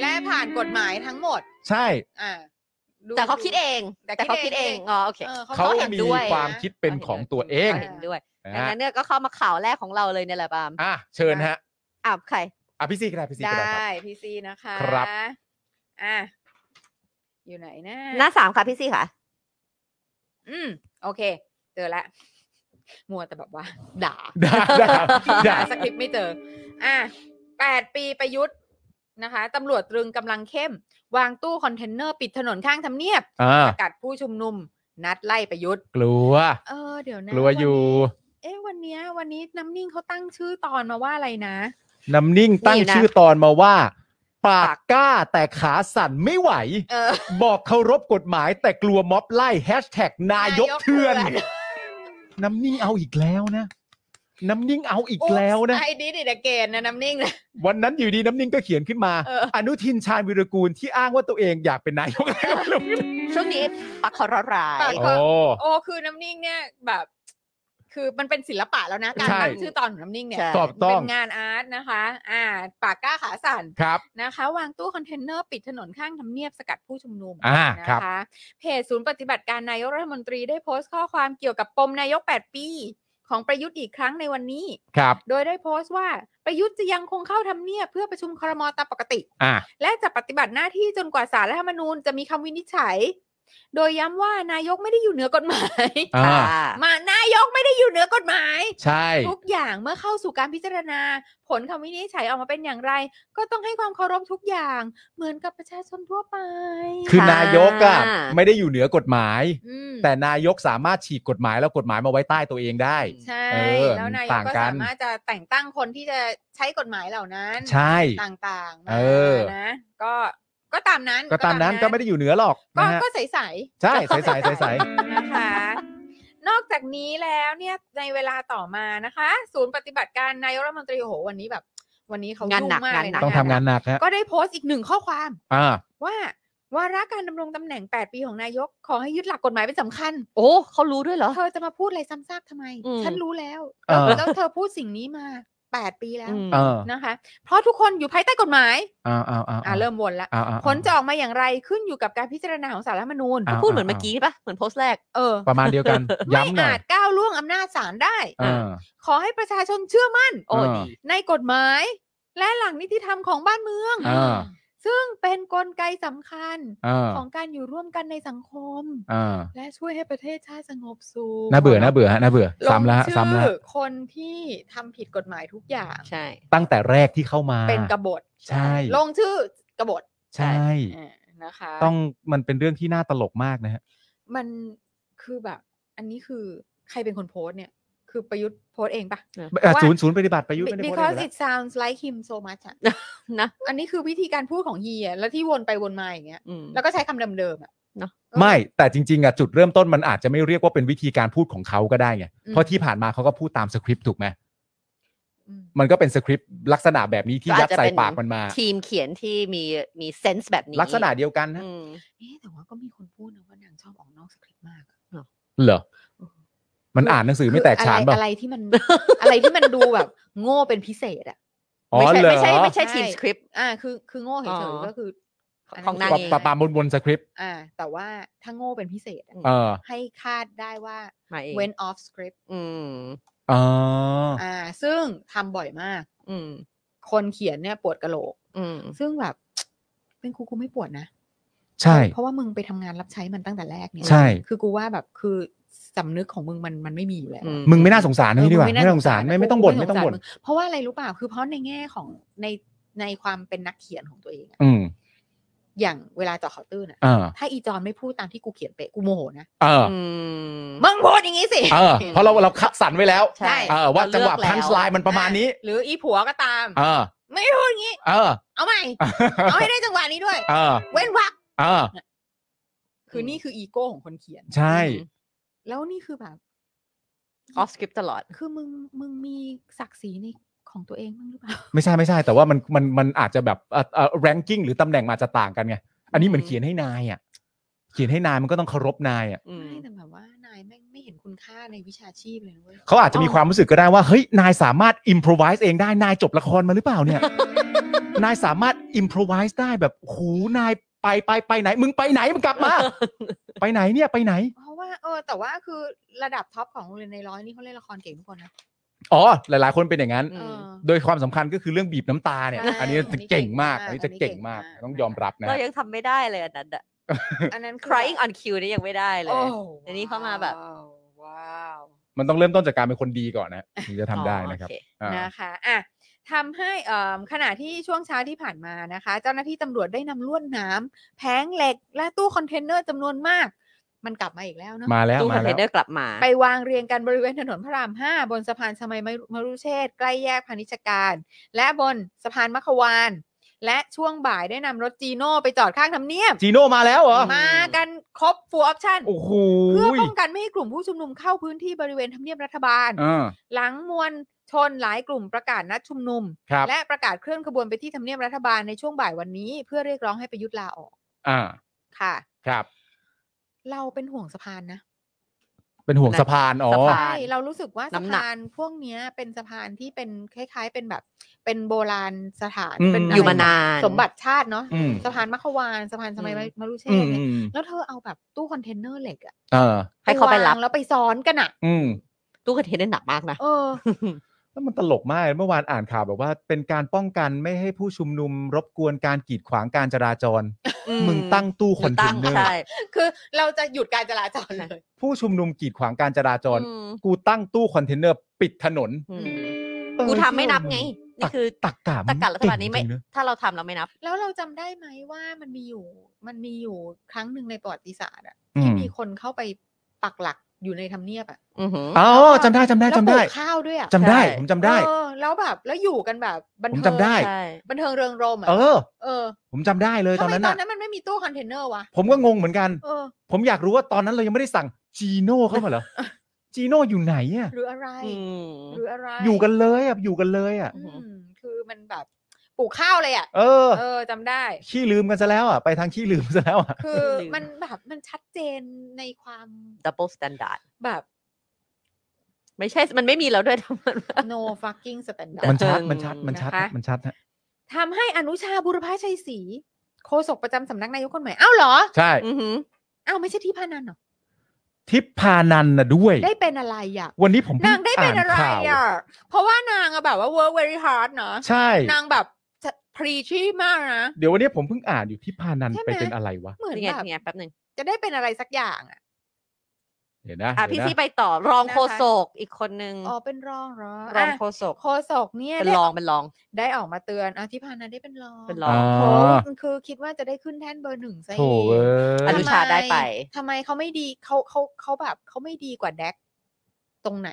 และผ่านกฎหมายทั้งหมด ใช่ อ่าดู แต่เขาคิดเอง แต่ แต่เขา คิ คิ ด ด เอ เอง งอ๋อโอเค ออ เขา ก็ ห็น มี ด้วย ความ นะ คิดเป็นของตัวเอง เห็นด้วย นะ ดัง ฮะ นั้นเนี่ยก็เข้ามาข่าวแรกของเราเลยเนี่ยแหละปาล์ม อ่ะเชิญฮะ อ้าวใคร อ่ะพี่ซีก็ได้พี่ซี ได ก็ได้ครั้บพี่ซีนะคะ ครับ อ่ะอยู่ไหนนะ หน้าสามค่ะพี่ซี่ค่ะ อืม โอเค เจอละมัวแต่แบบว่า ด่า ได้ได้ได้ หาสคริปต์ไม่เจอ อ่ะแปดปีประยุทธ์นะคะตำรวจตรึงกำลังเข้ม วางตู้คอนเทนเนอร์ปิดถนนข้างทำเนียบ อ่า ประกัดผู้ชุมนุม นัดไล่ประยุทธ์ กลัว เออเดี๋ยวนะ กลัวอยู่ นนี้เอ๊ะวันเนี้ยวันนี้น้ำนิ่งเขาตั้งชื่อตอนมาว่าอะไรนะ น้ำนิ่งตั้ง นี่นะ ชื่อตอนมาว่า ปากกล้าแต่ขาสั่นไม่ ไหว เออ บอกเคารพกฎหมายแต่กลัวม็อบไล่แฮชแท็กนายกเทือน นายกเถื่อน น้ำนิ่งเอาอีกแล้วนะ น้ำนิ่งเอาอีกแล้วนะ ไอ้ดิดิเดเกนนะน้ำนิ่ง นะ วันนั้นอยู่ดีน้ำนิ่งก็เขียนขึ้นมา เออ อนุทินชาญวิรกูลที่อ้างว่าตัวเองอยากเป็นนายกแล้ว ช่วงนี้ปักคอร์ร้าย ปาก โอ้ โอ้คือน้ำนิ่งเนี่ยแบบ คือมันเป็นศิลปะแล้วนะ การ ใช่ ตั้งชื่อตอนของน้ำนิ่งเนี่ย ใช่ ถูกต้อง เป็นงานอาร์ตนะคะ อ่า ปากกล้าขาสั่น ครับ นะคะ วางตู้คอนเทนเนอร์ปิดถนนข้างทำเนียบสกัดผู้ชุมนุม อ่า นะครับ คะ เพจศูนย์ปฏิบัติการนายกรัฐมนตรีได้โพสต์ข้อความเกี่ยวกับปมนายก 8 ปี ของประยุทธ์อีกครั้งในวันนี้ ครับ โดยได้โพสต์ว่าประยุทธ์จะยังคงเข้าทำเนียบเพื่อประชุมครมตามปกติ อ่า และจะปฏิบัติหน้าที่จนกว่าสารรัฐธรรมนูญจะมีคำวินิจฉัย โดยย้ำว่านายกไม่ได้อยู่เหนือกฎหมาย อ่า มานายกไม่ได้อยู่เหนือกฎหมาย ใช่ ทุกอย่างเมื่อเข้าสู่การพิจารณา ผลคำวินิจฉัยออกมาเป็นอย่างไร ก็ต้องให้ความเคารพทุกอย่าง เหมือนกับประชาชนทั่วไป คือนายกอะ ค่ะ ไม่ได้อยู่เหนือกฎหมาย อืม แต่นายกสามารถฉีกกฎหมายแล้วกฎหมายมาไว้ใต้ตัวเองได้ ใช่ เออ แล้วนายก ต่าง ก็ กัน สามารถจะแต่งตั้งคนที่จะใช้กฎหมายเหล่านั้น ใช่ ต่างๆมเอา อ นะ ก็ก็ตามนั้น ก็ตามนั้นก็ไม่ได้อยู่เหนือหรอก ก็ นะฮะ ก็ใสๆ ใช่ใสใสใสใส นะคะ นอกจากนี้แล้วเนี่ยในเวลาต่อมานะคะ ศูนย์ปฏิบัติการนายกรัฐมนตรีโอ้โหวันนี้แบบ วันนี้เขา งานหนัก ยุ่มากเลย งานหนั นะ ก ต้องทำงานหนักฮะ ก็ได้โพสต์อีกหนึ่งข้อความ อ่า ว่าวาระการดำรงตำแหน่ง 8 ปีของนายก ขอให้ยึดหลักกฎหมายเป็นสำคัญ โอ้เขารู้ด้วยเหรอ เธอจะมาพูดอะไรซ้ำซากทำไม อืม ฉันรู้แล้ว เออ แล้วเธอพูดสิ่งนี้มา 8 ปีแล้ว อืม เออ นะคะ เพราะทุกคนอยู่ภายใต้กฎหมาย อ่าอ่าอ่า อ่าเริ่มวนละ อ่าอ่า ผลจะออกมาอย่างไรขึ้นอยู่กับการพิจารณาของสารรัฐธรรมนูญ า พูดเหมือนเมื่อกี้ปะเหมือนโพสต์แรก เออ ประมาณเดียวกัน ไม่ ย้ำหน่อ อาย จก้าวล่วงอำนาจศาลได้ อ่า ขอให้ประชาชนเชื่อมั่น โอ้ อ่า ดี ในกฎหมาย และหลักนิติธรรมของบ้านเมือง อ่า ซึ่งเป็นนกลไกสำคัญ อ่า ของการอยู่ร่วมกันในสังคม อ่า และช่วยให้ประเทศชาติสงบสุข น่าเบื่อน่าเบื่อฮะน่าเบื่อ ลง ซ้ำละ ชื่อ ซ้ำละ คนที่ทำผิดกฎหมายทุกอย่าง ใช่ ตั้งแต่แรกที่เข้ามา เป็นกบฏ ใช่ ลงชื่อกบฏ ใช่ อ่านะคะ ต้องมันเป็นเรื่องที่น่าตลกมากนะฮะ มันคือแบบ อันนี้คือใครเป็นคนโพสต์เนี่ย คือประยุทธ์โพสต์เองปะ อ่ะ ว่า ศูนย์ศูนย์ปฏิบัติประยุทธ์ไม่ได้ Be- พูดอะไร because อยู่แล้ว it sounds like him so much อะ นะ อันนี้คือวิธีการพูดของเฮียแล้วที่วนไปวนมาอย่างเงี้ย อืม แล้วก็ใช้คำเดิมๆอ่ะ เนอะ ออ ไม่แต่จริงๆอ่ะจุดเริ่มต้นมันอาจจะไม่เรียกว่าเป็นวิธีการพูดของเขาก็ได้ไง อืม เพราะที่ผ่านมาเขาก็พูดตามสคริปต์ถูกไหม อืม มันก็เป็นสคริปต์ลักษณะแบบนี้ที่ ก็อาจ ยัด จะ ใส่ เป็น ปากมันมา ทีมเขียนที่มีมีเซนส์แบบนี้ ลักษณะเดียวกันนะ อืม เอ๊ะแต่ว่าก็มีคนพูดนะว่านางชอบออกนอกสคริปต์มากอะ เหรอมันอ่านหนังสือไม่แตกฉาน คือ ป่ะ อะไรอะไรที่มัน อะไรที่มันดูแบบ โง่เป็นพิเศษอ่ะ อ๋อ ไม่เหรอใช่ไม่ใช่ไม่ใช่ทีมสคริปต์ อ่า คือคือโง่ อ๋ เฉย อ ๆก็คืออั ของนาง ปะ เอง ปะปามบนๆสคริปต์ อ่า แต่ว่าถ้าโง่เป็นพิเศษอะ เออ ให้คาดได้ว่า มาเอง went off script อืม อ๋อ อ่า ซึ่งทำบ่อยมาก อืม คนเขียนเนี่ยปวดกระโหลก อืม ซึ่งแบบ เป็นกูกูไม่ปวดนะ ใช่ เพราะว่ามึงไปทำงานรับใช้มันตั้งแต่แรกเนี่ย ใช่ คือกูว่าแบบคือสำนึกของมึงมันมันไม่มีอยู่แล้ว อืม มึงไม่น่าสงสาร เออ นี่ดีกว่าไม่ ง น่าสงสารไม่ไม่ต้องบ่นไม่ต้องบ่น สารงเพราะว่าอะไรรู้เปล่าคือเพราะในแง่ของในในความเป็นนักเขียนของตัวเองอะ อืม อย่างเวลาเจาะข่าวตื้นอะ เออ ถ้าอีจอนไม่พูดตามที่กูเขียนเปะกูโมโหนะ เออ อืม มึงพูดอย่างนี้สิ เออเพราะเราเราคัดสรรไว้แล้ว ใช่ เออว่าจังหวะ เราเลือกแล้ว พันสไลน์มันประมาณนี้ หรืออีผัวก็ตาม เออ ไม่พูดอย่างนี้ เออ เอาใหม่ เอาให้ได้จังหวะนี้ด้วย เออ เว้นวรรค เออ คือนี่คืออีโก้ของคนเขียน ใช่ แล้วนี่คือแบบ ออฟสคริปตตลอด คือมึงมึงมีศักดิ์ศรีในของตัวเองบ้างหรือเปล่า ไม่ใช่ไม่ใช่ แต่ว่ามันมันมันอาจจะแบบเอ่อเอ่อ ranking หรือตำแหน่งมันอาจจะต่างกันไง อันนี้เหมือน อืม เขียนให้นายอ่ะเขียนให้นายมันก็ต้องเคารพนายอ่ะ อืม ไม่แต่แบบว่านายแม่งไม่เห็นคุณค่าในวิชาชีพเลยนะเว้ย เขาอาจจะมี อ๋อ ความรู้สึกก็ได้ว่าเฮ้ยนายสามารถ improvise เองได้นายจบละครมาหรือเปล่าเนี่ย นายสามารถ improvise ได้แบบโหูนายไปไปไปไหน มึงไปไหนมึงกลับมา ไปไหนเนี่ยไปไหน เพราะว่าเออแต่ว่าคือระดับท็อปของโรงเรียนในร้อยนี่เขาเล่นละครเก่งทุกคนนะ อ๋อ หลาย ๆ คนเป็นอย่างนั้น อืเอมอ โดยความสำคัญก็คือเรื่องบีบน้ำตาเนี่ย ใช่ อันนี้จะเก่งมากอันนี้จะเก่งมาก อันนี้เก่งมาก ต้องยอมรับนะ เรายังทำไม่ได้เลยอันนั้นอะ อันนั้นคือ crying on cue นี่ยังไม่ได้เลย โอ้ อันนี้เข้ามาแบบ ว้วว้าว มันต้องเริ่มต้นจากการเป็นคนดีก่อนนะถึงจะทำได้นะครับ อ๋อโอเ อ่า นะคะอ่ะทำให้เอ่อขณะที่ช่วงเช้าที่ผ่านมานะคะ เจ้าหน้าที่ตำรวจได้นำลวดหน้ำแผงเหล็กและตู้คอนเทนเนอร์จำนวนมาก มันกลับมาอีกแล้วเนอะ มาแล้ว ตู้ค มา อนเท แล้ น ว เนอร์กลับมา ไปวางเรียงกันบริเวณถนนพระราม 5 บนสะพานสมัยมรุเชษฐ์ใกล้แยกพาณิชการ และบนสะพานมัควาน และช่วงบ่ายได้นำรถจีโน่ไปจอดข้างทำเนียบ จีโน่มาแล้วเหรอ ม มากันครบ full option โอ้โห เพื่อป้องกันไม่ให้กลุ่มผู้ชุมนุมเข้าพื้นที่บริเวณทำเนียบรัฐบาล อ่า หลังมวลชนหลายกลุ่มประกาศนัดชุมนุม ครับ และประกาศเคลื่อนขบวนไปที่ทำเนียบรัฐบาลในช่วงบ่ายวันนี้ เพื่อเรียกร้องให้ประยุทธ์ลาออก อ่า ค่ะ ครับ เราเป็นห่วงสะพานนะ เป็นห่วงสะพานอ๋อ สะพน ใช่เรารู้สึกว่าสะ น้ำหนัก พานพวกเนี้ยเป็นสะพานที่เป็นคล้ายๆ เป็นแบบเป็นโบราณสถาน อืม เป็น อยู่มานาน สมบัติชาติเนาะ อืม สะพานมัควานสะพานสมัย อืม มารุเช อื ษ ม เนี่ย อืม แล้วเธอเอาแบบตู้คอนเทนเนอร์เหล็กอะ เออ ให้เขาไปรับ วงแล้วไปซ้อนกันอะ อืม ตู้กระเทนได้หนักมากนะ เออ แล้วมันตลกมากเมื่อวานอ่านข่าวแบบว่า เป็นการป้องกันไม่ให้ผู้ชุมนุมรบกวนการกีดขวางการจราจร อืม มึงตั้งตู้คอนเท ตั้ น ง เนอร์ ใช่ คือเราจะหยุดการจราจรนะ ผู้ชุมนุมกีดขวางการจราจร อืม กูตั้งตู้คอนเทนเนอร์ปิดถนน อืม เออ กูทำไม่นับไง นี่คือ ตักกะ ตะกะรัฐบาลนี้ไม่ เก่งจริงะ ถ้าเราทำเราไม่นับ แล้วเราจำได้ไหมว่ามันมีอยู่ มันมีอยู่ครั้งหนึ่งในประวัติศาสตร์อะ อื ที่ ม มีคนเข้าไปปักหลักอยู่ในทำเนียบอะ อือหือ อ๋อจำได้จำได้ แล้ว จำ ปลู ได้ กข้าวด้วยอะ จำได้ ใช่ ผมจำได้ เออแล้วแบบแล้วอยู่กันแบบบัน ผม เทิง จำได้ ใช่ บันเทิงเริงรมอะ เออ เออ ผมจำได้เลยตอนนั้น ทำไมตอ น่ะ นนั้นมันไม่มีตู้คอนเทนเนอร์วะ ผมก็งงเหมือนกัน เออ ผมอยากรู้ว่าตอนนั้นเรายังไม่ได้สั่งจีโน่เข้ามาเหรอ จีโน่อยู่ไหนอ่ะ หรืออะไร อืม หรืออะไร อยู่กันเลยอ่ะอยู่กันเลยอ่ะ อืมคือมันแบบปลูกข้าวเลยอ่ะ เออ เออจำได้ ขี้ลืมกันซะแล้วอ่ะไปทางขี้ลืมซะแล้ว อ่ะ คือ ลืม มันแบบมันชัดเจนในความ double standard แบบ ไม่ใช่ มันไม่มีแล้วด้วยท ำไม no fucking standard มันชัด เออ มันชัดมันชัด นะคะ มันชัดฮะ ทำให้อนุชาบุรพาชัยศรีโฆษกประจำสำนักนายกคนใหม่อ้าวเหรอ ใช่ อือหือ อ้าวไม่ใช่ที่พานันเหรอ ทิพพานันนะด้วย ได้เป็นอะไรอ่ะ วันนี้ผม นางได้เป็น พิ่ อะไร ข่าว อ่ะ เพราะว่านางอะแบบว่า work very hard เนอะ ใช่ นางแบบพรีชีพมากนะ เดี๋ยววันนี้ผมเพิ่งอ่านอยู่ทิพพานัน ใช่ไหม ไปเป็นอะไรวะ เหมือน นี่ไง แบบ นี่ไงแป๊บหนึ่ง จะได้เป็นอะไรสักอย่างอะ เดี๋ยวนะ อ่ะ เดี๋ พี่ ยวนะ ซีไปต่อรอง นะคะ โฆษกอีกคนนึง อ๋อเป็นรองเหรอ รอง ะ โฆษก โฆษกเนี่ย เป็น ได้ รองเป็นรอง ได้ออกมาเตือนอาทิพานันได้เป็นรอง เป็นร อ๋อ โหคือคิดว่าจะได้ขึ้นแท่นเบอร์หนึ่งซะ โถเว้ อย นุชาได้ไป ทำไมเขาไม่ดีเขาเขาเขาแบบเขาไม่ดีกว่าแดกตรงไหน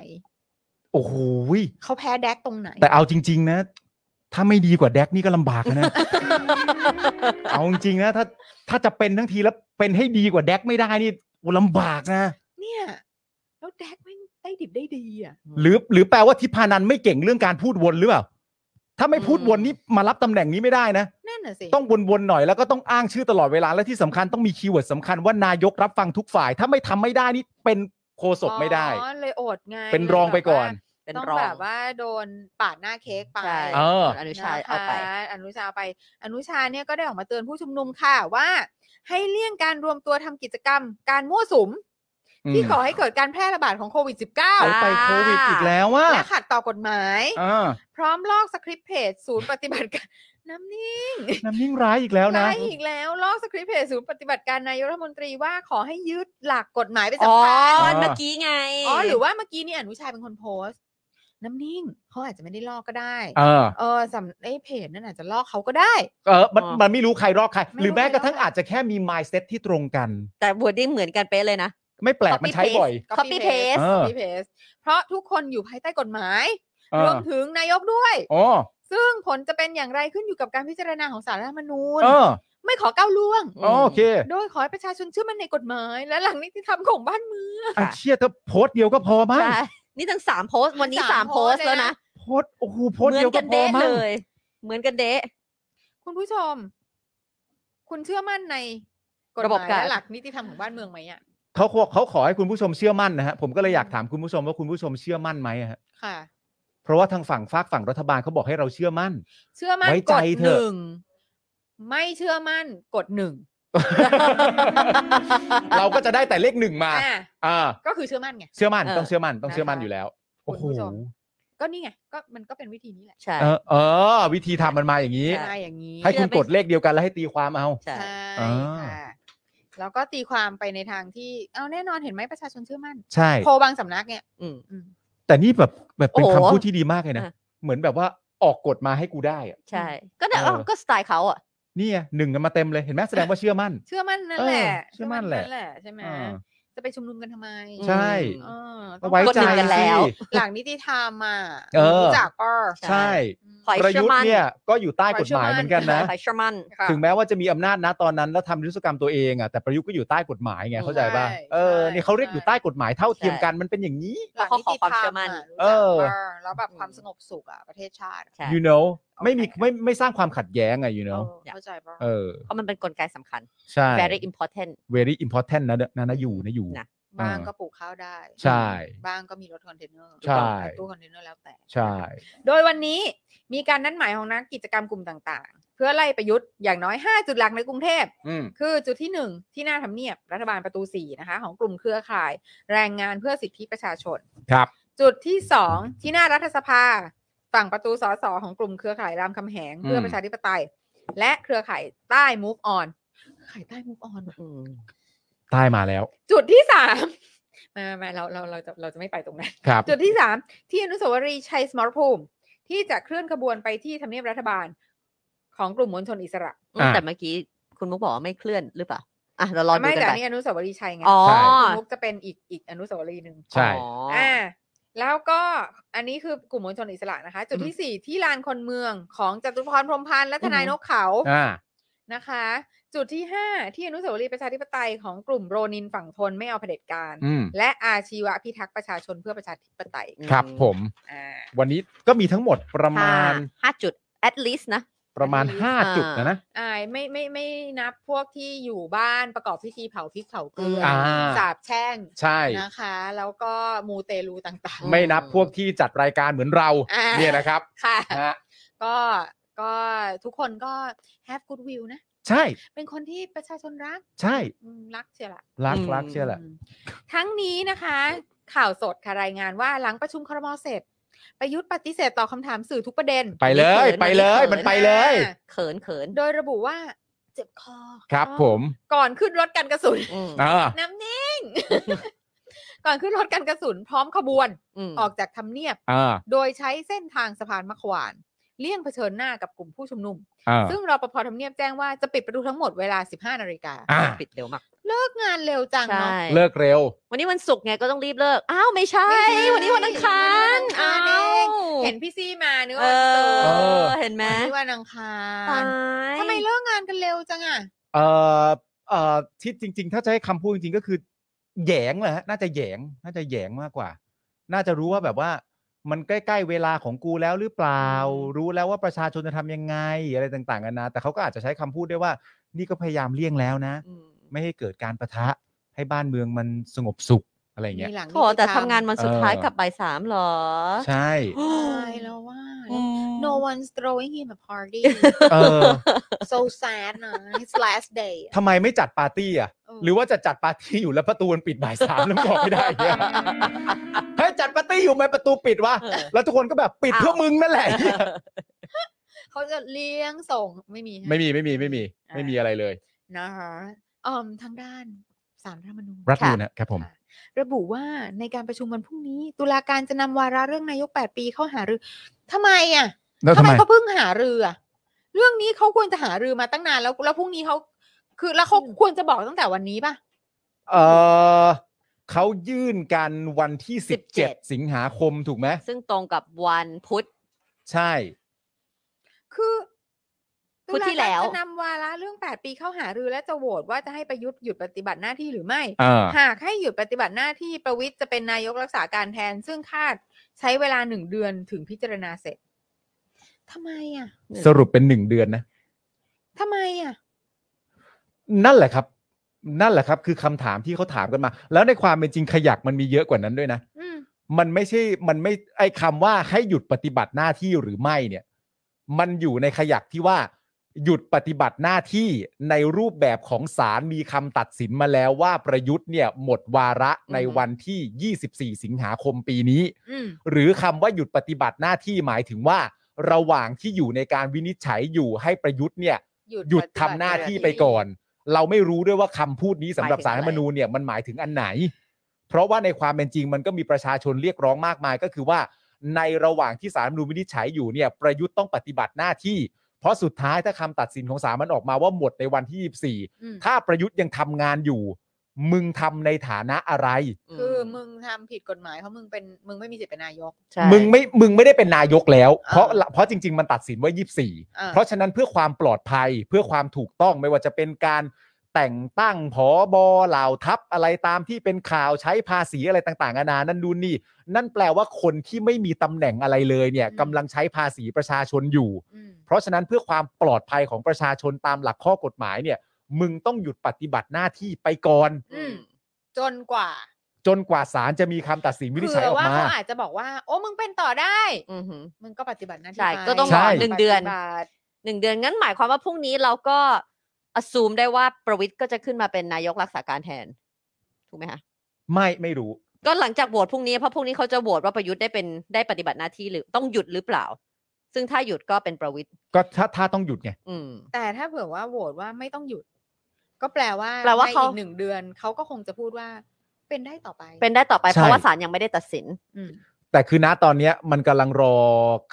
โอ้โหย เขาแพ้แดกตรงไหน แต่เอาจริง ๆ นะ ถ้าไม่ดีกว่าแดกนี่ก็ลำบากนะ เอาจริงๆนะถ้าถ้าจะเป็นทั้งทีแล้วเป็นให้ดีกว่าแดกไม่ได้นี่โอ้ลำบากนะ เนี่ย แล้วแดกไม่งได้ดิบได้ดีอ่ะ หรือหรือแปลว่าทิพานันไม่เก่งเรื่องการพูดวนหรือเปล่า ถ้าไม่พูดวนนี่มารับตำแหน่งนี้ไม่ได้นะ นั่นน่ะสิ ต้องวนๆหน่อยแล้วก็ต้องอ้างชื่อตลอดเวลา และที่สำคัญต้องมีคีย์เวิร์ดสำคัญว่านายกรับฟังทุกฝ่าย ถ้าไม่ทำไม่ได้นี่เป็นโคศกไม่ได้ อ๋อเลยโอดไง เป็นรองไปก่อน เป็น ต้อง รอ แบ ง บว่าโดนปาดหน้าเค้กไป ใช่ เออ อนุชาเอาไป นะคะอนุชาไป อนุชาเนี่ยก็ได้ออกมาเตือนผู้ชุมนุมค่ะว่า ให้เลี่ยงการรวมตัวทำกิจกรรม การมั่วสุม ที่ก่อให้เกิดการแพร่ระบาดของโควิด เอา -19 ไปโควิดอีกแล้วว่า และขัดต่อกฎหมาย อ่า พร้อมลอกสคริปต์เพจศูนย์ปฏิบัติการ น้ำนิ่ง น้ำยิ่งร้ายอีกแล้วนะ ร้ายอีก แล้ว ลอกสคริปต์เพจศูนย์ปฏิบัติการนายกรัฐมนตรีว่าขอให้ยึดหลักกฎหมายเป็น อ๋อ สำคัญ อันเมื่อกี้ไง อ๋อหรือว่าเมื่อกี้นี่อนุชาเป็นคนโพสต์ น้ำนิ่งเขาอาจจะไม่ได้ลอกก็ได้ เออ เออสำไอ้เพจนั่นอาจจะลอกเขาก็ได้ เออมันมันไม่รู้ใครรอกใคร ไม่รู้ หรือแม้กระทั่ง ใครรอก อาจจะแค่มี mindset ที่ตรงกัน แต่วอร์ดดิ้งเหมือนกันเป๊ะเลยนะ ไม่แปลก Copy มันใช้บ่อย paste copy paste เออ copy paste เพราะทุกคนอยู่ภายใต้กฎหมาย เอ รว อ มถึงนายกด้วย อ๋อ ซึ่งผลจะเป็นอย่างไรขึ้นอยู่กับการพิจารณาของสารรัฐธรรมนูญ เออ ไม่ขอก้าวล่วง อ๋อโอเค โดยขอให้ประชาชนเชื่อมั่นในกฎหมาย และหลักนิติธรรมของบ้านเมือง ไอ้เชี่ยถ้าโพสต์เดียวก็พอมั้ง ใช่นี่ตั้งสามโพสต์วันนี้ สา สาม ม โพ โพ ส ส ต์ ต์แล้ว เลยนะ นะ โพสต์โอ้โหโพส เห ต์ มือ เดียวนกั ก็ น พอ เดะ มั้ เล ง ย เหมือนกันเดะ คุณผู้ชม คุณเชื่อมั่นในกฎ ระ ห บบ มาย การ และหลักนิติธรรมของบ้านเมืองไหมอ่ะ เขาขอเขาขอให้คุณผู้ชมเชื่อมั่นนะฮะผมก็เลยอยากถามคุณผู้ชมว่าคุณผู้ชมเชื่อมั่นไหมอะฮะ ค่ะ เพราะว่าทางฝั่งฝากฝั่งรัฐบาลเขาบอกให้เราเชื่อมั่ น เชื่อมั่น ไว้ ก ใจ ฎ เถ ห อะ นึ่งไม่เชื่อมั่นกฎหนึ่ง เราก็จะได้แต่เลขหนึ่งมา อ่ะ อ่า ก็คือเชื่อมั่นไง เชื่อมั่น เออ ต้องเชื่อมั่นต้องเชื่อมั่น นะคะ อยู่แล้ว โอ้โห คุณผู้ชม ก็นี่ไงก็มันก็เป็นวิธีนี้แหละ ใช่ เออ เออ วิธีทำมันมาอย่างนี้ มาอย่างนี้ ให้คุณกดเลขเดียวกันแล้วให้ตีความเอา ใช่ ใช่ อ่า ค่ะแล้วก็ตีความไปในทางที่เอาแน่นอนเห็นไหมประชาชนเชื่อมั่น ใช่ โพลบางสำนักเนี่ย อืม อืม แต่นี่แบบแบบเป็น โอ้โห คำพูดที่ดีมากเลยนะ อ่ะ เหมือนแบบว่าออกกฎมาให้กูได้อะ ใช่ ก็เนี่ย เออ เอ้าก็สไตล์เขาอ่ะ นี่ไงหนึ่งกันมาเต็มเลยเห็นไหมแสดงว่าเชื่อมั่น เชื่อมั่นนั่นแหละ เออเชื่อมั่นแหละ ใช่ไหม อ่า จะไปชุมนุมกันทำไม ใช่ เออ ก็ไว้ใจ กดหนึ่งกันแล้ สิ ว หลังนิติธรรมอ่ะ เออ รู้จักป้อ ใช่ ขอให้ ประ เชื่ ยุ อ ทธ์ มั่น เนี่ยก็อยู่ใต้กฎหมายเหมือนกันนะ ขอให้เชื่อมั่น ค่ะ ถึงแม้ว่าจะมีอำนาจนะตอนนั้นแล้วทำนิรุสกรรมตัวเองอ่ะแต่ประยุทธ์ก็อยู่ใต้กฎหมายไงเข้าใจป่ะ ใช่ เออ ใช่ เนี่ยเขาเรียกอยู่ใต้กฎหมายเท่าเทียมกันมันเป็นอย่างนี้ หลังนิติธรรม ขอความเชื่อมั่น ะรู้จัก เออ ป้แล้วแบบความสงบสุขอ่ะประเทศชาติอะ ใช่ you know ไม่มีไม่ไม่สร้างความขัดแย้งไง you เอ know อเข้าใจป้อ เออ เพราะมันเป็นกลไกสำคัญ ใช่ very important very important นะเนอะนะนะอยู่นะอยู่ นะ บ้าง อ่า ก็ปลูกข้าวได้ ใช่ บ้างก็มีรถคอนเทนเนอร์ ใช่ ตู้คอนเทนเนอร์แล้วแต่ ใช่ โดยวันนี้มีการนัดหมายของนักกิจกรรมกลุ่มต่างๆ เพื่อไล่ประยุทธ์อย่างน้อย 5 จุดหลักในกรุงเทพ อืม คือจุดที่ 1 ที่หน้าทำเนียบรัฐบาลประตู 4 นะคะ ของกลุ่มเครือข่าย แรงงานเพื่อสิทธิประชาชน ครับ จุดที่ 2 ที่หน้ารัฐสภา ฝั่งประตูสสของกลุ่มเครือข่ายรามคำแหง เพื่อประชาธิปไตย และเครือข่ายใต้มูฟออนข่ายใต้มูฟออน ใต้มาแล้ว จุดที่สามมามาเราเราเราจะเราจะไม่ไปตรงนั้น ครับ จุดที่สามที่อนุสาวรีย์ชัยสมรภูมิ ที่จะเคลื่อนขบวนไปที่ทำเนียบรัฐบาลของกลุ่มมวลชนอิสระ อืม อ่ะ แต่เมื่อกี้คุณมุกบอกว่าไม่เคลื่อนหรือเปล่าอ่ะเรารอดู ไม่ กัน แต่ ไป อันนี่อนุสาวรีย์ชัยไง อ๋อ ใช่ คุณมุกจะเป็นอีกอีกอนุสาวรีย์หนึ่ง ใช่ อ๋ออ อ่าแล้วก็อันนี้คือกลุ่มมวลชนอิสระนะคะ จุดที่สี่ที่ลานคนเมืองของจตุพรพรหมพันธ์และทนาย อือนหือ กเขา อ่า นะคะ จุดที่ห้าที่อนุสาวรีย์ประชาธิปไตยของกลุ่มโรนินฝั่งทนไม่เอาเผด็จการ อืม และอาชีวะพิทักษ์ประชาชนเพื่อประชาธิปไตย ครับผม อ่า วันนี้ก็มีทั้งหมดประ ห้า มาณ ห้าจุด at least นะ ประมาณ อ่า 5 จุดนะนะ อายไม่ไม่ไม่นับพวกที่อยู่บ้านประกอบพิธีเผาพริกเผาเกลืออา สาบแช่ง ใช่ นะคะ แล้วก็มูเตลูต่าง ไม่นับพวกที่จัดรายการเหมือนเรา อ่า เนี่ยนะครับ ๆ ค่ะ นะฮะ ก็ก็ทุกคนก็ have good will นะ ใช่ เป็นคนที่ประชาชนรัก ใช่ อืมรักเชียวละ รัก อืม รักเชื่อแหละ อืมทั้งนี้นะคะ ข่าวสดค่ะรายงานว่าหลังประชุมครมเสร็จ ประยุทธ์ปฏิเสธตอบคำถามสื่อทุกประเด็น ไปเลย เขิน ไปเลย เขิน มันไปเลย อ่า เขินเขิน โดยระบุว่าเจ็บคอ ครับ อ๋อ ผม ก่อนขึ้นรถกันกระสุน อืม อ่า น้ำนิ่ง ก่อนขึ้นรถกันกระสุนพร้อมขบวน อืม ออกจากทำเนียบ อ่า โดยใช้เส้นทางสะพานมะขวาน เลี่ยงเผชิญหน้ากับกลุ่มผู้ชุมนุม อ่า ซึ่งรปภทำเนียบแจ้งว่าจะปิดประตูทั้งหมดเวลา 15 นาฬิกา อ่า ปิดเร็วมาก เลิกงานเร็วจังเนาะ ใช่ เลิกเร็ว วันนี้วันศุกร์ไงก็ต้องรีบเลิก อ้าวไม่ใช่ ไม่ใช่ วันนี้วันอังคาร วันอังคา อ้าร เอง ว เห็นพี่ซี่มาเนื้อ เอ เออ อ เห็นไหม นี่วันอังคา ตาร ย ทำไมเลิกงานกันเร็วจังอ่ะ เอ่อเอ่อที่จริง ๆ ถ้าจะให้คำพูดจริงๆก็คือแหยงแหละฮะน่าจะแหยงน่าจะแหยงมากกว่า น่าจะรู้ว่าแบบว่า มันใกล้ๆเวลาของกูแล้วหรือเปล่า รู้แล้วว่าประชาชนจะทำยังไงอะไรต่างๆกันานาแต่เขาก็อาจจะใช้คำพูดได้ว่า นี่ก็พยายามเลี่ยงแล้วนะ อืม ไม่ให้เกิดการประทะให้บ้านเมืองมันสงบสุขอะไรอย่างเงี้ย มีหลัง โถแต่ทำงานวันสุดท้าย เออ กลับบ่ายสามเหรอ ใช่ ตายแล้วว่า no one's throwing him a party เออ so sad นะ his last day อะ ทำไมไม่จัดปาร์ตี้อ่ะ เออ หรือว่าจะจัดปาร์ตี้อยู่แล้วประตูมันปิดบ่ายสามแล้วบอกไม่ได้ เนี่ยเฮ้ยจัดปาร์ตี้อยู่ไหมประตูปิดวะ เออ แล้วทุกคนก็แบบปิดเพื่อมึงนั่นแหละเนี่ย เขาจะเลี้ยงส่งไม่มีฮะ ไม่มีไม่มีไม่มี ไม่มีอะไรเลย นะคะเอ่อทางด้านสารรัฐธรรมนูญ รัฐ ค่ะ นูนนะครับผม ค่ะระบุว่าในการประชุมวันพรุ่งนี้ ตุลาการจะนำวาระเรื่องนายก 8 ปีเข้าหารือทำไมอ่ะ แล้วทำไม เขาเพิ่งหารืออ่ะเรื่องนี้เขาควรจะหารือมาตั้งนานแล้วแล้วพรุ่งนี้เขาคือแล้วเขาควรจะบอกตั้งแต่วันนี้ป่ะ เออเขายื่นกันวันที่ 17 สิงหาคมถูกไหม ซึ่งตรงกับวันพุธ ใช่ คือ พูดที่แล้ว ตุาการจะนำวาระเรื่อง 8 ปีเข้าหารือและจะโหวตว่าจะให้ประยุทธ์หยุดปฏิบัติหน้าที่หรือไม่ เออ หากให้หยุดปฏิบัติหน้าที่ประวิทย์จะเป็นนายกรักษาการแทน ซึ่งคาดใช้เวลาหนึ่งเดือนถึงพิจารณาเสร็จทำไมอ่ะ สรุปเป็นหนึ่งเดือนนะ ทำไมอ่ะ นั่นแหละครับ นั่นแหละครับ คือคำถามที่เขาถามกันมา แล้วในความเป็นจริงขยักมันมีเยอะกว่านั้นด้วยนะ อืม มันไม่ใช่ มันไม่ ไอ้คำว่าให้หยุดปฏิบัติหน้าที่หรือไม่เนี่ย มันอยู่ในขยักที่ว่า หยุดปฏิบัติหน้าที่ในรูปแบบของศาลมีคำตัดสินมาแล้วว่าประยุทธ์เนี่ยหมดวาระใน อือฮึ วันที่ 24 สิงหาคมปีนี้ อืม หรือคำว่าหยุดปฏิบัติหน้าที่หมายถึงว่า ระหว่างที่อยู่ในการวินิจฉัยอยู่ให้ประยุทธ์เนี่ย หยุดทำหน้าที่ไปก่อน เราไม่รู้ด้วยว่าคำพูดนี้สำหรับสามหาร ย ร ถึ ฐธรรมงอะไรนูญเนี่ยมันหมายถึงอันไหน เพราะว่าในความเป็นจริงมันก็มีประชาชนเรียกร้องมากมายก็คือว่า ในระหว่างที่สารรฐธรรมนูญวินิจฉัยอยู่เนี่ยประยุทธ์ต้องปฏิบัติหน้าที่ เพราะสุดท้ายถ้าคำตัดสินของศาลมันออกมาว่าหมดในวันที่ อืม 24 ถ้าประยุทธ์ยังทำงานอยู่ มึงทำในฐานะอะไร คือมึงทำผิดกฎหมายเพราะมึงเป็นมึงไม่มีสิทธิ์เป็นนายก ใช่ มึงไม่มึงไม่ได้เป็นนายกแล้ว เพราะ อ่า เพราะจริง ๆ มันตัดสินว่า อ่า 24 เพราะฉะนั้นเพื่อความปลอดภัยเพื่อความถูกต้องไม่ว่าจะเป็นการแต่งตั้งผอบอเหล่าทัพอะไรตามที่เป็นข่าวใช้ภาษีอะไรต่างๆนานานั่นดูนนี่ นั่นแปลว่าคนที่ไม่มีตำแหน่งอะไรเลยเนี่ยกำลังใช้ภาษีประชาชนอยู่ อืม เพราะฉะนั้นเพื่อความปลอดภัยของประชาชนตามหลักข้อกฎหมายเนี่ย มึงต้องหยุดปฏิบัติหน้าที่ไปก่อน จนกว่า จนกว่าศาลจะมีคำตัดสินวินิจฉัย เผื่ ออก ว่า มา เขาอาจจะบอกว่า โอ้มึงเป็นต่อได้ อือหือ มึงก็ปฏิบัติหน้าที่ ใช่ ไป ก็ต้อง ใช่ รอหนึ่งเดือน ปฏิบัติ หนึ่งเดือนงั้นหมายความว่าพรุ่งนี้เราก็อ u ูมได้ว่าประวิทย์ก็จะขึ้นมาเป็นนายกรักษาการแทน ถูกไหมคะ ไม่ไม่รู้ ก็หลังจากโหวตพรุ่งนี้เพราะพรุ่งนี้เขาจะโหวตว่าประยุทธ์ได้เป็นได้ปฏิบัติหน้าที่หรือต้องหยุดหรือเปล่า ซึ่งถ้าหยุดก็เป็นประวิทย์ ก็ถ้าถ้าต้องหยุดไง อืม แต่ถ้าเผื่อว่าโหวตว่าไม่ต้องหยุด ก็แปลว่า แปลว่า ใน เขา อีกหนึ่งเดือนเขาก็คงจะพูดว่า เป็นได้ต่อไป เป็นได้ต่อไป ใช่ เพราะว่าศาลยังไม่ได้ตัดสิน อืม แต่คือณตอนเนี้ยมันกำลังรอ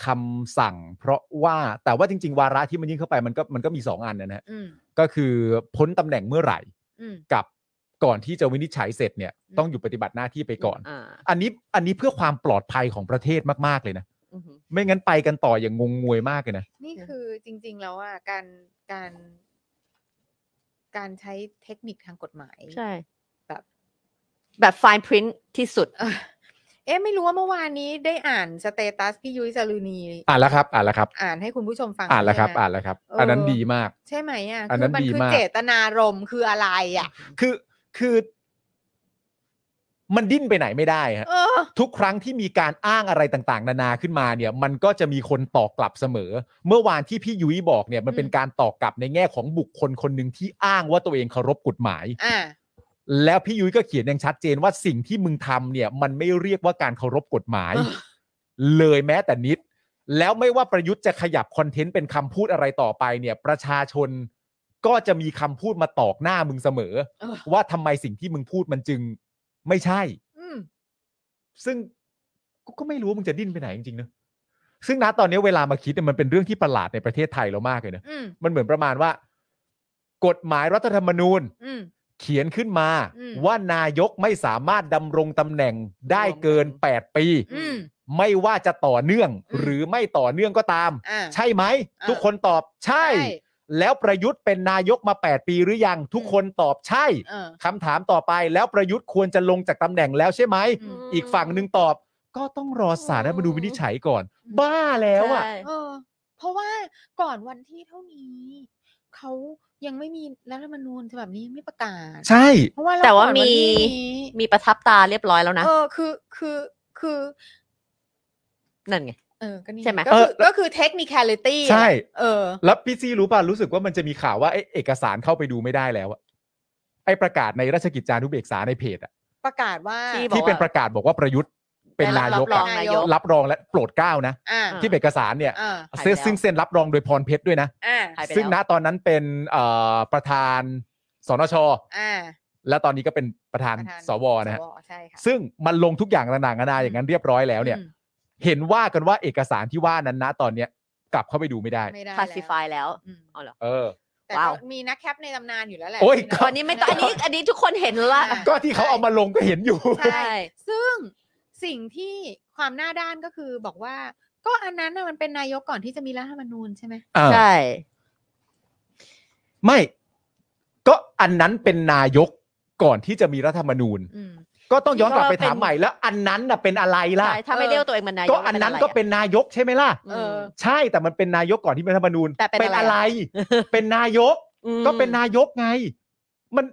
คำสั่ง เพราะว่าแต่ว่าจริง ๆ วาระที่มันยื่นเข้าไปมันก็มันก็มีสองอันนะฮะ อืม ก็คือพ้นตำแหน่งเมื่อไหร่ อืม กับก่อนที่จะวินิจฉัยเสร็จเนี่ย อืม ต้องหยุดปฏิบัติหน้าที่ไปก่อน อ่า อันนี้อันนี้เพื่อความปลอดภัยของประเทศมากๆเลยนะ อือหือ ไม่งั้นไปกันต่ออย่างงงงวยมากเลยนะ นี่คือจริง ๆ แล้วอ่ะการการ การใช้เทคนิคทางกฎหมาย ใช่ แบบ แบบ fine print ที่สุด เออเอ๊ะไม่รู้ว่าเมื่อวานนี้ได้อ่านสเตตัสพี่ยุ้ยจารุณี อ่านแล้วครับ อ่านแล้วครับ อ่านให้คุณผู้ชมฟัง อ่านแล้วครับ ใช่ไหม อ่านแล้วครับ เอออั อันนั้นดีมาก ใช่ไหมอ่ะ อัน คื นั้น มั ดี คือ มาก เจตนารมณ์คืออะไรอ่ะ คือคือ มันดิ้นไปไหนไม่ได้ฮะ เออ ทุกครั้งที่มีการอ้างอะไรต่างๆ นานาขึ้นมาเนี่ย มันก็จะมีคนตอกกลับเสมอ เมื่อวานที่พี่ยุ้ยบอกเนี่ย มันเป็นการตอกกลับในแง่ของบุคคลคนหนึ่งที่อ้างว่าตัวเองเคารพกฎหมาย อ่ะ แล้วพี่ยุ้ยก็เขียนอย่างชัดเจนว่าสิ่งที่มึงทำเนี่ย มันไม่เรียกว่าการเคารพกฎหมาย เออ เลยแม้แต่นิด แล้วไม่ว่าประยุทธ์จะขยับคอนเทนต์เป็นคำพูดอะไรต่อไปเนี่ย ประชาชนก็จะมีคำพูดมาตอกหน้ามึงเสมอ เออ ว่าทำไมสิ่งที่มึงพูดมันจึงไม่ใช่ อืม ซึ่งกูก็ไม่รู้ว่ามึงจะดิ้นไปไหนจริงๆเนอะซึ่งณตอนนี้เวลามาคิดเนี่ยมันเป็นเรื่องที่ประหลาดในประเทศไทยเรามากเลยนะ อืม มันเหมือนประมาณว่า กฎหมายรัฐธรรมนูญ อืม เขียนขึ้นมา อืม ว่านายกไม่สามารถดำรงตำแหน่งได้เกิน รวมกัน 8 ปี อืม ไม่ว่าจะต่อเนื่อง อืม หรือไม่ต่อเนื่องก็ตาม อ่ะ ใช่ไหม อ่า ทุกคนตอบใช่ ใช่ แล้วประยุทธ์เป็นนายกมา 8 ปีหรือยัง ทุกคนตอบใช่ เออ คำถามต่อไปแล้วประยุทธ์ควรจะลงจากตำแหน่งแล้วใช่ไหม อืม อีกฝั่งหนึ่งตอบ ก็ต้องรอสารรัฐธรรมนูญวินิจฉัยก่อน บ้าแล้วอ่ะ ใช่ เออ เพราะว่าก่อนวันที่เท่านี้เขายังไม่มีรัฐธรรมนูญฉบับนี้ยังไม่ประกาศ ใช่ เพราะว่าเร แต่ว่า ก่อนน มี ที่ มีประทับตาเรียบร้อยแล้วนะ เออคือคือคือ นั่นไง เออ ก็นี่ ใช่ไหม ก็คือ เออ ก็คือเทคนิค a l i t y ใช่ เออ แล้วพี่ซีรู้ป่ะรู้สึกว่ามันจะมีข่าวว่าไอ้เอกสารเข้าไปดูไม่ได้แล้วอะไอ้ประกาศในราชกิจจานุเบกษาในเพจอะ ประกาศว่า ที่ บอ ที่ กว่า เป็นประกาศบอกว่าประยุทธ์เป็น ได้ นา รั ย บ ก ร อะ องนายก รับรองและโปรดเกล้านะ อ่า อ่า ที่เอกสารเนี่ย อ่า หายไป เซ็น แล้ว ซึ่งเซ็นรับรองโดยพรเพชรด้วยนะ อ่า หายไป ซึ่งณ แล้ว ตอนนั้นเป็นเอ่อประธานสนช อ่า และตอนนี้ก็เป็นประธาน ประธาน สวนะฮะ สวใช่ค่ะ ซึ่งมันลงทุกอย่างต่างๆนานาอย่างนั้นเรียบร้อยแล้วเนี่ย อืม เห็นว่ากันว่าเอกสารที่ว่านั้นนะตอนเนี้ยกลับเข้าไปดูไม่ได้ ไม่ได้ classify แล้ว อืม เออ แต่ ว้า ก็ ว มีนักแคปในตำนานอยู่แล้วแหละ โอ้ย ที่ ก็ อันนี้ไม่ต้องอันนี้อันนี้ทุกคนเห็นละ ก็ที่เขาเอามาลงก็เห็นอยู่ ใช่ซึ่งสิ่งที่ความหน้าด้านก็คือบอกว่า ก็อันนั้นน่ะมันเป็นนายกก่อนที่จะมีรัฐธรรมนูญใช่ไหม อ่า ใช่ ไม่ ก็อันนั้นเป็นนายกก่อนที่จะมีรัฐธรรมนูญ อืม ก็ต้องย้อนกลับไป ก็เป็น ถามใหม่แล้ว อันนั้นน่ะเป็นอะไรล่ะ ใช่ถ้าไม่ เออ เรียกตัวเองมันนายก ก็อันนั้นก็เป็นนายกใช่ไหมล่ะ เออ ใช่แต่มันเป็นนายกก่อนที่มีรัฐธรรมนูญ แต่เป็น นอะไร เป็นนายก ก็เป็นนายกไง มัน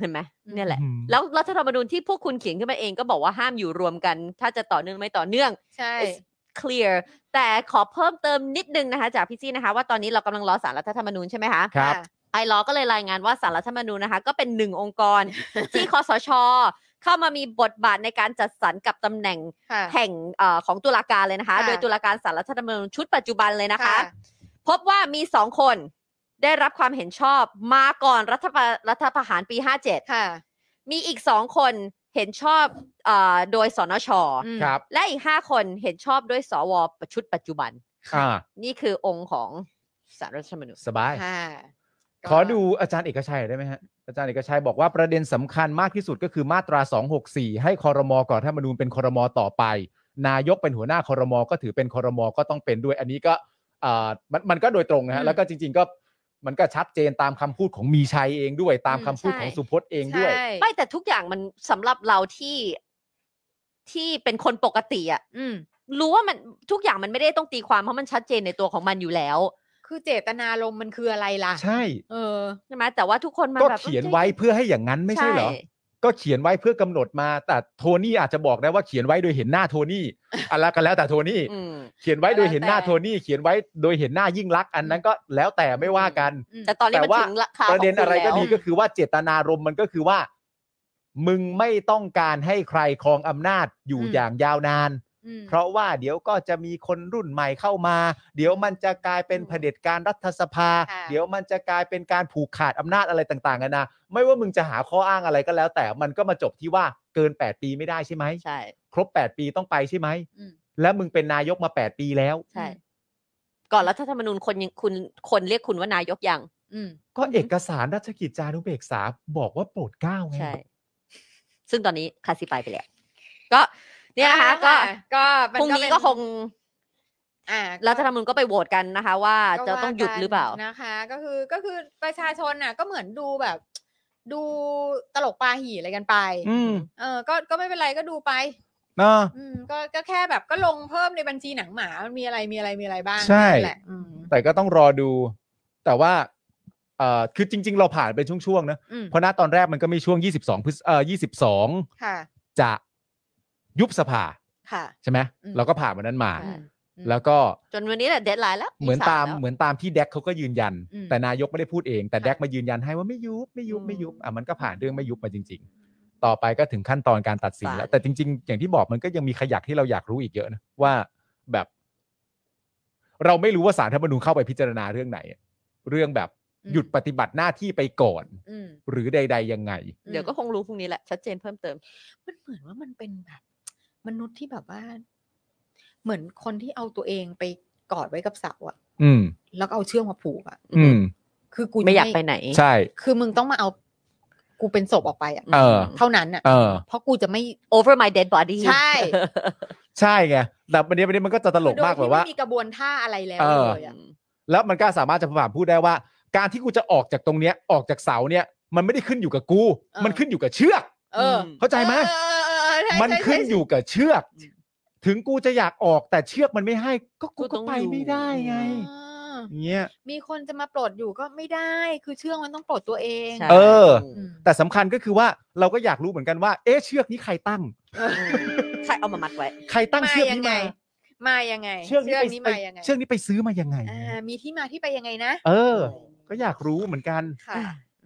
เห็นไหมเนี่ยแหละ อืม แล้วรัฐธรรมนูญที่พวกคุณเขียนขึ้นมาเองก็บอกว่าห้ามอยู่รวมกัน ถ้าจะต่อเนื่องไม่ต่อเนื่อง ใช่ is clear แต่ขอเพิ่มเติมนิดนึงนะคะ จากพี่ซี่นะคะ ว่าตอนนี้เรากำลังรอสารรัฐธรรมนูญใช่ไหมคะ ครับ อ่ะ ไอรอว์ก็เลยรายงานว่าสารรัฐธรรมนูญนะคะ ก็เป็นหนึ่งองค์ก ร ที่คอสช เข้ามามีบทบาทในการจัดสรรกับตำแหน่ง ค่ะ แห่งเออของตุลาการเลยนะคะ ค่ะ โดยตุลาการสารรัฐธรรมนูญชุดปัจจุบันเลยนะคะ ค่ะ พบว่ามีสองคนได้รับความเห็นชอบมาก่อนรัฐประรัฐประหารปี ค่ะ 57 มีอีกสองคนเห็นชอบเออโดยสนช อืม ครับ และอีกห้าคนเห็นชอบด้วยสวชุดปัจจุบัน อ่า นี่คือองค์ของสารรัฐธรรมนูญ สบาย ค่ะ ขอดูอาจารย์เอกชัยได้ไหมฮะ อาจารย์เอกชัยบอกว่าประเด็นสำคัญมากที่สุดก็คือมาตรา 264 ให้คอรมอก่อนรัฐธรรมนูญเป็นคอรมอต่อไป นายกเป็นหัวหน้าคอรมอก็ถือเป็นคอรมอก็ต้องเป็นด้วย อันนี้ก็เอ่อมันมันก็โดยตรงนะฮะ แล้วก็จริง ๆ ก็มันก็ชัดเจนตามคำพูดของมีชัยเองด้วย ตามคำพูดของสุพจน์เองด้วย ใช่ ไม่แต่ทุกอย่างมันสำหรับเราที่ที่เป็นคนปกติอะ อืม รู้ว่ามันทุกอย่างมันไม่ได้ต้องตีความเพราะมันชัดเจนในตัวของมันอยู่แล้ว คือเจตนารมณ์มันคืออะไรล่ะ ใช่ เออ ใช่ไหมแต่ว่าทุกคนมา ก็ แบบ เขียนไว้เพื่อให้อย่างนั้นไม่ใช่เหรอ ก็เขียนไว้เพื่อกำหนดมา แต่โทนี่อาจจะบอกได้ว่าเขียนไว้โดยเห็นหน้าโทนี่อันละก็แล้วแต่โทนี่ อืม เขียนไว้โดยเห็นหน้า แล้วแต่ โทนี่เขียนไว้โดยเห็นหน้ายิ่งรักษณ์อันนั้นก็แล้วแต่ไม่ว่ากัน อืม แต่ตอนนี้มัน แต่ว่า ถึงราคา ประเด็น ขงคุณ อะไรก็ แล้ว ดีก็คือว่าเจตนารมณ์มันก็คือว่า มึงไม่ต้องการให้ใครครองอำนาจอยู่ อืม อย่างยาวนาน อืม เพราะว่าเดี๋ยวก็จะมีคนรุ่นใหม่เข้ามา เดี๋ยวมันจะกลายเป็น อืม เผด็จการรัฐสภา ค่ะ เดี๋ยวมันจะกลายเป็นการผูกขาดอำนาจอะไรต่างๆกันานะไม่ว่ามึงจะหาข้ออ้างอะไรก็แล้ว แต่มันก็มาจบที่ว่าเกิน 8 ปีไม่ได้ใช่ไหม ใช่ ครบ 8 ปีต้องไปใช่ไหม อืม แล้วมึงเป็นนายกมา 8 ปีแล้ว ใช่ก่อนรัฐธรรมนูญคนยังคุณคนเรียกคุณว่านายกยัง อืม ก็เอกสารราชกิจจานุเบกษาบอกว่าโปรดเกล้าไง ใช่ ซึ่งตอนนี้คลาสสิฟายไปแล้ว ก็เนี่ยนะคะ อ่า ก็ ก็ พ มันก็รุ่งนี้ เป็น ก็คง อ่า รัฐธรรมนูญก็ไปโหวตกันนะคะ ว่า ก็ จะ ว่า ต้องหยุด กัน หรือเปล่า นะคะ ก็คือก็คือประชาชนน่ะ ก็เหมือนดูแบบ ดูตลกปลาหี่อะไรกันไป อืม เออ ก็ก็ไม่เป็นไรก็ดูไป นะ อืมก็ก็แค่แบบก็ลงเพิ่มในบัญชีหนังหมามันมีอะไรมีอะไรมีอะไรบ้าง ใช่ นั่นแหละอืม แต่ก็ต้องรอดู แต่ว่าเอ่อคือจริง ๆ เราผ่านเป็นช่วงๆนะ อืม เพราะณตอนแรกมันก็มีช่วง 22พฤษเอ่อ22 ค่ะ จะยุบสภา ค่ะ ใช่ไหม อืม เราก็ผ่านวันนั้นมา ใช่ อืม แล้วก็ จนวันนี้แหละเดดไลน์แล้ว เหมือนตาม สแล้ว เหมือนตามที่แดกเขาก็ยืนยัน อืม แต่นายกไม่ได้พูดเอง แต่ ค่ะ แดกมายืนยันให้ว่าไม่ยุบไม่ยุบ อืม ไม่ยุบอ่ะมันก็ผ่านเรื่องไม่ยุบมาจริง ๆ ต่อไปก็ถึงขั้นตอนการตัดสิน ศาล แล้ว แต่จริง ๆ อย่างที่บอกมันก็ยังมีขยักที่เราอยากรู้อีกเยอะนะว่าแบบ เราไม่รู้ว่าสารรัฐธรรมนูญเข้าไปพิจารณาเรื่องไหน เรื่องแบบ อืม หยุดปฏิบัติหน้าที่ไปก่อน อืม หรือใด ๆ ยังไง เดี๋ยวก็คงรู้พรุ่งนี้แหละชัดเจนเพิ่มเติม มันเหมือนว่ามันเป็นแบบ มนุษย์ที่แบบว่า เหมือนคนที่เอาตัวเองไปกอดไว้กับเสาอะ อืม แล้วก็เอาเชือกมาผูกอะ อืม คือกู ไม่อยากไปไหน ใช่ คือมึงต้องมาเอากูเป็นศพออกไปอะ เออ เท่านั้นอะ เออ เพราะกูจะไม่ ม over my dead body ใช่ ใช่ไงแต่ประเด็นประเด็นมันก็จะตลกมาก โดยแบที่ บว่า ไม่มีกระบวนท่าอะไรแล้ว เออ เลยอะ แล้วมันก็สามารถจะผ่านพูดได้ว่า การที่กูจะออกจากตรงเนี้ยออกจากเสาเนี่ย มันไม่ได้ขึ้นอยู่กับกู มันขึ้นอยู่กับเชือก เอออ เข้าใจไหม เออเออเออใช่ มัน ใช่ ขึ้น ใช่ อยู่กับเชือก ถึงกูจะอยากออกแต่เชือกมันไม่ให้ ก็กู กูต้ ก็ อง ไป อยู่ ไม่ได้ไง เออ อย่างเงี้ย มีคนจะมาปลดอยู่ก็ไม่ได้ คือเชื่องมันต้องปลดตัวเอง ใช่ เออ อืม แต่สำคัญก็คือว่าเราก็อยากรู้เหมือนกันว่า เอ๊ะเชือกนี้ใครตั้ง ใช่เอามามัดไว้ ใครตั้ง มา เชือก ยั นี้ งไง มา มายังไง เชือกนี้ไป นี้มายังไง เชือกนี้ไปซื้อมายังไง อ่ามีที่มาที่ไปยังไงนะ เออ ก็อยากรู้เหมือนกัน ค่ะ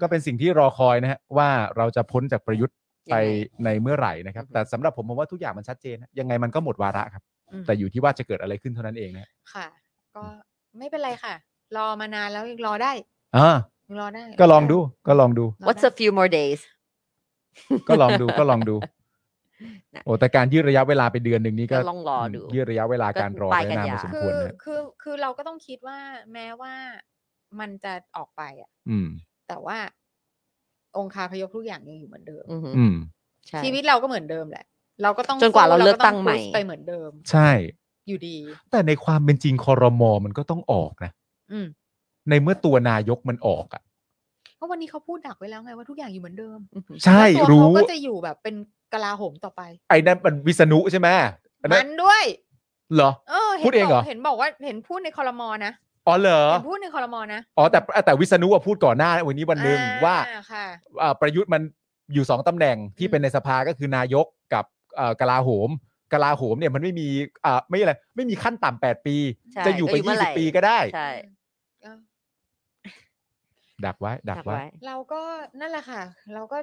ก็เป็นสิ่งที่รอคอยนะฮะว่าเราจะพ้นจากประยุทธ์ไป ยังไง ในเมื่อไหร่นะครับ อือฮึ แต่สำหรับผมผมว่าทุกอย่างมันชัดเจนนะยังไงมันก็หมดวาระครับ อืม แต่อยู่ที่ว่าจะเกิดอะไรขึ้นเท่านั้นเองนะฮะ ค่ะ ก็ไม่เป็นไรค่ะ รอมานานแล้วยังรอได้ อ่า ยังรอได้ ก็ลองดูก็ลองดู รอได้ what's a few more days ก็ลองดู ก็ลองดู นะ โอ้แต่การยืดระยะเวลาไปเดือนหนึ่งนี้ ก็ ก็ ลองรอดู ยืดระยะเวลาการรอ ก็ ไป ไปกันานพอยนาว สม คื คว อ รนะฮะ คือคือเราก็ต้องคิดว่าแม้ว่ามันจะออกไปอ่ะ อืม แต่ว่า องค์คาพยพทุกอย่างยังอยู่เหมือนเดิม อือหือ อืม ใช่ ชีวิตเราก็เหมือนเดิมแหละ เราก็ต้อง จนกว่าเรา สู้ เลือกตั้งใหม่ พุชไปเหมือนเดิม ใช่ อยู่ดี แต่ในความเป็นจริงคอรมอมันก็ต้องออกนะ อืม ในเมื่อตัวนายกมันออกอ่ะ เพราะวันนี้เขาพูดดักไว้แล้วไงว่าทุกอย่างอยู่เหมือนเดิม อือหือ ใช่ แล้วตัว รู้ เขาก็จะอยู่แบบเป็นกลาโหมต่อไป ไอ้นั่นมันวิษณุใช่ไหมอันนั้ มัน นด้วย เหรอ เออ พูดเองเหรอ บกเห็นบอกว่าเห็นพูดในคอรมอนะ อ๋อเหรอ เห็นพูดในคอรมอนะ อ๋อแต่แต่วิษณุอะพูดก่อนหน้าวันนี้วันหนึ่ง อ่ ว่า ค่ะ เอ่อประยุทธ์มันอยู่สองตำแหน่งที่ อืม เป็นในสภาก็คือนายกกับเอ่อกลาโหมกลาโหมเนี่ยมันไม่มีอ่าไม่อะไรไม่มีขั้นต่ำแปดปี ใช่ จะอยู่ไป ก็อยู่เมื่ ยี่สิอไหร่ บปีก็ได้ ใช่ เออ ดักไว้ ดัก ดัก ไว้ ไว้ เราก็นั่นแหละค่ะ เราก็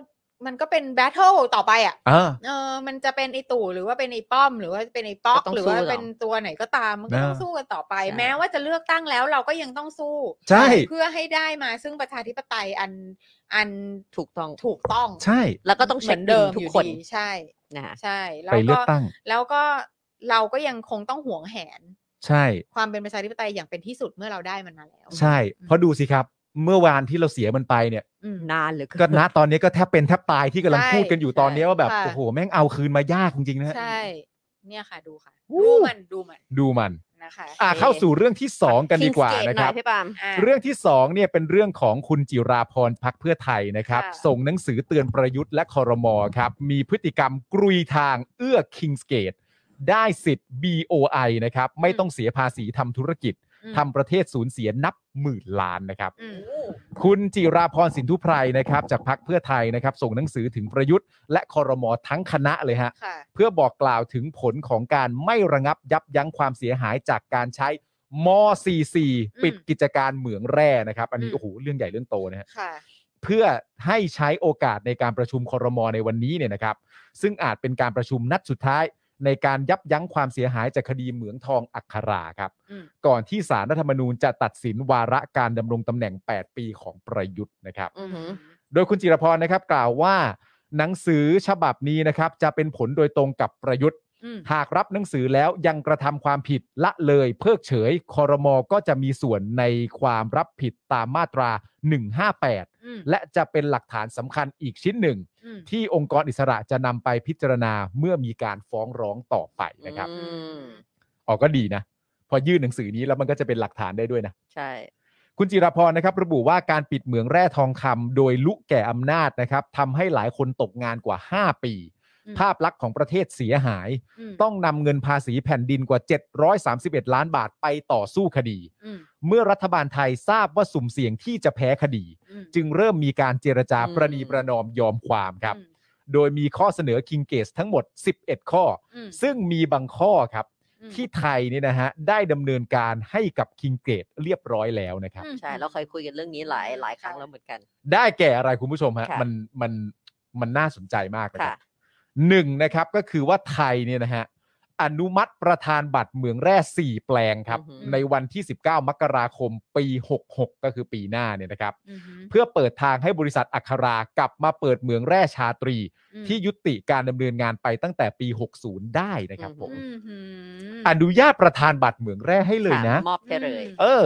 มันก็เป็นแบทเทิลต่อไปอ่ะ อ่า เออ มันจะเป็นไอตู่หรือว่าเป็นไอป้อม หรือว่าเป็นไอป๊อก ก็ต้อง หรือ สู้ ว่า ต่อ เป็นตัวไหนก็ตามมันก็ นะ ต้องสู้กันต่อไป ใช่ แม้ว่าจะเลือกตั้งแล้วเราก็ยังต้องสู้ ใช่ เพื่อให้ได้มาซึ่งประชาธิปไตยอันอัน ถูกต้อง ถูกต้อง ใช่ แล้วก็ต้อง เห เช็ มือคน เดิ เดิ ม ม ทุก อยู่ คน ดีใช่ นะฮะ ใช่แล้ว ไปเลือ ก็ กตั้ง แล้วก็เราก็ยังคงต้องหวงแหน ใช่ ความเป็นประชาธิปไตยอย่างเป็นที่สุดเมื่อเราได้มันมาแล้ว ใช่ เพราะดูสิครับ เมื่อวานที่เราเสียมันไปเนี่ย อืม นานเหลย ก็ณตอนนี้ก็แทบเป็นแทบตายที่กำลัง ใช่ พูดกันอยู่ตอนนี้ว่าแบบ ค่ะ โอ้โหแม่งเอาคืนมายากจริงๆนะฮะ ใช่ เนี่ยค่ะดูค่ะ วู้ ดูมันดูมัน ดูมัน นะคะ อ่ะ โอเค เข้าสู่เรื่องที่สองกันดีกว่า ห นะครัน่อย บ พี่ปาล์ม อ่ะ เรื่องที่สองเนี่ยเป็นเรื่องของคุณจิราพรพักเพื่อไทยนะครับ ค่ะ ส่งหนังสือเตือนประยุทธ์และคอรมอครับ มีพฤติกรรมกรุยทางเอื้อคิงสเกตได้สิทธิ์ BOI นะครับ ไม่ต้องเสียภาษีทำธุรกิจ อืม ทำประเทศสูญเสียนับหมื่นล้านนะครับ อืม คุณจิราพรสินทุไพรนะครับจากพักเพื่อไทยนะครับ ส่งหนังสือถึงประยุทธ์และคอรมอทั้งคณะเลยฮะ ค่ะ เพื่อบอกกล่าวถึงผลของการไม่ระงับยับยั้งความเสียหายจากการใช้ม .44 ปิดกิจการเหมืองแร่นะครับ อันนี้ อืม โอ้โหเรื่องใหญ่เรื่องโตนะฮะ ค่ะ เพื่อให้ใช้โอกาสในการประชุมคอรมอในวันนี้เนี่ยนะครับ ซึ่งอาจเป็นการประชุมนัดสุดท้ายในการยับยั้งความเสียหายจากคดีเหมืองทองอัคราครับ อืม ก่อนที่สารรัฐธรรมนูญจะตัดสินวาระการดำรงตำแหน่ง 8 ปีของประยุทธ์นะครับ อืม โดยคุณจิรพรนะครับกล่าวว่า หนังสือฉบับนี้นะครับ จะเป็นผลโดยตรงกับประยุทธ์ อืม หากรับหนังสือแล้วยังกระทำความผิดละเลย เพิกเฉยคอรมอก็จะมีส่วนในความรับผิดตามมาตรา 158 อืม และจะเป็นหลักฐานสำคัญอีกชิ้นหนึ่ง อืม ที่องค์กรอิสระจะนำไปพิจารณาเมื่อมีการฟ้องร้องต่อไปนะครับ อืม อ๋อก็ดีนะ พอยื่นหนังสือนี้แล้วมันก็จะเป็นหลักฐานได้ด้วยนะ ใช่ คุณจิรพรนะครับ ระบุว่าการปิดเหมืองแร่ทองคำโดยลุแก่อำนาจนะครับทำให้หลายคนตกงานกว่า 5 ปี ภาพลักษณ์ของประเทศเสียหาย ม ต้องนำเงินภาษีแผ่นดินกว่า 731 ล้านบาทไปต่อสู้คดี อืม เมื่อรัฐบาลไทยทราบว่าสุ่มเสี่ยงที่จะแพ้คดี อืม จึงเริ่มมีการเจรจาประนีประนอมยอมความครับ อืม โดยมีข้อเสนอคิงเกสทั้งหมด 11 ข้อ อืม ซึ่งมีบางข้อครับ อืม ที่ไทยเนี่ยนะฮะได้ดำเนินการให้กับคิงเกสเรียบร้อยแล้วนะครับ อืม ใช่เราเคยคุยกันเรื่องนี้หลายหลายครั้งแล้วเหมือนกัน ได้แก่อะไรคุณผู้ชมฮะ ค่ะ มันมันมันน่าสนใจมากนะครับ ค่ะ หนึ่งนะครับก็คือว่าไทยเนี่ยนะฮะอนุมัติประธานบัตรเหมืองแร่สี่แปลงครับ อือหือ ในวันที่ 19 มกราคมปี 66 ก็คือปีหน้าเนี่ยนะครับ อืม เพื่อเปิดทางให้บริษัทอัครากลับมาเปิดเหมืองแร่ชาตรี อืม ที่ยุติการดำเนินงานไปตั้งแต่ปี 60 ได้นะครับผม อืมอืม อนุญาตประธานบัตรเหมืองแร่ให้เลยนะ ค่มอบไปเลย เออ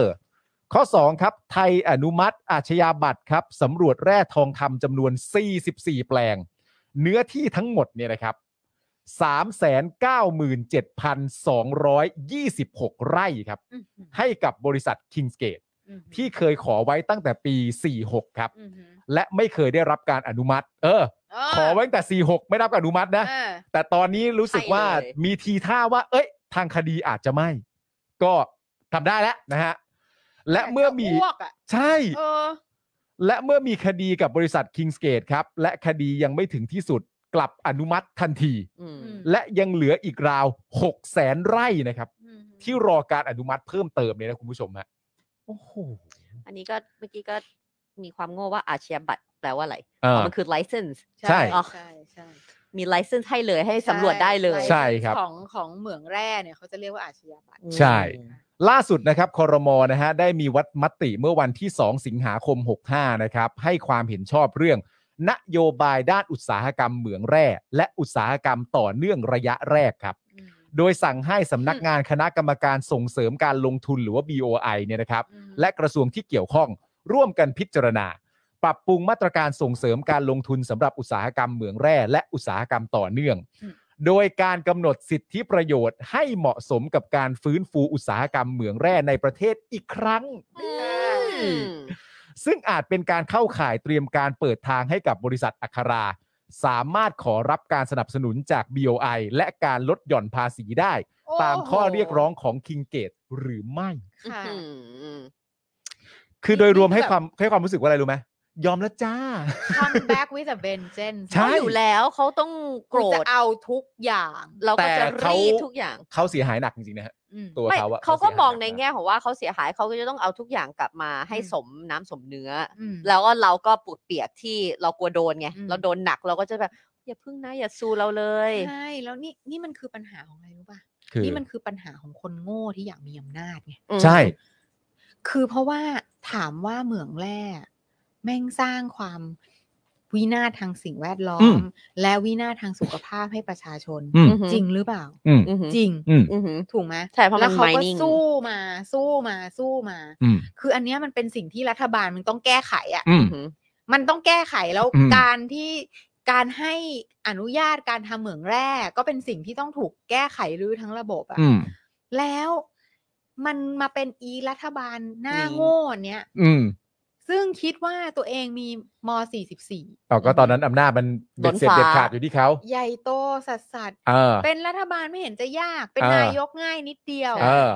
ข้อ 2 ครับ ไทยอนุมัติอาชญาบัตรครับสำรวจแร่ทองคำจำนวน 44 แปลง เนื้อที่ทั้งหมดเนี่ยนะครับ 397,226 ไร่ครับ อืมอืม ให้กับบริษัท Kingsgate อืม ที่เคยขอไว้ตั้งแต่ปี 46 ครับ อืมอืม และไม่เคยได้รับการอนุมัติ เออ ขอไว้ตั้งแต่ 46 ไม่รับการอนุมัตินะ เออ แต่ตอนนี้รู้สึกว่า ให้เลย มีทีท่าว่า เอ้ย ทางคดีอาจจะไม่ ก็ทำได้แล้วนะฮะ และเมื่อมี แต่ก็อ้วกอะ ใช่ เออ และเมื่อมีคดีกับบริษัท Kingsgate ครับ และคดียังไม่ถึงที่สุดกลับอนุมัติทันที อืม และยังเหลืออีกราว 6 0แสนไร่นะครับ อืม ที่รอการอนุมัติเพิ่มเติมเนี่ยนะคุณผู้ชมฮะโอ้โห อันนี้ก็เมื่อกี้ก็มีความโง่ว่าอาชญาบัตรแปลว่าอะไร อ่า มันคือ license ใช่ อ๋อ ใช่ใช่ มี license ให้เลยให้สำรวจได้เลย ใช่ครับ ของของเหมืองแร่เนี่ยเขาจะเรียกว่าอาชญาบัตร ใช่ ล่าสุดนะครับคอรมอนะฮะได้มีวัดมติเมื่อวันที่ 2 สิงหาคม 65 นะครับ ให้ความเห็นชอบเรื่อง นโยบายด้านอุตสาหกรรมเหมืองแร่ และอุตสาหกรรมต่อเนื่องระยะแรกครับ โดยสั่งให้สำนักงานคณะกรรมการส่งเสริมการลงทุนหรือว่า BOI เนี่ยนะครับ อืม และกระทรวงที่เกี่ยวข้องร่วมกันพิจารณา ปรับปรุงมาตรการส่งเสริมการลงทุนสำหรับอุตสาหกรรมเหมืองแร่และอุตสาหกรรมต่อเนื่อง อืม โดยการกำหนดสิทธิประโยชน์ให้เหมาะสมกับการฟื้นฟูอุตสาหกรรมเหมืองแร่ในประเทศอีกครั้ง อืม ซึ่งอาจเป็นการเข้าข่ายเตรียมการเปิดทางให้กับบริษัทอัครา สามารถขอรับการสนับสนุนจาก BOI และการลดหย่อนภาษีได้ โอ้ ตามข้อ โห เรียกร้องของคิงเกตหรือไม่ ค่ะ อืม คือโดยรวมให้ แบบ ความให้ความรู้สึกว่าอะไรรู้ไหมยอมแล้วจ้า come back with a vengeance ใช่ เขาอยู่แล้วเขาต้องโกร จะ ธ เอาทุกอย่าง เราก็จะ แต่เขา รีดทุกอย่าง เขาเสียหายหนักจริงๆนะฮะ อืม ตัว ไม่ เขาอะ เขาก็ สียหย มองใน หกะ แง่ของว่าเขาเสียหายเขาก็จะต้องเอาทุกอย่างกลับมาให้ อืม สมน้ำสมเนื้ออ อืม แล้วก็เราก็ปุดเปียกที่เรากลัวโดนไง อืม เราโดนหนักเราก็จะแบบ อย่าพึ่งนะอย่าซูเราเลย ใช่แล้วนี่นี่มันคือปัญหาของอะไรรู้ป่ะ คือ นี่มันคือปัญหาของคนโง่ที่อยากมีอำนาจไง อืม ใช่ คือเพราะว่าถามว่าเหมืองแร่แม่งสร้างความวินาศทางสิ่งแวดล้อ อื ม ม และวินาศทางสุขภาพให้ประชาชน อืม อืม จริงหรือเปล่า อืม อือหือ จริง อืม อือหือ ถูกไหม ใช่เพราะมัน แล้วเขาก็ mining สู้มาสู้มาสู้มา อืม คืออันเนี้ยมันเป็นสิ่งที่รัฐบาลมันต้องแก้ไขอ่ะ อืม อือหือ มันต้องแก้ไขแล้ว อืม การที่การให้อนุญาตการทำเหมืองแร่ก็เป็นสิ่งที่ต้องถูกแก้ไขรื้อทั้งระบบอะ อืม แล้วมันมาเป็นอีรัฐบาลหน้า อืม โง่เนี้ย อืม ซึ่งคิดว่าตัวเองมีม .44 แต่ก็ตอนนั้นอำนาจมันเบ็ดเสร็จ ล้นเด็ดฟ้าขาดอยู่ที่เขา ใหญ่โตสัสสัส เออ เป็นรัฐบาลไม่เห็นจะยาก เป็น เออ นายกง่ายนิดเดียว เออ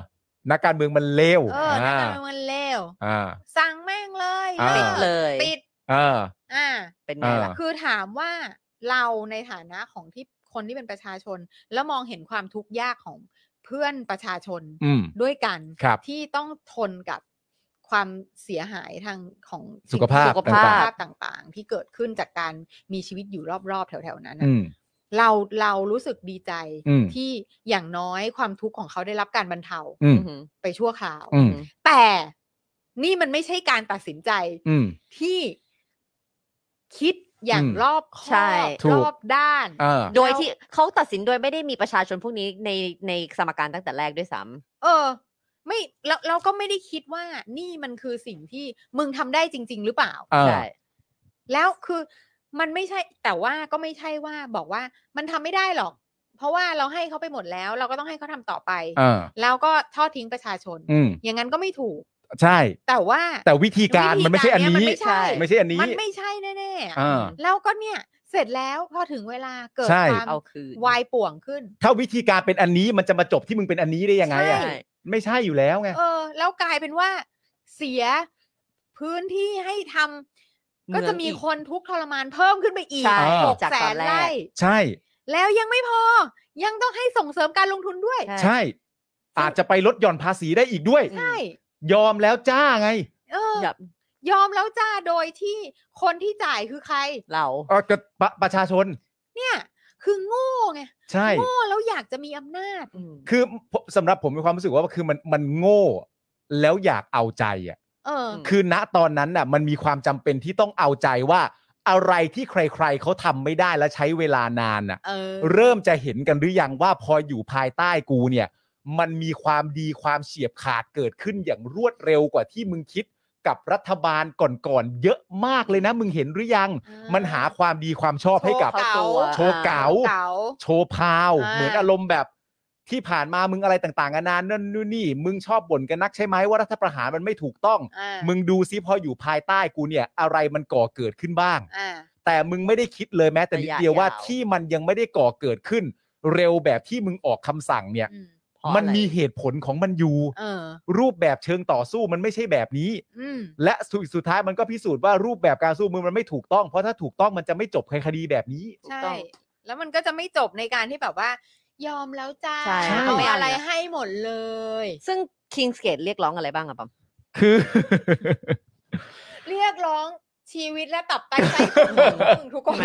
นักการเมืองมันเลว เออนักการเมืองมันเลว อ่า สั่งแม่งเลย อ่า ปิดเลย ปิด อ่า อ่า เป็นไงล่ะ อ่า คือถามว่าเราในฐานะของที่คนที่เป็นประชาชน แล้วมองเห็นความทุกข์ยากของเพื่อนประชาชน อืม ด้วยกัน ครับ ที่ต้องทนกับความเสียหายทางของ สุขภาพ สุขภา ต่างๆ พต่างๆ ที่เกิดขึ้นจากการมีชีวิตอยู่รอบๆ แถวๆนั้นน่ะ อืม เราเรารู้สึกดีใจ อืม ที่อย่างน้อยความทุกข์ของเขาได้รับการบรรเทา อืม อืม ไปชั่วคราว อืม แต่นี่มันไม่ใช่การตัดสินใจ อืม ที่คิดอย่าง อืม รอบค ใช่ อบ ถูก รอบด้าน อ่า โดยที่เขาตัดสินโดยไม่ได้มีประชาชนพวกนี้ในในสมการตั้งแต่แรกด้วยซ้ เออ ไม่แล้วเราก็ไม่ได้คิดว่านี่มันคือสิ่งที่มึงทำได้จริง ๆ หรือเปล่า อ่า ำใช่ แล้วคือมันไม่ใช่ แต่ว่าก็ไม่ใช่ว่าบอกว่ามันทำไม่ได้หรอก เพราะว่าเราให้เขาไปหมดแล้ว เราก็ต้องให้เขาทำต่อไป อ่า แล้วก็ทอดทิ้งประชาชน อืม อย่างนั้นก็ไม่ถูก ใช่ แต่ว่า แต่วิธีการ วิธี มันไม่ใช่อัน เยมั นี้ ไม่ใช่ ไม่ใช่อันนี้ มันไม่ใช่แน่ๆ อ่า แล้วก็เนี่ย เสร็จแล้วพอถึงเวลาเกิด ใช่ ความ เอาคืน วายป่วงขึ้น ถ้าวิธีการเป็นอันนี้มันจะมาจบที่มึงเป็นอันนี้ได้ยังไงอ่ะ ใช่ ไม่ใช่อยู่แล้วไง เออ แล้วกลายเป็นว่าเสียพื้นที่ให้ทำ เหมื ก็ อน จะมี อีก คนทุกข์ทรมานเพิ่มขึ้นไปอีก ใช่ หก จาก แส ตอน น แรก ไร่ ใช่ แล้วยังไม่พอ ยังต้องให้ส่งเสริมการลงทุนด้วย ใช่ อาจจะไปลดหย่อนภาษีได้อีกด้วย ใช่ ยอมแล้วจ้าไง เออ แบบ ยอมแล้วจ้าโดยที่คนที่จ่ายคือใคร เรา เออก็ประประชาชน เนี่ย คือโง่ไง ใช่ โง่แล้วอยากจะมีอำนาจ อืม คือผมสำหรับผมมีความรู้สึกว่าคือมันมันโง่แล้วอยากเอาใจอ่ะ เอออ ม คือณตอนนั้นน่ะมันมีความจำเป็นที่ต้องเอาใจว่าอะไรที่ใครๆเขาทำไม่ได้และใช้เวลานานน่ะ เออ เริ่มจะเห็นกันหรือยังว่าพออยู่ภายใต้กูเนี่ย มันมีความดีความเฉียบขาดเกิดขึ้นอย่างรวดเร็วกว่าที่มึงคิดกับรัฐบาลก่อนๆเยอะมากเลยนะ มึงเห็นหรือยัง อ่ามั มันหาความดีความชอบให้กับ โชว์เก๋า โชว์เก๋า เก๋า โชว์พาว อ่า เหมือนอารมณ์แบบที่ผ่านมามึงอะไรต่างๆนานานั่นนู่นนี่ มึงชอบบ่นกันนักใช่ไหมว่ารัฐประหารมันไม่ถูกต้อง อ่า มึงดูซิพออยู่ภายใต้กูเนี่ย อะไรมันก่อเกิดขึ้นบ้าง อ่า แต่มึงไม่ได้คิดเลยแม้แต่นิดเดียว ระยะยาว ว่าที่มันยังไม่ได้ก่อเกิดขึ้น เร็วแบบที่มึงออกคำสั่งเนี่ย อืม เพราะ มัน อะไร มีเหตุผลของมันอยู่ เออ รูปแบบเชิงต่อสู้มันไม่ใช่แบบนี้ อืม และสุดสุดท้ายมันก็พิสูจน์ว่ารูปแบบการสู้มือมันไม่ถูกต้อง เพราะถ้าถูกต้องมันจะไม่จบคดีแบบนี้ ถูก ใช่ ต้อง แล้วมันก็จะไม่จบในการที่แบบว่า ยอมแล้วจ้า ใช่ เอา ไม่เอา อะไร แล้ว ให้หมดเลย ซึ่ง King's Gate เรียกร้องอะไรบ้างอะปั๊ม คือ เรียกร้องชีวิตและตับไตไส้พุงของมึงทุกคน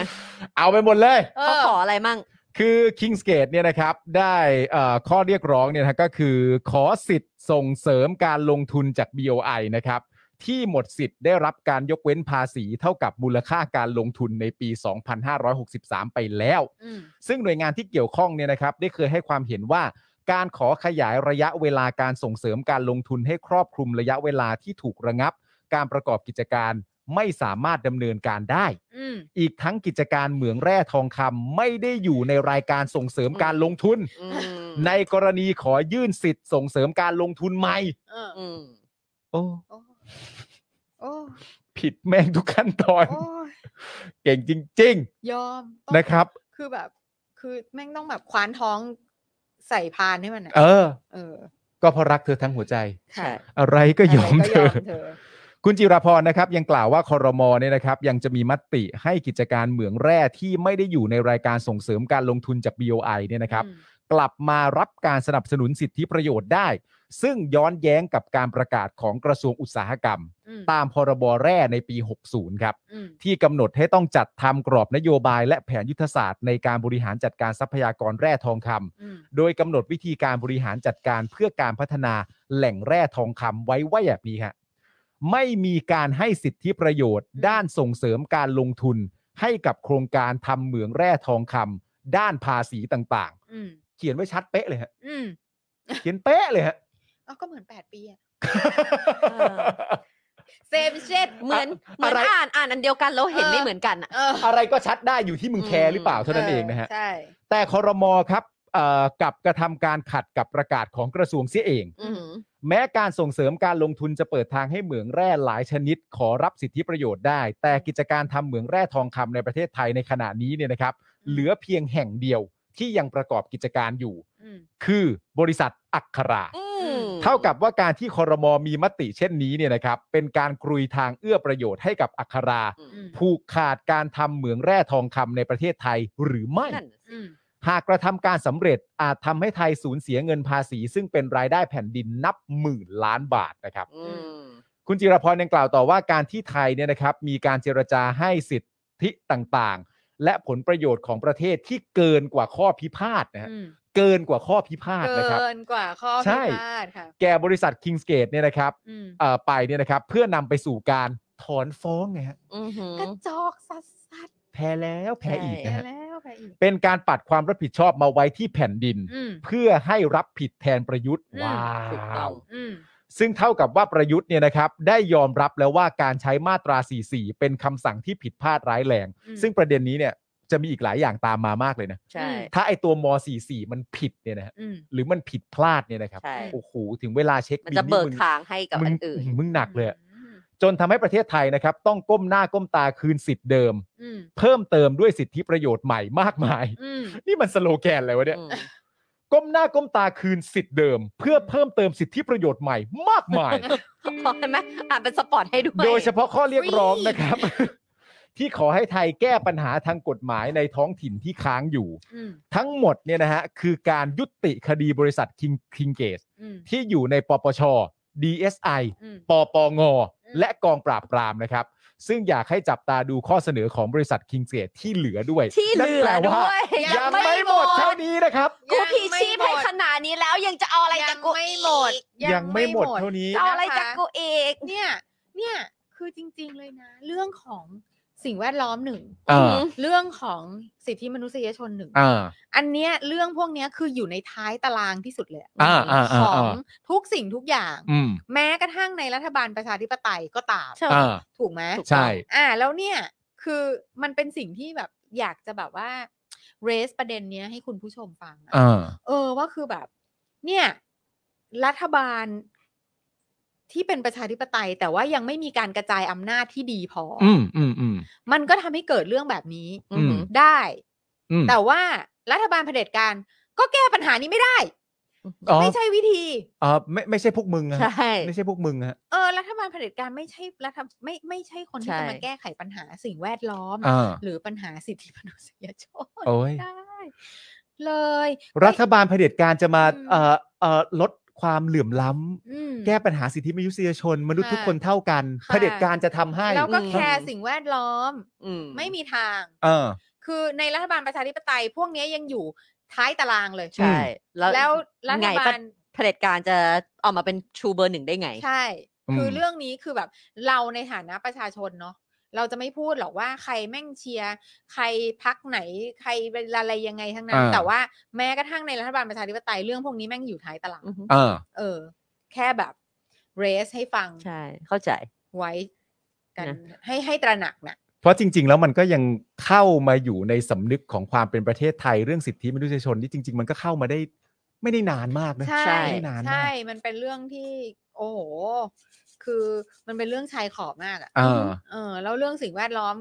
เอาไปหมดเลย เอ เขา อ ขออะไรมั่ง คือ King's Gate เนี่ยนะครับ ได้เอ่อข้อเรียกร้องเนี่ยนะก็คือ ขอสิทธิ์ส่งเสริมการลงทุนจาก BOI นะครับ ที่หมดสิทธิ์ได้รับการยกเว้นภาษีเท่ากับมูลค่าการลงทุนในปี 2563 ไปแล้ว อืม ซึ่งหน่วยงานที่เกี่ยวข้องเนี่ยนะครับ ได้เคยให้ความเห็นว่า การขอขยายระยะเวลาการส่งเสริมการลงทุนให้ครอบคลุมระยะเวลาที่ถูกระงับ การประกอบกิจการไม่สามารถดำเนินการได้ อืม อีกทั้งกิจการเหมืองแร่ทองคำไม่ได้อยู่ในรายการส่งเสริมการลงทุน อืม ในกรณีขอยื่นสิทธิ์ส่งเสริมการลงทุนใหม่ เออ อืม โอ้ โอ้โอ้ ผิดแม่งทุกขั้นตอน โอ้ย เก่งจริง ยอมต้อง ๆ นะครับ คือแบบ คือแม่งต้องแบบคว้านท้องใส่พานให้มันอะ เออ เออ ก็เพราะรักเธอทั้งหัวใจ ใช่ อะไรก็ยอมเธ ะ อ ไรก็ยอมเธอ คุณจิราพรนะครับ ยังกล่าวว่าคอรมอเนี่ยนะครับ ยังจะมีมติให้กิจการเหมืองแร่ที่ไม่ได้อยู่ในรายการส่งเสริมการลงทุนจาก BOI เนี่ยนะครับ อืม กลับมารับการสนับสนุนสิทธิประโยชน์ได้ ซึ่งย้อนแย้งกับการประกาศของกระทรวงอุตสาหกรรม อืม ตามพรบแร่ในปี 60 ครับ อืม ที่กำหนดให้ต้องจัดทำกรอบนโยบายและแผนยุทธศาสตร์ในการบริหารจัดการทรัพยากรแร่ทองค อืม ำโดยกำหนดวิธีการบริหารจัดการเพื่อการพัฒนาแหล่งแร่ทองคำไว้ว่าแบบนี้ฮะไม่มีการให้สิทธิประโยชน์ ด้านส่งเสริมการลงทุน ให้กับโครงการทำเหมืองแร่ทองคำด้านภาษีต่าง อืม ๆ เขียนไว้ชัดเป๊ะเลยฮะ อืม เขียนเป๊ะเลยฮะ เอ้าก็เหมือนแปดปีอะ า เซมเชด เหมือนเหมือน อะไร อ่านอ่านอันเดียวกันแล้วเห็น เออ ไม่เหมือนกันอะ เออ อะไรก็ชัดได้อยู่ที่มึงแค อื ร์ ม หรือเปล่าเท่านั้นเองนะฮะ ใช่ แต่คอรมอครับเอ่อกลับกระทำการขัดกับประกาศของกระทรวงเสียเอง อือหือ แม้การส่งเสริมการลงทุนจะเปิดทางให้เหมืองแร่หลายชนิด ขอรับสิทธิประโยชน์ได้ แต่กิจการทำเหมืองแร่ทองคำในประเทศไทยในขณะนี้เนี่ยนะครับ เหลือเพียงแห่งเดียวที่ยังประกอบกิจการอยู่ อืม คือบริษัทอัครา อืม ม เท่ากับว่าการที่คอรมอมีมติเช่นนี้เนี่ยนะครับเป็นการกรุยทางเอื้อประโยชน์ให้กับอัครา อืม อืม ผูกขาดการทำเหมืองแร่ทองคำในประเทศไทยหรือไม่ นั่นน่ะสิ อืม หากกระทำการสำเร็จอาจทำให้ไทยสูญเสียเงินภาษี ซึ่งเป็นรายได้แผ่นดินนับหมื่นล้านบาทนะครับ อืม คุณจิรพรยังกล่าวต่อว่าการที่ไทยเนี่ยนะครับมีการเจรจาให้สิทธิต่างๆ และผลประโยชน์ของประเทศที่เกินกว่าข้อพิพาทนะฮะ อืม เกินกว่าข้อพิพาทนะครับ เกินกว่าข้อ ใช่ พิพาทค่ะ แก่บริษัทคิงสเกตเนี่ยนะครับ อืม เอ่อไปเนี่ยนะครับเพื่อนำไปสู่การถอนฟ้องไงฮะ อืมหือก ระจอกสัสสัส แพ้แล้วแพ้อีก ๆแพ้ นะฮะ แล้วแพ้อีก เป็นการปัดความรับผิดชอบมาไว้ที่แผ่นดิน อืม เพื่อให้รับผิดแทนประยุทธ์ อืม ว้า ถูกต้อ ว ง อืม ซึ่งเท่ากับว่าประยุทธ์เนี่ยนะครับได้ยอมรับแล้วว่าการใช้มาตรา 44 เป็นคำสั่งที่ผิดพลาดร้ายแรง อืม ซึ่งประเด็นนี้เนี่ยจะมีอีกหลายอย่างตามมามากเลยนะ ใช่ ถ้าไอตัวม 44 มันผิดเนี่ยนะฮะ อืม หรือมันผิดพลาดเนี่ยนะครับ ใช่ โอ้โหถึงเวลาเช็ค มัน บิล จะเบิก มึง ทางให้กับ มึ อั ง นอื่น มึงหนักเลยอะ อืม จนทำให้ประเทศไทยนะครับ ต้องก้มหน้าก้มตาคืนสิทธิ์เดิม อืม เพิ่มเติมด้วยสิทธิประโยชน์ใหม่มากมาย อืม นี่มันสโลแกนอะไรวะเนี่ย อืม ก้มหน้าก้มตาคืนสิทธิ์เดิม เพื่อเพิ่มเติมสิทธิประโยชน์ใหม่มาก มาย พอเห็นไหมอ่านเป็นสปอร์ตให้ด้วย โดยเฉพาะข้อเรียกร้อง ฟรี นะครับ ที่ขอให้ไทยแก้ปัญหาทางกฎหมายในท้องถิ่นที่ค้างอยู่ อืม ทั้งหมดเนี่ยนะฮะคือการยุติคดีบริษัทคิงคิงเกส อืม ที่อยู่ในปปช DSI อืม ปปง และกองปราบปรามนะครับ ซึ่งอยากให้จับตาดูข้อเสนอของบริษัทคิงเกสที่เหลือด้วย ที่เห นั่น ลื แป อ ว่า ด้วย ยังไม่หมดเท่านี้นะครับ กูพีชีพให้ขนาดนี้แล้วยังจะเอาอะไร ยั จาก ง กู ไม่หมด อีก ยังไม่หมดเท่านี้ จะเอาอะไรจากกูอีก เนี่ย เนี่ย คือจริง ๆ เลยนะ เรื่องของสิ่งแวดล้อมหนึ่ง อ่า เรื่องของสิทธิมนุษยชนหนึ่ง อ่า อันเนี้ยเรื่องพวกเนี้ยคืออยู่ในท้ายตารางที่สุดเลย อ่าอ่าอ่า ของทุกสิ่งทุกอย่าง อืม แม้กระทั่งในรัฐบาลประชาธิปไตยก็ตาม ใช่ อ่า ถูกไหม ถูกต้อง ใช่ อ่าแล้วเนี่ยคือมันเป็นสิ่งที่แบบอยากจะแบบว่า เรสประเด็นเนี้ยให้คุณผู้ชมฟังอะ อ่า เออว่าคือแบบ เนี่ย รัฐบาลที่เป็นประชาธิปไตย แต่ว่ายังไม่มีการกระจายอำนาจที่ดีพออ อืมอืมอืม มันก็ทำให้เกิดเรื่องแบบนี้ อืม ได้ อืม แต่ว่ารัฐบาลเผด็จการก็แก้ปัญหานี้ไม่ได้ อ๋อ ไม่ใช่วิธี อ่าไม่ไม่ใช่พวกมึงอะฮะ ใช่ ไม่ใช่พวกมึงอะฮะ เออรัฐบาลเผด็จการไม่ใช่รัฐไม่ไม่ใช่คนที่จะมาแก้ไขปัญหาสิ่งแวดล้อม อ่า หรือปัญหาสิทธิมนุษยชน โอ้ย ได้ เลย รัฐบาลเผด็จการจะมา อืม เอ่อเอ่อลดความเหลื่อมล้ำ อืม แก้ปัญหาสิทธิมนุษยชน มนุษย์ ค่ะ ทุกคนเท่ากัน ค่ะ เผด็จการจะทำให้ แล้วก็แคร์สิ่งแวดล้อม อืม ไม่มีทาง เออ คือในรัฐบาลประชาธิปไตย พวกเนี้ยยังอยู่ท้ายตารางเลย ใช่ แล้วรัฐ ไง บา ปะ ล เผด็จการจะออกมาเป็นชูเบอร์หนึ่งได้ไง ใช่ อืม คือเรื่องนี้คือแบบ เราในฐานะประชาชนเนาะเราจะไม่พูดหรอกว่าใครแม่งเชียร์ใครพักไหนใครอะไรยังไงทั้งนั้น อ่า แต่ว่าแม้กระทั่งในรัฐบาลประชาธิปไตยเรื่องพวกนี้แม่งอยู่ท้ายตาราง อือฮึ เออ เออ แค่แบบเรสให้ฟัง ใช่เข้าใจ ไว้กัน นะ ให้ให้ตระหนักนะ เพราะจริง ๆ แล้วมันก็ยังเข้ามาอยู่ในสำนึกของความเป็นประเทศไทยเรื่องสิทธิมนุษยชนนี่จริง ๆ มันก็เข้ามาได้ไม่ได้นานมากนะ ใช่ ใช่ ไม่ได้นานมาก ใช่มันเป็นเรื่องที่ โอ้โห คือมันเป็นเรื่องชายขอบมากอะ อ่า เออ แล้วเรื่องสิ่งแวดล้อม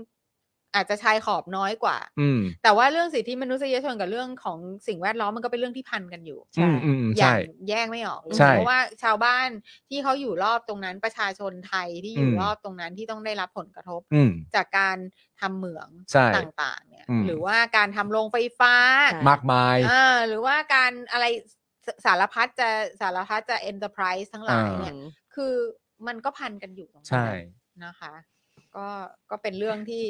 อาจจะชายขอบน้อยกว่า อืม แต่ว่าเรื่องสิทธิมนุษยชนกับเรื่องของสิ่งแวดล้อมมันก็เป็นเรื่องที่พันกันอยู่ อืมอืม อย่า ใช่ งแยกไม่ออกเลย ใช่ เพราะว่าชาวบ้านที่เขาอยู่รอบตรงนั้นประชาชนไทยที่อยู่ อืม รอบตรงนั้นที่ต้องได้รับผลกระทบ อืม จากการทำเหมือง ใช่ ต่างๆ เนี่ย อืม หรือว่าการทำโรงไฟฟ้า ใช่ มากมาย อ่าหรือว่าการอะไรสสารพัดจะสารพัดจะ enterprise ทั้งหลาย อ่า เนี่ย คือมันก็พันกันอยู่ตรงนั้น ใช่ นะคะ ก็ก็เป็นเรื่องที่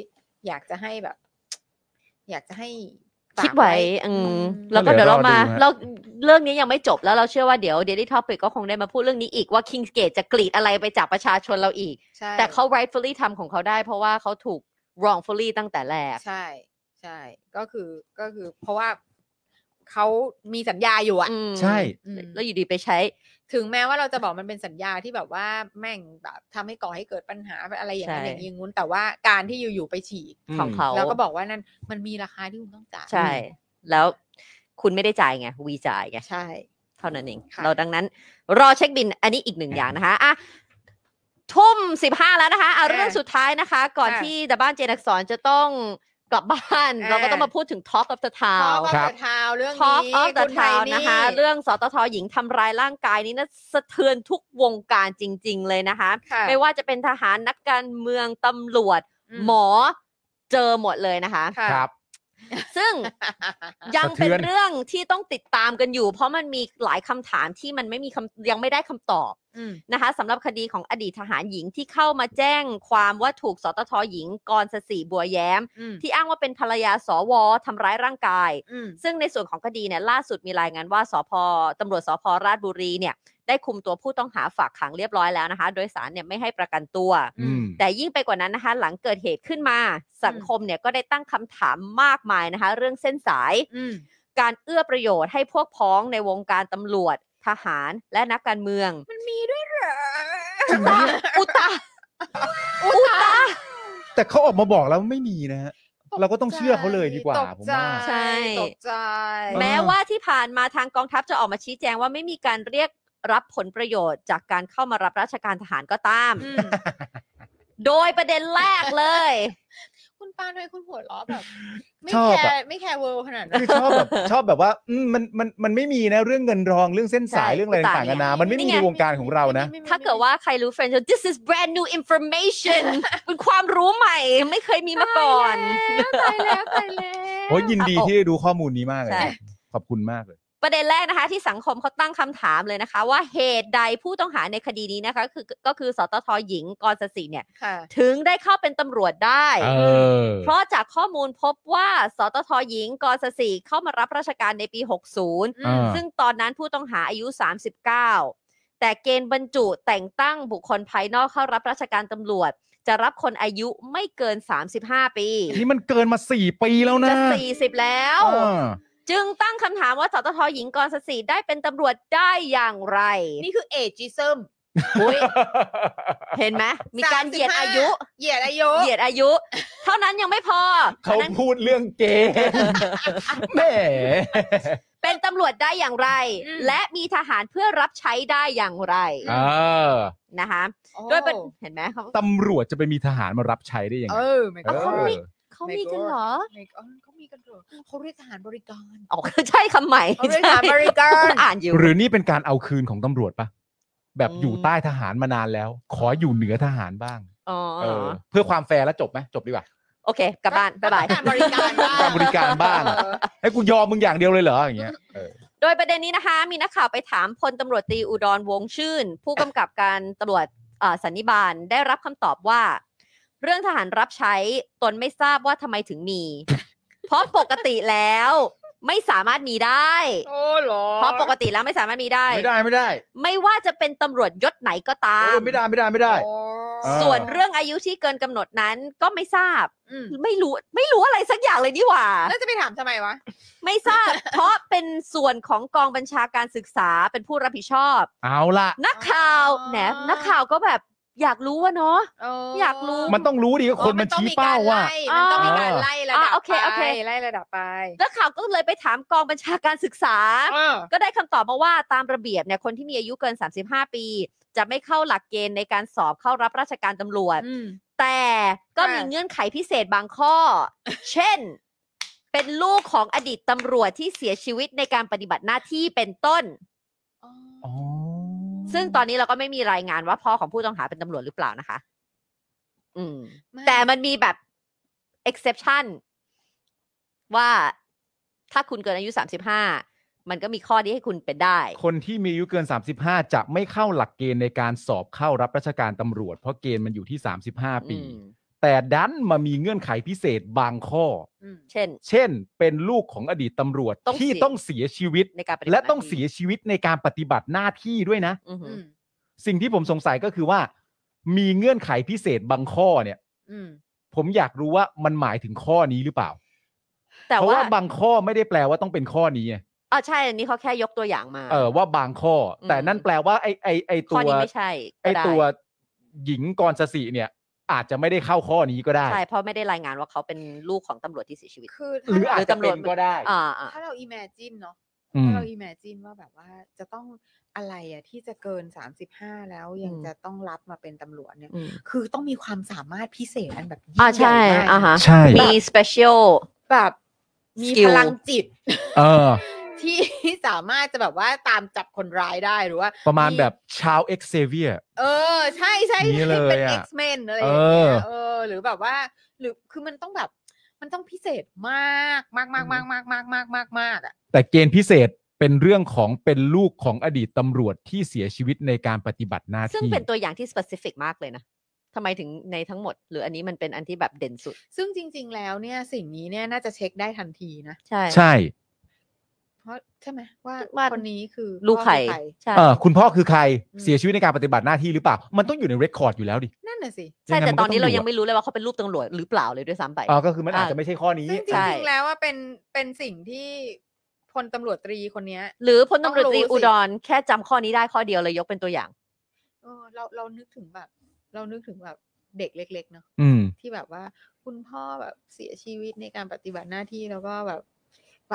อยากจะให้แบบ อยากจะให้ฝาก คิดไว้อื อื ม ม แล้วก็เดี๋ยวเรามา เดี๋ยวรอดูฮะ เราเรื่องนี้ยังไม่จบแล้วเราเชื่อว่าเดี๋ยว Daily Topic ก็คงได้มาพูดเรื่องนี้อีกว่า King's Gate จะกรีดอะไรไปจากประชาชนเราอีก ใช่ แต่เขา rightfully ทำของเขาได้ เพราะว่าเขาถูก wrongfully ตั้งแต่แรก ใช่ ใช่ ก็คือก็คือ เพราะว่าเขามีสัญญาอยู่อ่ะ อืม ใช่ อืม แล้วอยู่ดีไปใช้ ถึงแม้ว่าเราจะบอกมันเป็นสัญญาที่แบบว่าแม่งแบบทำให้ก่อให้เกิดปัญหาอะไรอย่างนั้น ใช่ อย่างนี้อย่างงู้นแต่ว่าการที่อยู่ๆไปฉีก ของเขา แล้วก็บอกว่านั่นมันมีราคาที่คุณต้องจ่าย ใช่ แล้วคุณไม่ได้จ่ายไงวีจ่ายไง ใช่ เท่านั้นเอง ค่ะ เราดังนั้นรอเช็คบินอันนี้อีกหนึ่งอย่างนะคะอ่ะทุ่มสิบห้าแล้วนะคะเอาเรื่องสุดท้ายนะคะ ก่อนที่ดับบ้านเจนอักษรจะต้อง กลับบ้าน อ่า เราก็ต้องมาพูดถึง Talk of the ท็อ Town ป ครั อบ ฟเดอะทาวเรื่องนี้ Talk of คุ the ณไท Town นี่ นะคะ เรื่องสตทหญิงทำร้ายร่างกายนี้นะสะเทือนทุกวงการจริง ๆ เลยนะคะ ค่ะ ไม่ว่าจะเป็นทหารนักการเมืองตำรวจ หมอเจอหมดเลยนะคะ ค่ะ ครับ ซึ่ง ยังเป็น สะเทือน เรื่องที่ต้องติดตามกันอยู่ เพราะมันมีหลายคำถามที่มันไม่มีคำยังไม่ได้คำตอบ อืม นะคะสำหรับคดีของอดีตทหารหญิงที่เข้ามาแจ้งความว่าถูกสตทหญิงกรสสีบัวแย้ม อืม ที่อ้างว่าเป็นภรรยาสวทำร้ายร่างกาย อืม ซึ่งในส่วนของคดีเนี่ยล่าสุดมีรายงานว่าสพตำรวจสพราชบุรีเนี่ยได้คุมตัวผู้ต้องหาฝากขังเรียบร้อยแล้วนะคะ โดยสารเนี่ยไม่ให้ประกันตัว อืม แต่ยิ่งไปกว่านั้นนะคะ หลังเกิดเหตุขึ้นมาสังคมเนี่ยก็ได้ตั้งคำถามมากมายนะคะ เรื่องเส้นสาย อืม การเอื้อประโยชน์ให้พวกพ้องในวงการตำรวจทหารและนักการเมื อง มันมีด้วยเหรอ อุตาอุตา แต่เขาออกมาบอกแล้วไม่มีนะฮะ เราก็ต้องเชื่อเขาเลยดีกว่า ตก ผม ใจ ว่า ใช่ ตกใจ แม้ว่าที่ผ่านมาทางกองทัพจะออกมาชี้แจงว่าไม่มีการเรียกรับผลประโยชน์ จากการเข้ามารับราชการทหารก็ตาม อืม โดยประเด็นแรกเลย คุณปานทำไมคุณหัวล้อแบบ ไม่ ชอบ แค อะ ร์ไม่แคร์เวิร์ขนาดนั้น คือชอบแบบชอบแบบว่าอืมมันมันมันไม่มีนะเรื่องเงินรองเรื่องเส้นสาย ใช่ เรื่องอะไรต่างๆนานามันไม่มี นี่ไง ในวงการของเรานะ ไม่มี ถ้าเกิดว่าใครรู้เฟรนด์จะ this is brand new information เป็นความรู้ใหม่ ไม่เคยมีมาก่อน ตายแล้วตายแล้ว โอ้ยยินดี อ่ะ ที่ได้รู้ข้อมูลนี้มากเลยคใช่รับขอบคุณมากเลย ประเด็นแรกนะคะที่สังคมเขาตั้งคำถามเลยนะคะ ว่าเหตุใดผู้ต้องหาในคดีนี้นะคะ คือก็คือสตทหญิงกรสสิเนี่ย ค่ะ ถึงได้เข้าเป็นตำรวจได้ เออ เพราะจากข้อมูลพบว่าสตทหญิงกรสสิเข้ามารับราชการในปี 60 อ่า ซึ่งตอนนั้นผู้ต้องหาอายุ 39 แต่เกณฑ์บรรจุแต่งตั้งบุคคลภายนอกเข้ารับราชการตำรวจ จะรับคนอายุไม่เกิน 35 ปี นี่มันเกินมาสี่ปีแล้วนะ จะ40 แล้ว อ่า จึงตั้งคำถามว่าสตทหญิงกรสสิได้เป็นตำรวจได้อย่างไร นี่คือเอจิซึม อุ๊ยเห็นไหมมีการเหยียดอายุ เหยียดอายุ เหยียดอายุ เท่านั้นยังไม่พอ เขา อันนั้น พูดเรื่องเกมแหม เป็นตำรวจได้อย่างไร และมีทหารเพื่อรับใช้ได้อย่างไร เออ นะคะ โอ้ ด้วยเป็นเห็นไหมเขา ตำรวจจะไปมีทหารมารับใช้ได้ยัง เออไงไม่ก็ เออ เขามี เขามีกันเหรอ ไม่ก็เขามีกันเหรอเขาเรียกทหารบริการ อ๋อ ใช่คำใหม่ เขาเรียกทหารบริการ ใช่อ่านอยู่ หรือนี่เป็นการเอาคืนของตำรวจปะแบบ อืม อยู่ใต้ทหารมานานแล้ว ขออยู่เหนือทหารบ้าง อ๋อ เออเพื่อความแฟร์แล้วจบไหมจบดีกว่า โอเค กลับบ้านบ๊ายบาย ทหารบริการบ้าง ทหารบริการบ้าง เออ ให้กูยอมมึงอย่างเดียวเลยเหรออย่างเงี้ยเออ โดยประเด็นนี้นะคะ มีนักข่าวไปถามพลตำรวจตรีอุดรวงศ์ชื่น ผู้กำกับการตำรวจเอ่อสันนิบาลได้รับคำตอบว่า เรื่องทหารรับใช้ตนไม่ทราบว่าทำไมถึงมี เพราะปกติแล้ว ไม่สามารถมีได้ โอ้เหรอ เพราะปกติแล้วไม่สามารถมีได้ ไม่ได้ไม่ได้ ไม่ว่าจะเป็นตำรวจยศไหนก็ตา เอ ม อไม่ได้ไม่ได้ไม่ได้ โอ้ เออ ส่วนเรื่องอายุที่เกินกำหนดนั้นก็ไม่ทราบ อืม ไม่รู้ไม่รู้อะไรสักอย่างเลยนี่หว่า แล้วจะไปถามทำไมวะ ไม่ทราบ เพราะเป็นส่วนของกองบัญชาการศึกษาเป็นผู้รับผิดชอบ เอาล่ะ นักข่าว อ๋อ แหนนักข่าวก็แบบอยากรู้ว่าเนาะ เ อยากรู้ มันต้องรู้ดิว่าคนมันชี้เป้าว่า เออมันต้องมีการไล่มันต้องมีการไล่ระดับ อ่าโอเคโอเค ไปไล่ระดับไป นักข่าวก็เลยไปถามกองบัญชาการศึกษา เออ ก็ได้คำตอบมาว่าตามระเบียบเนี่ยคนที่มีอายุเกิน 35 ปี จะไม่เข้าหลักเกณฑ์ในการสอบเข้ารับราชการตำรวจ แต่ก็มี ค่ะ เงื่อนไขพิเศษบางข้อ เช่น เป็นลูกของอดีตตำรวจที่เสียชีวิตในการปฏิบัติหน้าที่เป็นต้น อ๋อ ซึ่งตอนนี้เราก็ไม่มีรายงานว่าพ่อของผู้ต้องหาเป็นตำรวจหรือเปล่านะคะ อืม แต่มันมีแบบ exception ว่าถ้าคุณเกินอายุ 35 มันก็มีข้อที่ให้คุณเป็นได้ คนที่มีอายุเกิน 35 จะไม่เข้าหลักเกณฑ์ในการสอบเข้ารับราชการตำรวจ เพราะเกณฑ์มันอยู่ที่ 35 ปี อืม แต่ดันมามีเงื่อนไขพิเศษบางข้อ อืม เช่น เช่น เป็นลูกของอดีตตำรวจ ต้อง ที่ เสีย ต้องเสียชีวิต ในการปฏิบัติ และต้องเสีย หน้า ชีวิตในการปฏิบัติหน้าที่ด้วยนะ ที่อือหือ สิ่งที่ผมสงสัยก็คือว่า มีเงื่อนไขพิเศษบางข้อเนี่ย อืม ผมอยากรู้ว่ามันหมายถึงข้อนี้หรือเปล่า แต่ เพราะ ว่า ว่าบางข้อไม่ได้แปลว่าต้องเป็นข้อนี้ไง อ๋อใช่ อันนี้เขาแค่ยกตัวอย่างมา เออว่าบางข้ออ ม แต่นั่นแปลว่าไอไอไอ ข้ ตั อ ว นี้ไม่ใช่ ไอ ก็ด้ ตัวหญิงกรสสิเนี่ย อาจจะไม่ได้เข้าข้อนี้ก็ได้ ใช่ เพราะไม่ได้รายงานว่าเขาเป็นลูกของตำรวจที่เสียชีวิต คือ หรืออาจ หรือ จะ ตำร เป็ วจ นก็ได้ อ่าอ่า ถ้าเรา imagine เนาะ อื ถ้าม เรา imagine ว่าแบบว่าจะต้อง อะไรอะที่จะเกินสามสิบห้าแล้วยัง อืม จะต้องรับมาเป็นตำรวจเนี่ย อืม คือต้องมีความสามารถพิเศษอันแบบยิ่ง อ่า ใหญ่ ใช่ มาก อ่าฮะ ใช่ มี special แบบมีพ skill ลังจิต เออ ที่สามารถจะแบบว่าตามจับคนร้ายได้หรือว่า ประมาณแบบชาวเอ็กเซเวีย เออ ใช่ใช่ นี่เลย เป็น อะ X-Men อะไรอย่างเงี้ เออ ยเออ หรือแบบว่า หรือคือมันต้องแบบมันต้องพิเศษมากมากมากมากมากมากมากมากมากอ่ะ แต่เกณฑ์พิเศษเป็นเรื่องของเป็นลูกของอดีตตำรวจที่เสียชีวิตในการปฏิบัติหน้า ซึ่ง ที่ เป็นตัวอย่างที่ specific มากเลยนะทำไมถึงในทั้งหมด หรืออันนี้มันเป็นอันที่แบบเด่นสุด ซึ่งจริง ๆ แล้วเนี่ยสิ่งนี้เนี่ยน่าจะเช็คได้ทันทีนะ ใช่ ใช่ เพราะใช่ไหมว่า ว่า คนนี้คือ ลูกไข่ พ่อคือ ใช่ เออคุณพ่อคือใคร อืม เสียชีวิตในการปฏิบัติหน้าที่หรือเปล่า มันต้องอยู่ในเรคคอร์ดอยู่แล้วดิ นั่นน่ะสิ ใช่ แต่ตอนนี้เรายัง ไม่ ไม่รู้เลยว่าเขาเป็นรูปตำรวจหรือเปล่าเลยด้วยซ้ำไป อ๋อก็คือมันอาจจะไม่ใช่ข้อนี้ ซึ่งจ ใช่ ริงๆแล้วว่าเป็นเป็นสิ่งที่พลตำรวจตรีคนเนี้ย หรือพลตำรวจตรี ต้องรู้สิ อุดรแค่จำข้อนี้ได้ข้อเดียวเลยยกเป็นตัวอย่าง เออเราเรานึกถึงแบบ เรานึกถึงแบบเด็กเล็ก ๆ เนาะ อืม ที่แบบว่า คุณพ่อแบบเสียชีวิตในการปฏิบัติหน้าที่แล้วก็แบบ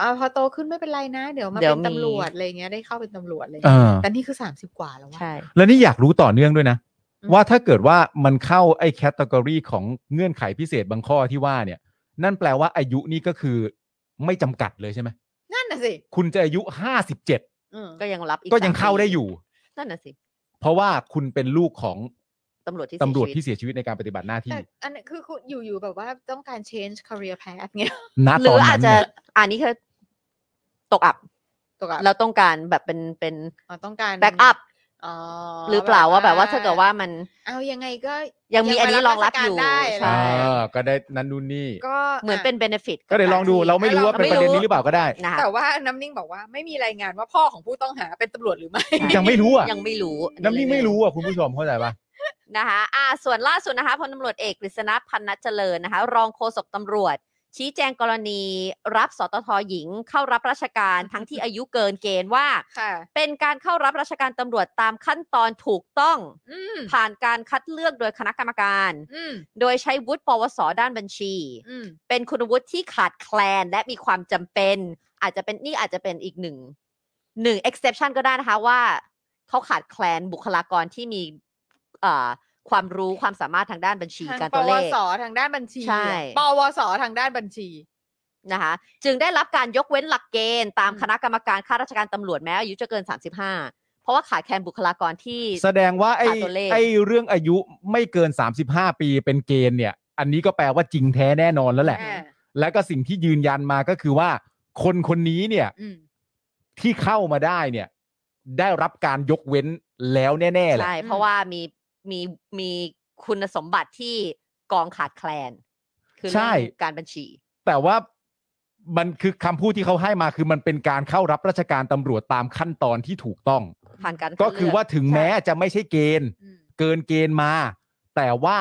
เอาพอโตขึ้นไม่เป็นไรนะ เดี๋ยวมา เดี๋ย เป็ วนมี ตำรวจอะไรเงี้ยได้เข้าเป็นตำรวจอะไร เอ เงี้ย อ แต่นี่คือสามสิบกว่าแล้วว่า ใช่ แล้วนี่อยากรู้ต่อเนื่องด้วยนะ อืม ว่าถ้าเกิดว่ามันเข้าไอ้แคตตากรีของเงื่อนไขพิเศษบางข้อที่ว่าเนี่ย นั่นแปลว่าอายุนี่ก็คือไม่จำกัดเลยใช่ไหม นั่นน่ะสิ คุณจะอายุห้าสิบเจ็ด อืม ก็ยังรับอีก ก็ยัง สมปี เข้าได้อยู่ นั่นน่ะสิ เพราะว่าคุณเป็นลูกของ ตำรวจที่ ตำรวจ เสียชีวิต ที่เสียชีวิตในการปฏิบัติหน้าที่ แต่อันนี้คือคุณอยู่ๆแบบว่าต้องการ change career path เงี้ย ณ หรื ตอ อน อา นั้ จ น จะ เนี่ย อันนี้คือตกอับ ตกอะ เราต้องการแบบเป็นเป็น อ๋อต้องการ แบ็กอัพ อ๋อ หรือเปล่าว่าแบบว่าถ้าเกิดว่ามัน เอายังไงก็ ยังมีอันนี้รองรับ าชา อยู่ ได้ ใช่ เออก็ได้นั้นนู่นนี่ ก็ เหมือนเป็นเบนฟิต ก็เดี๋ยวลองดูเราไม่รู้ว่าเป็นประเด็นนี้หรือเปล่าก็ได้ นะคะ แต่ว่าน้ำนิ่งบอกว่าไม่มีรายงานว่าพ่อของผู้ต้องหาเป็นตำรวจหรือไม่ ยังไม่รู้อ่ะ ยังไม่รู้ น้ำนิ่งไม่รู้อ่ะคุณผู้ชมเข้าใจปะ นะคะอ่าส่วนล่าสุดนะคะพลตำรวจเอกกฤษณะพันนัจเจริญนะคะ รองโฆษกตำรวจ ชี้แจงกรณี รับสตทหญิงเข้ารับราชการทั้งที่อายุเกินเกณฑ์ว่า ค่ะ เป็นการเข้ารับราชการตำรวจตามขั้นตอนถูกต้อง อืม ผ่านการคัดเลือกโดยคณะกรรมการ อืม โดยใช้วุฒิปวส ด้านบัญชี อืม เป็นคุณวุฒิที่ขาดแคลนและมีความจำเป็น อาจจะเป็นนี่อาจจะเป็นอีกหนึ่งหนึ่ง exception ก็ได้นะคะว่าเขาขาดแคลนบุคลากรที่มีเอ่อความรู้ความสามารถทางด้านบัญชี ทาง การ ป ตัว ว เลข สทางด้านบัญชี ใช่ ปวสทางด้านบัญชี นะคะ จึงได้รับการยกเว้นหลักเกณฑ์ตาม อืม คณะกรรมการข้าราชการตำรวจแม้อายุจะเกิน 35 เพราะว่าขาดแคลนบุคลากรที่ แสดงว่าไอ้ ขาดตัวเลข ไอ้เรื่องอายุไม่เกิน 35 ปีเป็นเกณฑ์เนี่ย อันนี้ก็แปลว่าจริงแท้แน่นอนแล้วแหละ อ่า และก็สิ่งที่ยืนยันมาก็คือว่า คนคนนี้เนี่ย อืม ที่เข้ามาได้เนี่ย ได้รับการยกเว้นแล้วแน่ๆแหละ ใช่ เพราะว่ามีมีมีคุณสมบัติที่กองขาดแคลน คือเรื่องการบัญชี แต่ว่ามันคือคำพูดที่เขาให้มาคือมันเป็นการเข้ารับราชการตำรวจตามขั้นตอนที่ถูกต้อง ผ่านการด ก็คือ เลื ว่าถึงแม้จะไม่ใช่เกณฑ์ อืม เกินเกณฑ์มา แต่ว่า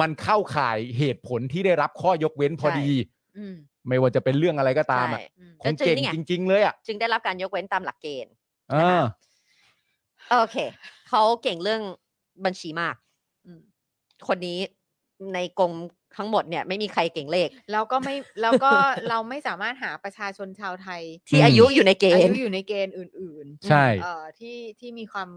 มันเข้าข่ายเหตุผลที่ได้รับข้อยกเว้นพอดี อืม ไม่ว่าจะเป็นเรื่องอะไรก็ตาม ใช่ อ่ะ อืม คงเก่ง ก็จึงนี่ไง จริง ๆ เลยอ่ะ จึงได้รับการยกเว้นตามหลักเกณฑ์ เออ โอเคเขาเก่งเรื่องบัญชีมาก อืม คนนี้ในกรมทั้งหมดเนี่ย ไม่มีใครเก่งเลข แล้วก็ไม่ แล้วก็ เราไม่สามารถหาประชาชนชาวไทย ที่ อืม อายุอยู่ในเก อา ณ ยุ ฑ์ อยู่ในเกณฑ์อื่น ใช่ ๆเอ่อที่ที่มีความ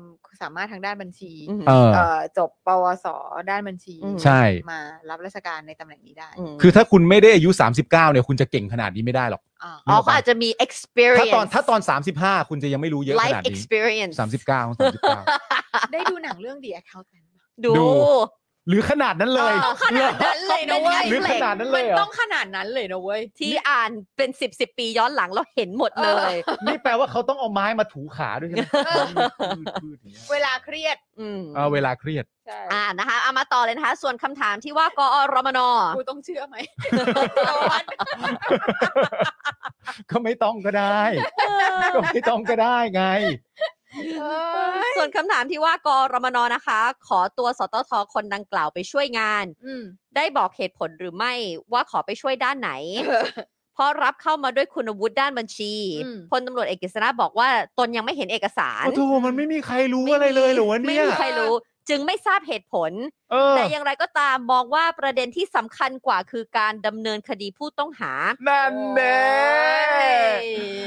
สามารถทางด้านบัญชี อืม เออ เอ่อจบปวสด้านบัญชี อืม ใช่ มารับราชการในตำแหน่งนี้ได้ ม คือถ้าคุณไม่ได้อายุ 39เนี่ยคุณจะเก่งขนาดนี้ไม่ได้หรอก อ่า อ๋อเขาอาจจะมี ถ้า experience ตอนถ้าตอน 35 คุณจะยังไม่รู้เยอะข life นาดนี้ experience 39 39 ได้ดูหนังเรื่อง The Accountant ปะ ดู ดู หรือขนาดนั้นเลย ต้องขนาดนั้นเลยนะเว้ย หรือขนาดนั้นเลยเหร มั อ ต้องขนาดนั้นเลยนะเว้ย ที่อ่านเป็นสิบสิบปีย้อนหลังแล้วเห็นหมดเลย นี่แปลว่าเขาต้องเอาไม้มาถูขาด้วยใช่ไหม เออ พืดๆอย่างเงี้ย เวลาเครียด อืม เออเวลาเครียด ใช่ อ่านะคะเอามาต่อเลยนะคะ ส่วนคำถามที่ว่ากอรม น กูต้องเชื่อไหม ก็ไม่ต้องก็ได้ ก็ไม่ต้องก็ได้ไง ส่วนคำถามที่ว่ากอรมนนะคะ ขอตัวสตทคนดังกล่าวไปช่วยงาน อืม ได้บอกเหตุผลหรือไม่ว่าขอไปช่วยด้านไห น เพราะรับเข้ามาด้วยคุณวุฒิด้านบัญชี อืม พลตำรวจเอกกฤษณะบอกว่าตนยังไม่เห็นเอกสาร โอ้โหมันไม่มีใครรู้อะไรเลยเหรอวะ ไม่ เนี่ย มีใครรู้ จึงไม่ทราบเหตุผล เออ แต่อย่างไรก็ตามมองว่าประเด็นที่สำคัญกว่าคือการดำเนินคดีผู้ต้องหา นั่นแน่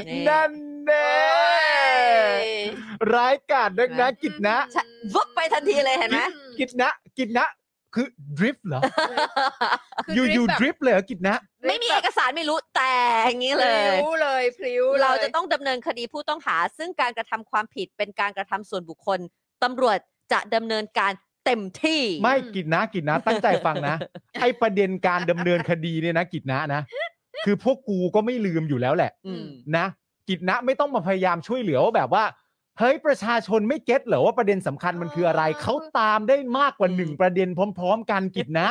นี่ นั่น แน่ร้ายกาจนักนะกิจนะ ฉันวึบไปทันทีเลยเห็นไหม กิจนะ กิจนะ คือดริฟ เหรอ คือ อยู่อยู่ แบบ ดริฟเลยเหรอกิจนะ ไม่มีเอกสารไม่รู้แต่อย่างนี้ พ เล ลิ้ ย วเลยพลิ้วลย เราจะต้องดำเนินคดีผู้ต้องหา ซึ่งการกระทำความผิดเป็นการกระทำส่วนบุคคลตำรวจจะดำเนินการเต็มที่ ไม่กิจนะกิจนะ ตั้งใจฟัง นะ ไอประเด็นการดำเนินคดีเนี่ยนะกิจนะนะ คือพวกกูก็ไม่ลืมอยู่แล้วแหละ อืม นะกิจนะไม่ต้องมาพยายามช่วยเหลือว่าแบบว่าเฮ้ยประชาชนไม่เก็ตเหรอว่าประเด็นสำคัญมันคืออะไร อ๋อ เขาตามได้มากกว่าหนึ่งประเด็นพร้อม ๆ กันกิจนะ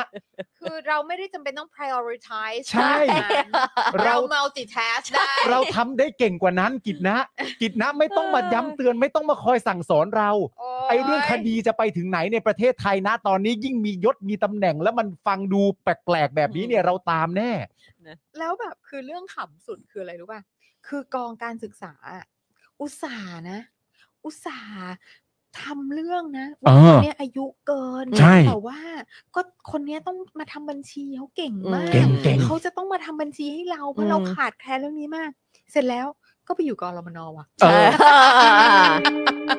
คือเราไม่ได้จำเป็นต้อง prioritize ใช่ ขนาดนั้นเรา เรา multitask ได้ เราทำได้เก่งกว่านั้นกิจนะ กิจนะไม่ต้องมาย้ำเตือนไม่ต้องมาคอยสั่งสอนเรา ไอ้เรื่องคดีจะไปถึงไหนในประเทศไทยนะตอนนี้ยิ่งมียศมีตำแหน่ง แล้วมันฟังดูแปลกๆแบบนี้เนี่ยเราตามแน่ แล้วแบบคือเรื่องขำสุดคืออะไรรู้ป่ะ คือกองการศึกษาอะอุตส่าห์นะ อุตส่าห์ทำเรื่องนะ เอ ว่า อ คนเนี้ยอายุเกิน ใช่ แต่ว่า ก็คนเนี้ยต้องมาทำบัญชีเขาเก่งมาก เก่งเก่ง จะต้องมาทำบัญชีให้เราเพราะ อืม เราขาดแคลนเรื่องนี้มาก เสร็จแล้วก็ไปอยู่กรมนว่ะ เออ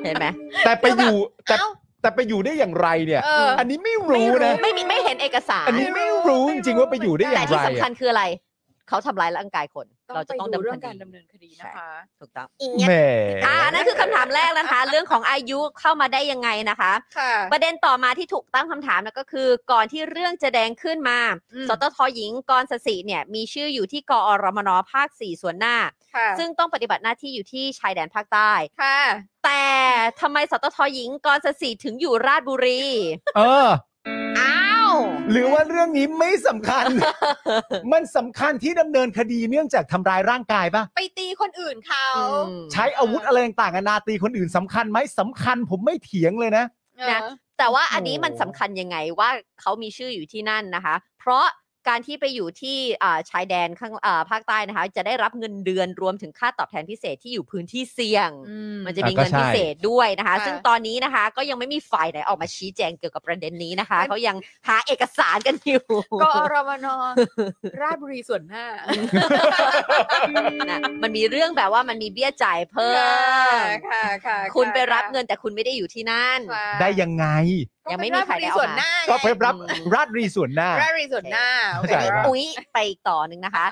เห็นไหม แต่ไปอยู่แต่ เอ้า แต่ไปอยู่ได้อย่างไรเนี่ย เออ อันนี้ไม่รู้นะ ไม่มีไม่เห็นเอกสาร อันนี้ไม่รู้จริงๆว่าไปอยู่ได้อ แต่ ย่างไร ที่สำ อะ คัญคืออะไร เขาทำร้ายร่างกายคน เราจะต้อง ไป ดำเนิ เรื่อน งการดำ คดี เนินคดีนะคะ ถูกต้อง แหม อ่าอันนั่นคือคำถามแรกนะคะ เรื่องของอายุเข้ามาได้ยังไงนะคะ ค่ะ ประเด็นต่อมาที่ถูกตั้งคำถามนะก็คือ ก่อนที่เรื่องจะแดงขึ้นมา อืม สตทหญิงกรสสิเนี่ย มีชื่ออยู่ที่กอรมนภาค 4 ส่วนหน้า ค่ะ ซึ่งต้องปฏิบัติหน้าที่อยู่ที่ชายแดนภาคใต้ ค่ะ แต่ทำไมสตทหญิงกรสสิถึงอยู่ราชบุรี เออ อ้าว หรือว่าเรื่องนี้ไม่สำคั ญ มันสำคัญที่ดำเนินคดีเนื่องจากทำร้ายร่างกายป่ะ ไปตีคนอื่นเขา อืม ใช้อาวุธอะไรต่างๆนานาตีคนอื่นสำคัญไหมสำคัญผมไม่เถียงเลยนะ เออ นะ แต่ว่าอันนี้ โอ้โห มันสำคัญยังไงว่าเขามีชื่ออยู่ที่นั่นนะคะ เพราะการที่ไปอยู่ที่อ่าชายแดนข้างอ่าภาคใต้นะคะ จะได้รับเงินเดือนรวมถึงค่าตอบแทนพิเศษที่อยู่พื้นที่เสี่ยง มันจะมี อ่ะก็ เงินพิเศษด้วยนะคะ ใช่ ซึ่งตอนนี้นะคะ ก็ยังไม่มีฝ่ายไหนออกมาชี้แจงเกี่ยวกับประเด็นนี้นะคะเขายังหาเอกสารกันอยู่ กอรมน ราชบุรีส่วนหน้า นะมันมีเรื่องแบบว่ามันมีเบี้ยจ่ายเพิ่ม ค่ะค่ะ คุณไปรับเงินแต่คุณไม่ได้อยู่ที่นั่น ค่ะ ได้ยังไง ยังไม่มีใครได้ ก็เป็นชเอามาบุส่วนหน้า ก็ไป ไง รับราชรีส่วนหน้า ราชบุรีส่วนหน้า เข้าใจ โอเค อุ๊ยไปอีกต่อหนึ่งนะคะ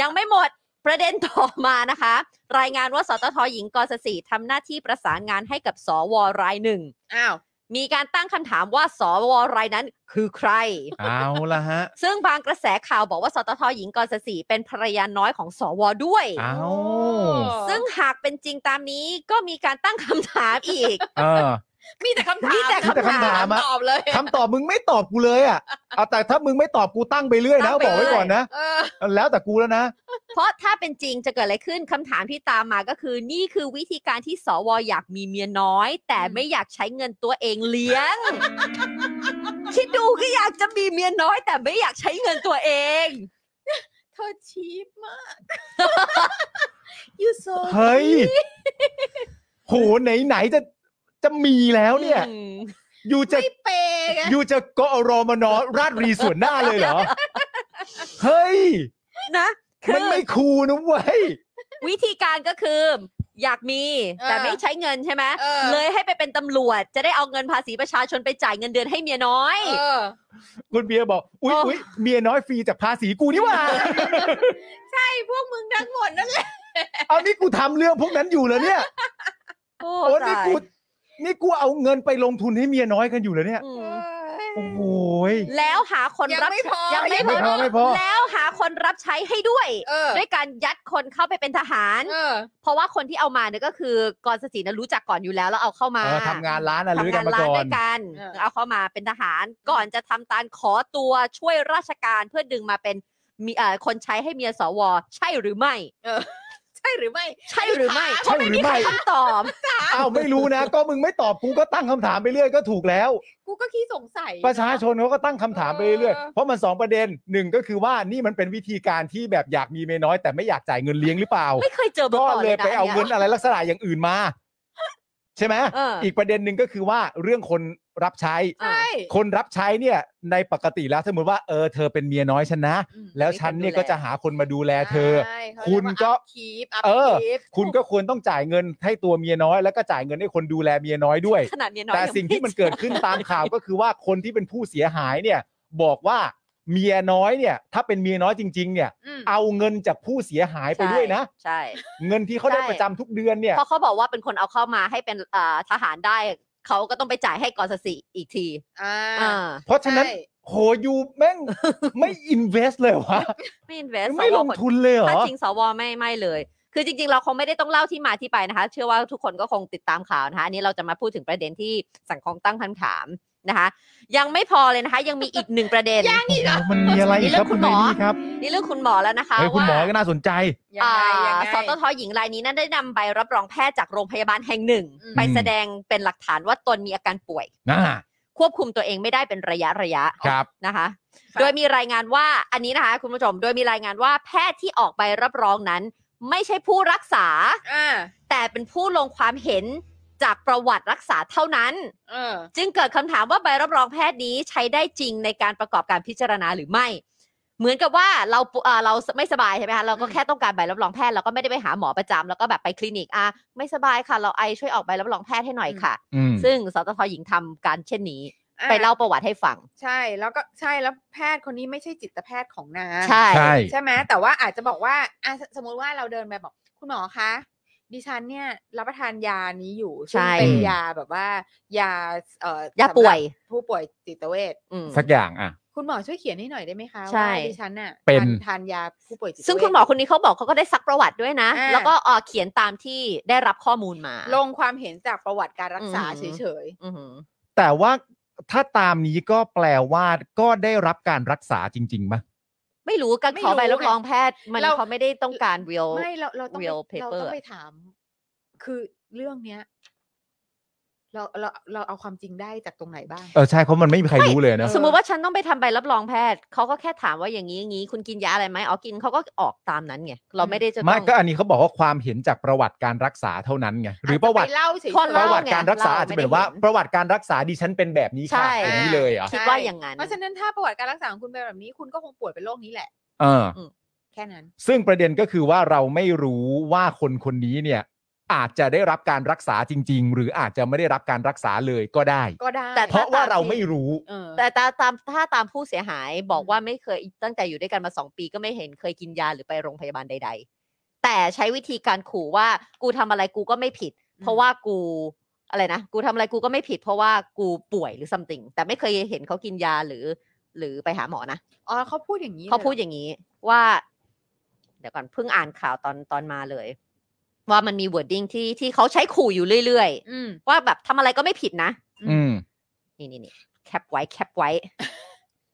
ยังไม่หมดประเด็นต่อมานะคะ รายงานว่าสตทหญิงกศสีทำหน้าที่ประสานงานให้กับสวรายหนึ่ง อ้าว มีการตั้งคำถามว่าสวรายนั้นคือใคร เอาละฮะ ซึ่งบางกระแสข่าวบอกว่าสตทหญิงกศสีเป็นภรรยาน้อยของสวด้วย เอา ซึ่งหากเป็นจริงตามนี้ก็มีการตั้งคำถามอีก เออ มีแต่คำถาม มีแต่ คำถาม ตอบเลย คำตอบมึงไม่ตอบกูเลยอ่ะเอาแต่ถ้ามึงไม่ตอบกูตั้งไปเรื่อยนะบอกไว้ก่อนนะ เออ แล้วแต่กูแล้วนะ เพราะถ้าเป็นจริงจะเกิดอะไรขึ้นคำถามที่ตามมาก็คือ นี่คือวิธีการที่สวอยากมีเมียน้อย แต่ไม่อยากใช้เงินตัวเองเลี้ยง คิดดูก็อยากจะมีเมียน้อย แต่ไม่อยากใช้เงินตัวเอง เธอชีพมาก you so เฮ้ย โหไหนๆจะจะมีแล้วเนี่ย อยู่จะ ไม่เปย์ไง อยู่จะกอรมนราชรีส่วนหน้าเลยเหรอ เฮ้ย นะคื มัน อ ไม่คูลนะเว้ย วิธีการก็คือ อยากมี แต่ไม่ใช้เงินใช่ไหม เออ เลยให้ไปเป็นตำรวจ จะได้เอาเงินภาษีประชาชนไปจ่ายเงินเดือนให้เมียน้อย เออ คุณเบียร์บอก อุ๊ย โอ้ อุ๊ยเมียน้อยฟรีจากภาษีกูนี่หว่า ใช่พวกมึงทั้งหมดนั่นแหละ เอานี่กูทำเรื่องพวกนั้นอยู่แล้วเนี่ย โอ้ โอ้นี่ ตาย กูนี่กูเอาเงินไปลงทุนให้เมียน้อยกันอยู่แล้วเนี่ย อืม โอ้โห แล้วหาคน ยัง รับ ไม่พอ ยังไม่ ไม่พอไม่พอ แล้วหาคนรับใช้ให้ด้วย เออ ด้วยการยัดคนเข้าไปเป็นทหาร เออ เพราะว่าคนที่เอามาเนี่ยก็คือกรสศินะรู้จักก่อนอยู่แล้วแล้วเอาเข้ามา เออทำงานร้านอะ ทำ ไรือกั งาน น มา ร้าน ก่อ ด้ น วยกัน เออ เอาเข้ามาเป็นทหาร ก่อนจะทำตารขอตัวช่วยราชการเพื่อดึงมาเป็นมีเอ่อคนใช้ให้เมียสว ใช่หรือไม่ เออ ใช่หรือไม่ ใช่หรือไม่ ใช่หรือไม่ คำตอบ อ้าวไม่รู้นะ ก็มึงไม่ตอบกูก็ตั้งคำถามไปเรื่อยก็ถูกแล้ว กูก็ขี้สงสัย ประชาชนเขาก็ตั้งคำถามไปเรื่อย เออ ๆ เพราะมันสองประเด็นหนึ่งก็คือว่านี่มันเป็นวิธีการที่แบบอยากมีเมียน้อย แต่ไม่อยากจ่ายเงินเลี้ยงหรือเปล่า ไม่เคยเจอมา ก็ ก่อน เล เลย ย ไป นะ เอา น เงิ นี้ย นอะไรลักษณะอย่างอื่นมา ใช่ไหม เอออี กประเด็นหนึ่งก็คือว่าเรื่องคน รับใช้ ใช่ คนรับใช้เนี่ยในปกติแล้วสมมติว่าเออเธอเป็นเมียน้อยฉันนะ อืม แล้วฉันเนี่ยก็จะหาคนมาดูแลเธอ ใช่เขา คุณก็ เรียว่า up keep up เออ keep คุณก็ควรต้องจ่ายเงินให้ตัวเมียน้อย แล้วก็จ่ายเงินให้คนดูแลเมียน้อยด้วย ขนาดเมียน้อย แต่ ยัง สิ่งที่มัน ไ เกิดขึ้นตามข่าวก็คือว่าคนที่เป็นผู้เสียหายเนี่ย บอกว่าเมียน้อยเนี่ย ถ้าเป็นเมียน้อยจริง ๆ เนี่ย อืม เอาเงินจากผู้เสียหายไปด้วยนะ ใช่ เงินที่เขาได้ ใช่ ประจำทุกเดือนเนี่ย เพราะเขาบอกว่าเป็นคนเอาเข้ามาให้เป็นเอ่อทหารได้ เขาก็ต้องไปจ่ายให้กอสสิอีกที อ่า อ่า เพราะฉะนั้น ใช่ โหยูแม่ง ไม่อินเวสเลยเหรอวะ ไม่ invest ไม่ สว ลงทุนเลยเหร ถ้า อ จริงสวไม่ไม่เลย คือจริง ๆ เราคงไม่ได้ต้องเล่าที่มาที่ไปนะคะ เชื่อว่าทุกคนก็คงติดตามข่าวนะคะอันนี้เราจะมาพูดถึงประเด็นที่สังคมตั้งคำถามนะคะ ยังไม่พอเลยนะคะ ยังมีอีกหนึ่งประ เด็น ยังอีกเหรอ มันมีอะไรอีกครับ นี่คุณเรื่องคุณ หม เม อ นี่ครับ นี่เรื่องคุณหมอแล้วนะคะ เฮ้ยคุณ ว่า หมอก็น่าสนใจ ยังไงยังไง สตทหญิงรายนี้นั้นได้นำใบรับรองแพทย์จากโรงพยาบาลแห่งหนึ่ง อืม ไปแสดงเป็นหลักฐานว่าตนมีอาการป่วย นะ ควบคุมตัวเองไม่ได้เป็นระยะระยะ ครับ นะคะ โดยมีรายงานว่าอันนี้นะคะ คุณผู้ชมโดยมีรายงานว่าแพทย์ที่ออกใบรับรองนั้น ไม่ใช่ผู้รักษา อ่า แต่เป็นผู้ลงความเห็นจากประวัติรักษาเท่านั้น เออ จึงเกิดคำถามว่าใบรับรองแพทย์นี้ใช้ได้จริงในการประกอบการพิจารณาหรือไม่ เหมือนกับว่าเราปวเอ่อเราไม่สบายใช่ไหมคะเราก็ อืม แค่ต้องการใบรับรองแพทย์เราก็ไม่ได้ไปหาหมอประจำแล้วก็แบบไปคลินิกอ่ะไม่สบายค่ะ เราไอช่วยออกใบรับรองแพทย์ให้หน่อยค่ะ อืม ซึ่งสตทหญิงทำการเช่นนี้ อ่ ไปเล่าประวัติให้ฟัง ใช่แล้วก็ใช่แล้วแพทย์คนนี้ไม่ใช่จิตแพทย์ของนาง ใช่ ใช่ ใช่ไหมแต่ว่าอาจจะบอกว่าอ่ะสสมมุติว่าเราเดินไปบอก คุณหมอคะดิฉันเนี่ยรับประทานยานี้อยู่ซึ่งเป็นยาแบบว่า ยาเอ่อย าป่วย สำหรับผู้ป่วยจิตเวช อืม สักอย่างอ่ะ คุณหมอช่วยเขียนให้หน่อยได้ไหมคะ ใช่ ว่าดิฉันน่ะ เป็น ทาทานยาผู้ป่วยจิตเวช ซึ่งคุณหมอคนนี้เขาบอกเขาก็ได้ซักประวัติด้วยนะ อ่า แล้วก็เอ่อเขียนตามที่ได้รับข้อมูลมา ลงความเห็นจากประวัติการรักษา อือหือ เฉย อือหือ แต่ว่าถ้าตามนี้ก็แปลว่าก็ได้รับการรักษาจริงๆมะ ไม่รู้การขอใบรับรองแพทย์มันเขาไม่ได้ต้องการ ๆ real ไม่เราเราต้องไป real เรา paper ต้องไปถาม คือเรื่องเนี้ย เราเราเราเอาความจริงได้จากตรงไหนบ้าง เออใช่เพราะมันไม่มีใครรู้เลยเนอะ สมมุติว่าฉันต้องไปทำใบรับรองแพทย์ เขาก็แค่ถามว่าอย่างนี้อย่างนี้ คุณกินยาอะไรไหมอ๋อกินเขาก็ออกตามนั้นไง เราไม่ได้จะ ไม่ ต้อง ก็อันนี้เขาบอกว่าความเห็นจากประวัติการรักษาเท่านั้นไงหรือประวัจติจไเล่าเฉยๆ คน ป เล่ ระวัติการรักษา เรา อาจจะเป็นว่า ไม่ได้เห็น ประวัติการรักษาดิฉันเป็นแบบนี้ค่ะ ใช่ อย่างนี้เลยเหรอ่ะ คิดว่าอย่างนั้น เพราะฉะนั้นถ้าประวัติการรักษาของคุณเป็นแบบนี้ คุณก็คงป่วยเป็นโรคนี้แหละ เออ แค่นั้น ซึ่งประเด็นก็คือว่าเราไม่รู้ว่าคนคนนี้เนี่ย อาจจะได้รับการรักษาจริง ๆ หรืออาจจะไม่ได้รับการรักษาเลยก็ได้ ก็ได้ แต่ เพราะว่าเราไม่รู้ เออ แต่ตาตามถ้าตามผู้เสียหายบอกว่าไม่เคยตั้งแต่อยู่ด้วยกันมาสองปีก็ไม่เห็นเคยกินยาหรือไปโรงพยาบาลใด ๆ แต่ใช้วิธีการขู่ว่ากูทำอะไรกูก็ไม่ผิด เพราะว่ากูอะไรนะกูทำอะไรกูก็ไม่ผิด เพราะว่ากูป่วยหรือ something แต่ไม่เคยเห็นเขากินยาหรือ หรือไปหาหมอนะ อ๋อเขาพูดอย่างนี้ เขาพูด ลยหร อย่างนี้ว่า เดี๋ยวก่อนเพิ่งอ่านข่าวตอนตอนมาเลย ว่ามันมี wording ที่ที่เขาใช้ขู่อยู่เรื่อย อืม ๆ ว่าแบบทำอะไรก็ไม่ผิดนะ อืม นี่นี่นี่แคปไว้แคปไว้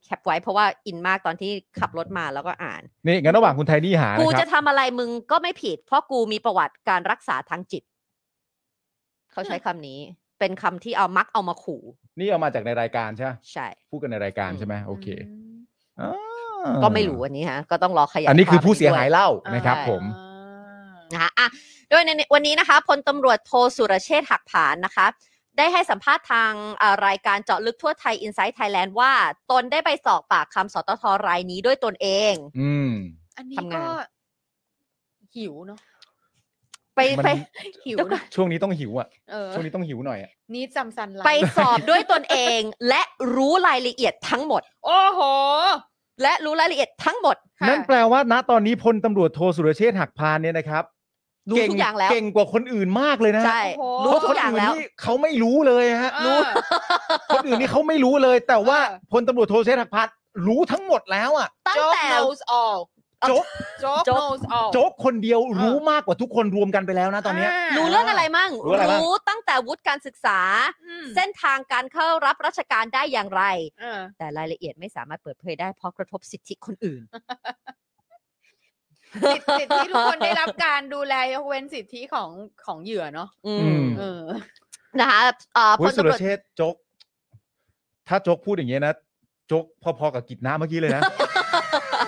แคปไว้เพราะว่าอินมากตอนที่ขับรถมาแล้วก็อ่าน นี่งั้นระหว่างคุณไทนี่หานะ กู ค จะ รับ ทำอะไรมึงก็ไม่ผิด เพราะกูมีประวัติการรักษาทางจิต เขาใช้คำนี้ เป็นคำที่เอามักเอามาขู่ นี่เอามาจากในรายการใช่ไหม ใช่ พูดกันในรายการ อืม ใช่ไหมโอเค ม อ่า ก็ไม่รู้อันนี้ฮะ ก็ต้องรอขยาย อันนี้คือ วาม ผู้ ก เสียหาย ด้วย เล่า อ่า นะครับ ผม อ่า นะคะอ่ะโดยในวันนี้นะคะพลตำรวจโทสุรเชษฐ์หักผานนะคะ ได้ให้สัมภาษณ์ทางเอ่อรายการเจาะลึกทั่วไทย Inside Thailand ว่า ตนได้ไปสอบปากคำสตทรายนี้ด้วยตนเอง อืม อันนี้ ทำงา ก็ น หิวเนาะ ไป มัน ไป หิว เดี๋ยวก่อน นะ ช่วงนี้ต้องหิวอ่ะ เออ ช่วงนี้ต้องหิวหน่อยอ่ะ นี่จำสันลาย ไปสอบด้วยตนเอง และรู้รายละเอียดทั้งหมด โอ้โห และรู้รายละเอียดทั้งหมด ค่ะ นั่นแปลว่าณตอนนี้พลตำรวจโทสุรเชษฐ์หักพานเนี่ยนะครับ รู้ทุกอย่างแล้ว เก่งกว่าคนอื่นมากเลยนะ ใช่ โอ้โห รู้ เพราะ ทุ คนกอย่าง อื่น แล้ว นี่เขาไม่รู้เลยฮะ เออ รู้ คนอื่นนี่เขาไม่รู้เลย แต่ว่า เออ พลตำรวจโทเชษฐหักพัฒน์รู้ทั้งหมดแล้วอ่ะ ตั้ง โจ๊ก แต่ knows all โจ๊ก โจ๊ก โจ๊ก knows all โจ๊กคนเดียวรู้มากกว่าทุกคนรวมกันไปแล้วนะตอนเนี้ย า รู้เรื่องอะไรมั่ง รู้อะไรมั่ง รู้ตั้งแต่วุฒิการศึกษา อืม เส้นทางการเข้ารับราชการได้อย่างไร เออ แต่รายละเอียดไม่สามารถเปิดเผยได้เพราะกระทบสิทธิคนอื่น สิทธิ์สิทธิทุกคนได้รับการดูแลยกเว้นสิทธิของของเหยื่อเนาะ อื อื ม ม เออ นะคะเอ่อ โอ้ พ ย ล สุ ตำ ร รวจ เชษฐ์โจ๊ก ถ้าโจ๊กพูดอย่างเงี้ยนะ โจ๊กพอๆกับกิจน้าเมื่อกี้เลยนะ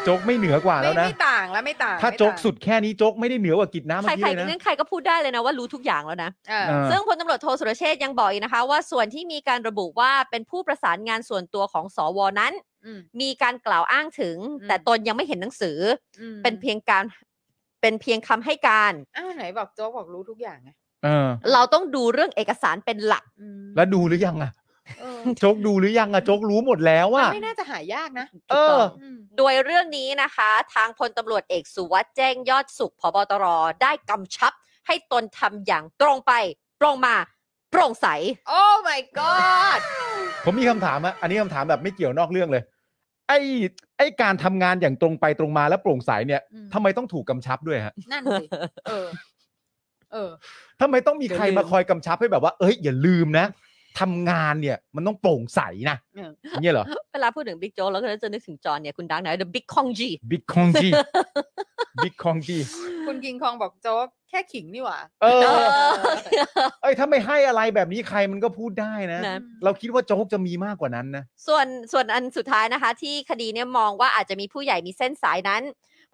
โจ๊กไม่เหนือกว่า ไม่ แล้วนะ ไม่ต่าง างแล้วไม่ต่าง ถ้า ไม่ โจ๊ก ต่ง สุดแค่นี้โจ๊กไม่ได้เหนือกว่ากิจน้ำ ใคร เมื่อ ใคร กี้เลย งั้ นะ นใครก็พูดได้เลยนะว่ารู้ทุกอย่างแล้วนะ เออ เออ ซึ่งพลตำรวจโทสุรเชษฐ์ยังบอกอีกนะคะ ว่าส่วนที่มีการระบุว่าเป็นผู้ประสานงานส่วนตัวของสวนั้น ม มีการกล่าวอ้างถึง อืม แต่ตนยังไม่เห็นหนังสือ อืม อเป็นเพียงการเป็นเพียงคำให้การ อ้าวไหนบอกโจ๊กบอกรู้ทุกอย่างไง เออ เราต้องดูเรื่องเอกสารเป็นหลัก อืม แล้วดูหรือยังอะ เออ โจ๊กดูหรือยังอะโจ๊กรู้หมดแล้ว มัน อะ ไม่น่าจะหายากนะ เออ อืม โดยเรื่องนี้นะคะ ทางพลตำรวจเอกสุวัสด์แจ้งยอดสุขพบตรได้กำชับ ให้ตนทำอย่างตรงไป ตรงมา โปร่งใส โอ้ my god ผมมีคำถามอะอันนี้คำถามแบบไม่เกี่ยวนอกเรื่องเลย ไอ้ไอ้การทำงานอย่างตรงไปตรงมาและโปร่งใสเนี่ย อืม ทำไมต้องถูกกำชับด้วยฮะ นั่นสิเออ เออ ทำไมต้องมีใครมาคอยกำชับให้แบบว่า เอ้ยอย่าลืมนะทำงานเนี่ยมันต้องโปร่งใสนะ เออ อย่างเนี่ยเหรอ เวลาพูดถึงบิ๊กโจ๊กเราก็จะนึกถึงจอห์นเนี่ย คุณดังไหนเดอะบิ๊กคองจี บิ๊กค องจีบิ๊กคองจี คุณกิงคองบอกโจ๊กแค่ขิงนี่หว่า เอ เอ อ อ เอ้ยถ้าไม่ให้อะไรแบบนี้ใครมันก็พูดได้นะ นะ เราคิดว่าโจ๊กจะมีมากกว่านั้นนะ ส่วนส่วนอันสุดท้ายนะคะ ที่คดีเนี่ยมองว่าอาจจะมีผู้ใหญ่มีเส้นสายนั้น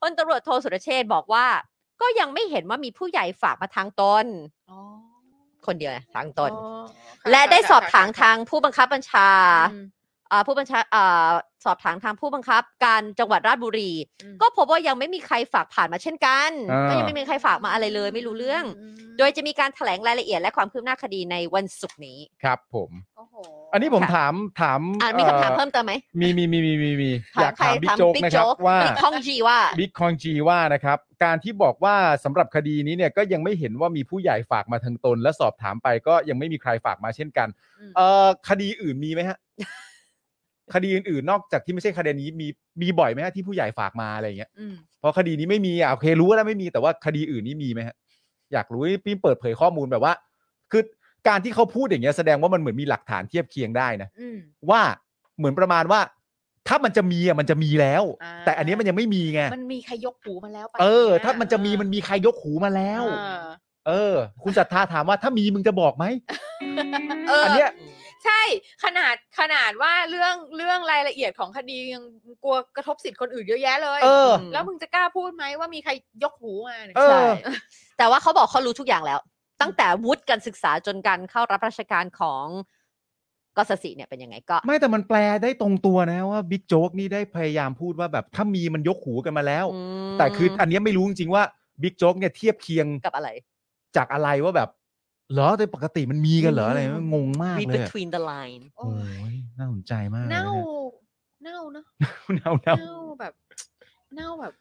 พลตำรวจโทสุรเชษฐ์บอกว่า ก็ยังไม่เห็นว่ามีผู้ใหญ่ฝากมาทางตน อ๋อ คนเดียวนะทางตน อ๋อค่ และได้สอบถาม ค่ะ ทางผู้บังคับบัญชา ค่ะอืม เอ่อผู้บัญชาเอ่อสอบถามทางผู้บังคับ การจังหวัดราชบุรี อืม ก็พบว่ายังไม่มีใครฝากผ่านมาเช่นกัน อ่า ก็ยังไม่มีใครฝากมาอะไรเลยไม่รู้เรื่อง ม โดยจะมีการแถลงรายละเอียดและความคืบหน้าคดีในวันศุกร์นี้ ครับ ผม โอ้โห อันนี้ผม ค่ะ ถามถาม อ่ามีคำถาม อ่อ เพิ่มเติมไหม มีมีมีมีมีมีอยาก ใคร ถามบิ๊กโจ๊กนะครับว่า บิ๊กคองจีว่า บิ๊กคองจีว่านะครับ การที่บอกว่าสำหรับคดีนี้เนี่ยก็ยังไม่เห็นว่ามีผู้ใหญ่ฝากมาทางตน และสอบถามไปก็ยังไม่มีใครฝากมาเช่นกัน อืม เอ่อคดีอื่นมีไหม ฮะ คดีอื่นๆนอกจากที่ไม่ใช่คดีนี้มีมีบ่อยไหมฮะที่ผู้ใหญ่ฝากมาอะไรอย่างเงี้ย ม เพราะคดีนี้ไม่มีอ่ะโอเครู้แล้วไม่มีแต่ว่าคดีอื่นนี่มีไหมฮะอยากรู้พี่เปิดเผยข้อมูลแบบว่า คือการที่เขาพูดอย่างเงี้ยแสดงว่ามันเหมือนมีหลักฐานเทียบเคียงได้นะ อืม ว่าเหมือนประมาณว่า ถ้ามันจะมีอ่ะมันจะมีแล้ว อ่า แต่อันเนี้ยมันยังไม่มีไง มันมีใครยกหูมาแล้วปะ เออ ย ถ้ามันจะมีมันมีใครยกหูมาแล้ว เออ เออ คุณศรัทธาถามว่าถ้ามีมึงจะบอกไหม เออ อันเนี้ย ใช่ขนาดขนาดว่าเรื่องเรื่องรายละเอียดของคดียังกลัวกระทบสิทธิ์คนอื่นเยอะแยะเลย เออ แล้วมึงจะกล้าพูดไหมว่ามีใครยกหูมาเนี่ย เอ ใช่ อ แต่ว่าเขาบอกเขารู้ทุกอย่างแล้ว ตั้งแต่วุฒิการศึกษาจนการเข้ารับราชการของกสสิเนี่ยเป็นยังไงก็ ไม่แต่มันแปลได้ตรงตัวนะว่าบิ๊กโจ๊กนี่ได้พยายามพูดว่าแบบถ้ามีมันยกหูกันมาแล้ว อืม แต่คืออันเนี้ยไม่รู้จริงๆว่าบิ๊กโจ๊กเนี่ยเทียบเคียง กับอะไร จากอะไรว่าแบบเหรอแต่ปกติมันมีกันเหรออะไร อืม งงมาก read เลยอะ between the line โอ้ โอ้ยน่าสนใจมากเลยนะ เน่า ฮะ เน่าเนาะ เน่าเน่า เน่าแบบเน่าแบบ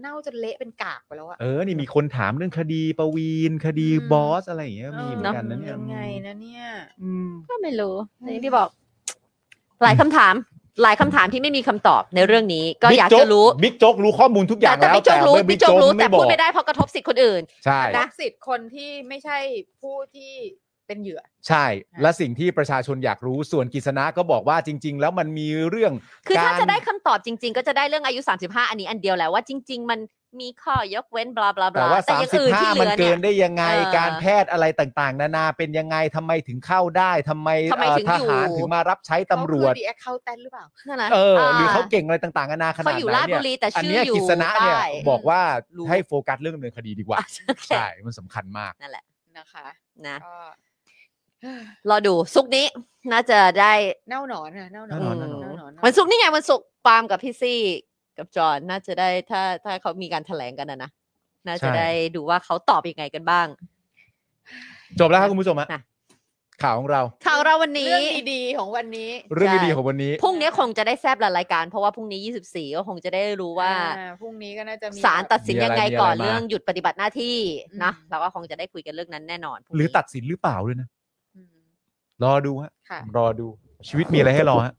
เน่าจนเละเป็นกากไปแล้วอะ เออ นี่มีคนถามเรื่องคดีประวีน คดีบอสอะไรอย่างเงี้ยมีเหมือนกันนะเนี่ย ยังไงนะเนี่ย อืม ก็ไม่รู้อย่างที่บอก หลายคำถาม หลายคำถามที่ไม่มีคำตอบในเรื่องนี้ ก็อยาก บิ๊ จะรู้ บิ๊กโจ๊กรู้ข้อมูลทุกอ แต่ ย่าง แต่ แล้ว พี่โจกรู้ เมื่อ พี่โจกรู้แต่ บ พู อ ด ก ไม่ได้เพราะกระทบสิทธิ์คนอื่น ใช่ นะสิทธิ์คนที่ไม่ใช่ผู้ที่เป็นเหยื่อ ใช่ และสิ่งที่ประชาชนอยากรู้ส่วนกฤษณะก็บอกว่าจริง ๆ แล้วมันมีเรื่อง คือถ้า การ จะได้คำตอบจริง ๆ ก็จะได้เรื่องอายุ 35 อันนี้อันเดียวแหละว่าจริง ๆ มันมีข้อยกเว้น blah blah แต่ blah ว่า แต่ สาม อย่าง สิบ อื่นที่ ห้า เห มัน ลือ เกิ เนี่ย นได้ยังไง เออ การแพทย์อะไรต่างๆ นานาเป็นยังไงทำไมถึงเข้าได้ทำไม ทำไม เอ่อ ถึง ท อยู่ หารถึงมารับใช้ตำรวเขาจคือดีแอคเคาแตนหรือเปล่า นั่นนะ เออหรือ อ่ เขาเก่งอะไรต่างๆนานาขนา เขา ด อยู่ ไหน ราช เนี่ บุ ย รีแต่ อัน ชื่อ เนี้ย อยู่ กิษณะเนี่ย ใต้ บอกว่า รู้ ให้โฟกัสเรื่องดำเนินคดีดีกว่า ใช่ ใช่ มันสำคัญมาก นั่นแหละ นะคะ นะ ก็ รอดูสุกร์นี้น่าจะได้ เน่าหนอนอะเน่าหนอน เน่าหนอน เน่าหนอน วันศุกร์นี่ไงวันศุกร์ปาล์มกับพี่ซี่กับจอห์นน่าจะได้ถ้าถ้าเขามีการแถลงกันนะนะน่าจะ ใช่ ได้ดูว่าเขาตอบยังไงกันบ้าง จบแล้วครับคุณผู้ชมฮะ น่ะ ข่าวของเรา ข่าวเราวันนี้ เรื่องดีๆของวันนี้ เรื่อง ใช่ ดีๆของวันนี้ พรุ่งนี้คงจะได้แซบหลายรายการ เพราะว่าพรุ่งนี้ 24 ก็คงจะได้รู้ว่า อ่พรุ่งนี้ก็น่าจะมี ศาลตัดสินยังไงก่อน มีอะไรมา เรื่องหยุดปฏิบัติหน้าที่ อืม นะเราก็คงจะได้คุยกันเรื่องนั้นแน่นอนพหงนี้ รือตัดสินหรือเปล่าด้วยนะ อืม รอดูฮะ ค่ะ รอดูชีวิตมีอะไรให้รอฮะ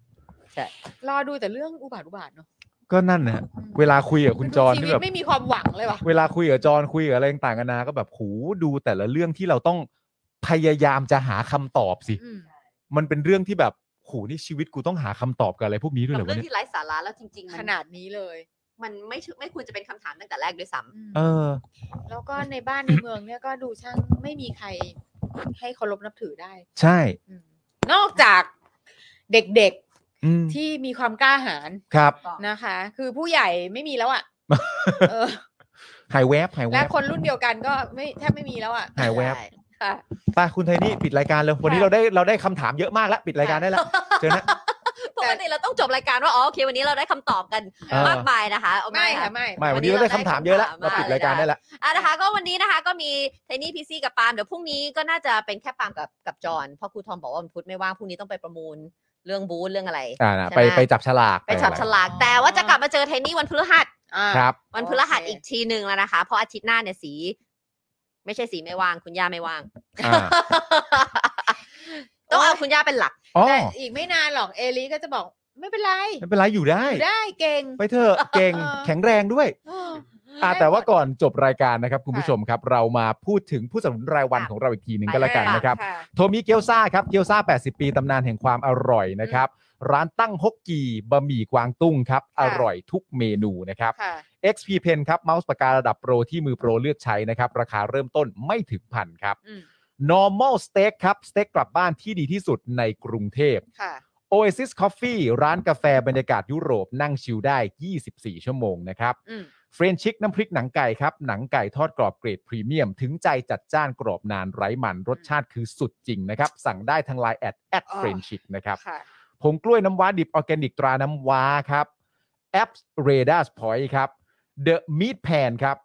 รอดูแต่เรื่องอุบาทอุบาทเนาะ ก็นั่นนะฮะเวลาคุยกับคุณจร ชี ที่ วิต แบบ ไม่มีความหวังเลยว่ะ เวลาคุยกับจรคุยกับอะไรต่างกันานาก็แบบโหดูแต่ละเรื่องที่เราต้องพยายามจะหาคำตอบสิ อืม มันเป็นเรื่องที่แบบโหนี่ชีวิตกูต้องหาคำตอบกับอะไรพวกนี้ด้วยเหร กั อบ วะ เรื่อง เนี่ย ที่ไร้สาระแล้วจริงๆ ข มัน นาดนี้เลย มันไม่ใช่ไม่ควรจะเป็นคำถามตั้งแต่แรกด้วยซ้ อืม เออ แล้วก็ในบ้านในเมืองเนี่ยก็ดูช่างไม่มีใครให้เคารพนับถือได้ ใช่ อืมนอกจากเด็ก อืม ๆที่มีความกล้าหาญ ครับ ำ นะคะ คือผู้ใหญ่ไม่มีแล้วอะ เออ หายแวบหายแว และ บ คนรุ่นเดียวกันก็ไม่แทบไม่มีแล้วอ่ะ หายแวบ ใช่ ค่ะ ตาคุณไทนี่ปิดรายการเลยวันนี้เราได้เราได้คำถามเยอะมากแล้วปิดรายการได้แล้ว เจอนะ ปกติเราต้องจบรายการว่าอ๋อโอเควันนี้เราได้คำตอบกัน เออ มากมายนะคะเอา ไม่ ค่ะ ค่ะไม่ ไม่วันนี้เราได้คำถามเยอะแล้วเราปิดรายการได้แล้ว อ่ะนะคะก็วันนี้นะคะก็มีเทนนี่พีซีกับปาล์มเดี๋ยวพรุ่งนี้ก็น่าจะเป็นแค่ปาล์มกับกับจอห์นเพราะครูทอมบอกว่าวันพุธไม่ว่างพรุ่งนี้ต้องไปประมูลเรื่องบูธเรื่องอะไร อ่านะ ใช่ ไป ไหม ไปจับฉลาก ไปจับฉลากแต่ว่าจะกลับมาเจอเทนนี่วันพฤหัส อ่า ครับ วันพฤหัส โอเค อีกทีหนึ่งแล้วนะคะ เพราะอาทิตย์หน้าเนี่ยสี ไม่ใช่สีไม่ว่าง คุณย่าไม่ว่าง อ่า ต้องเอาคุณย่าเป็นหลัก อ๋อ แต่อีกไม่นานหรอกเอลิก็จะบอกไม่เป็นไร ไม่เป็นไรอยู่ได้ อยู่ได้เก่ง ไปเถ อะเก่ง เออ แข็งแรงด้วย เออ อ่า ได้ แต่ว่า หมด ก่อนจบรายการนะครับ คุณผู้ ค่ะ ชมครับ เรามาพูดถึงผู้สนับสนุนรายวัน ค่ะ ของเราอีกทีหนึ่งก็ ไป แล้วกัน เลย นะครับ ค่ะ โทมิเกียวซาครับเกียวซา80 ปีตำนานแห่งความอร่อยนะครับ ร้านตั้งฮกกีบะหมี่กวางตุ้งครับ อ ค่ะ ร่อยทุกเมนูนะครับ ค่ะ XP Pen ครับเมาส์ปากการะดับโปรที่มือโปรเลือกใช้นะครับ ราคาเริ่มต้นไม่ถึงพันครับ อืม Normal Steak ครับสเต็กกลับบ้านที่ดีที่สุดในกรุงเทพ ค่ะ Oasis Coffee ร้านกาแฟบรรยากาศยุโรปนั่งชิลได้ 24 ชั่วโมงนะครับ อืม เฟรนชิกน้ำพริกหนังไก่ครับ หนังไก่ทอดกรอบเกรดพรีเมียม ถึงใจจัดจ้านกรอบนานไร้มันรสชาติคือสุดจริงนะครับ สั่งได้ทางไลน์แอดแอด อ๋อ เฟรนชิกนะครับ ค่ะ ผงกล้วยน้ำว้าดิบออร์แกนิกตราน้ำว้าครับแอปเรดาร์สพอยต์ครับเดอะมีดแพนครับ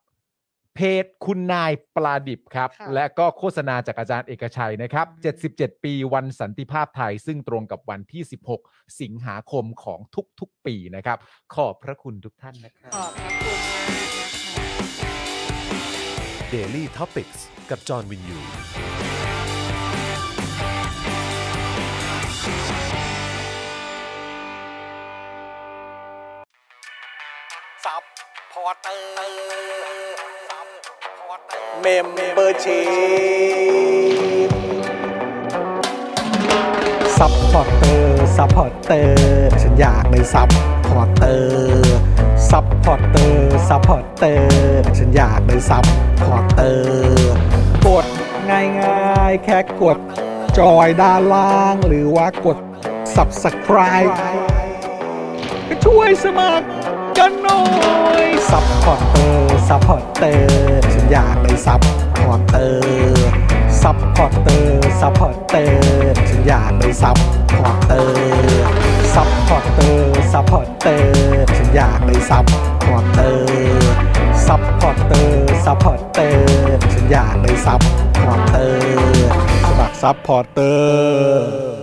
เพจคุณนายปลาดิบครับ ค่ะ และก็โฆษณาจากอาจารย์เอกชัยนะครับ อืม 77 ปีวันสันติภาพไทย ซึ่งตรงกับวันที่ 16 สิงหาคมของทุกๆ ปีนะครับ ขอบพระคุณทุกท่านนะครับ ขอบพระคุณมากนะคะ Daily t o p i c กกับจอห์นวินยู ซับพอร์เตอร์เมมเบอร์ชีซับพอร์เตอร์ซัพพอร์เตอร์ฉันอยากเป็นซับพอร์เตอร์ซับพอร์เตอร์ซัพพอร์เตอร์ฉันอยากเป็นซับพอร์เตอร์กดง่ายๆ แค่กด จอยด้านล่าง หรือว่ากด subscribe ก็ช่วยสมัคร กันหน่อยซัพพอร์เตอร์ซัพพอร์เตอร์ฉันอยากเป็นซัพพอร์เตอร์ซัพพอร์เตอร์ซัพพอร์เตอร์ฉันอยากเป็นซัพพอร์เตอร์ซัพพอร์เตอร์ซัพพอร์เตอร์ฉันอยากเป็นซัพพอร์เตอร์ซัพพอร์เตอร์ซัพพอร์เตอร์ฉันอยากเป็นซัพพอร์เตอร์สมัครซัพพอร์เตอร์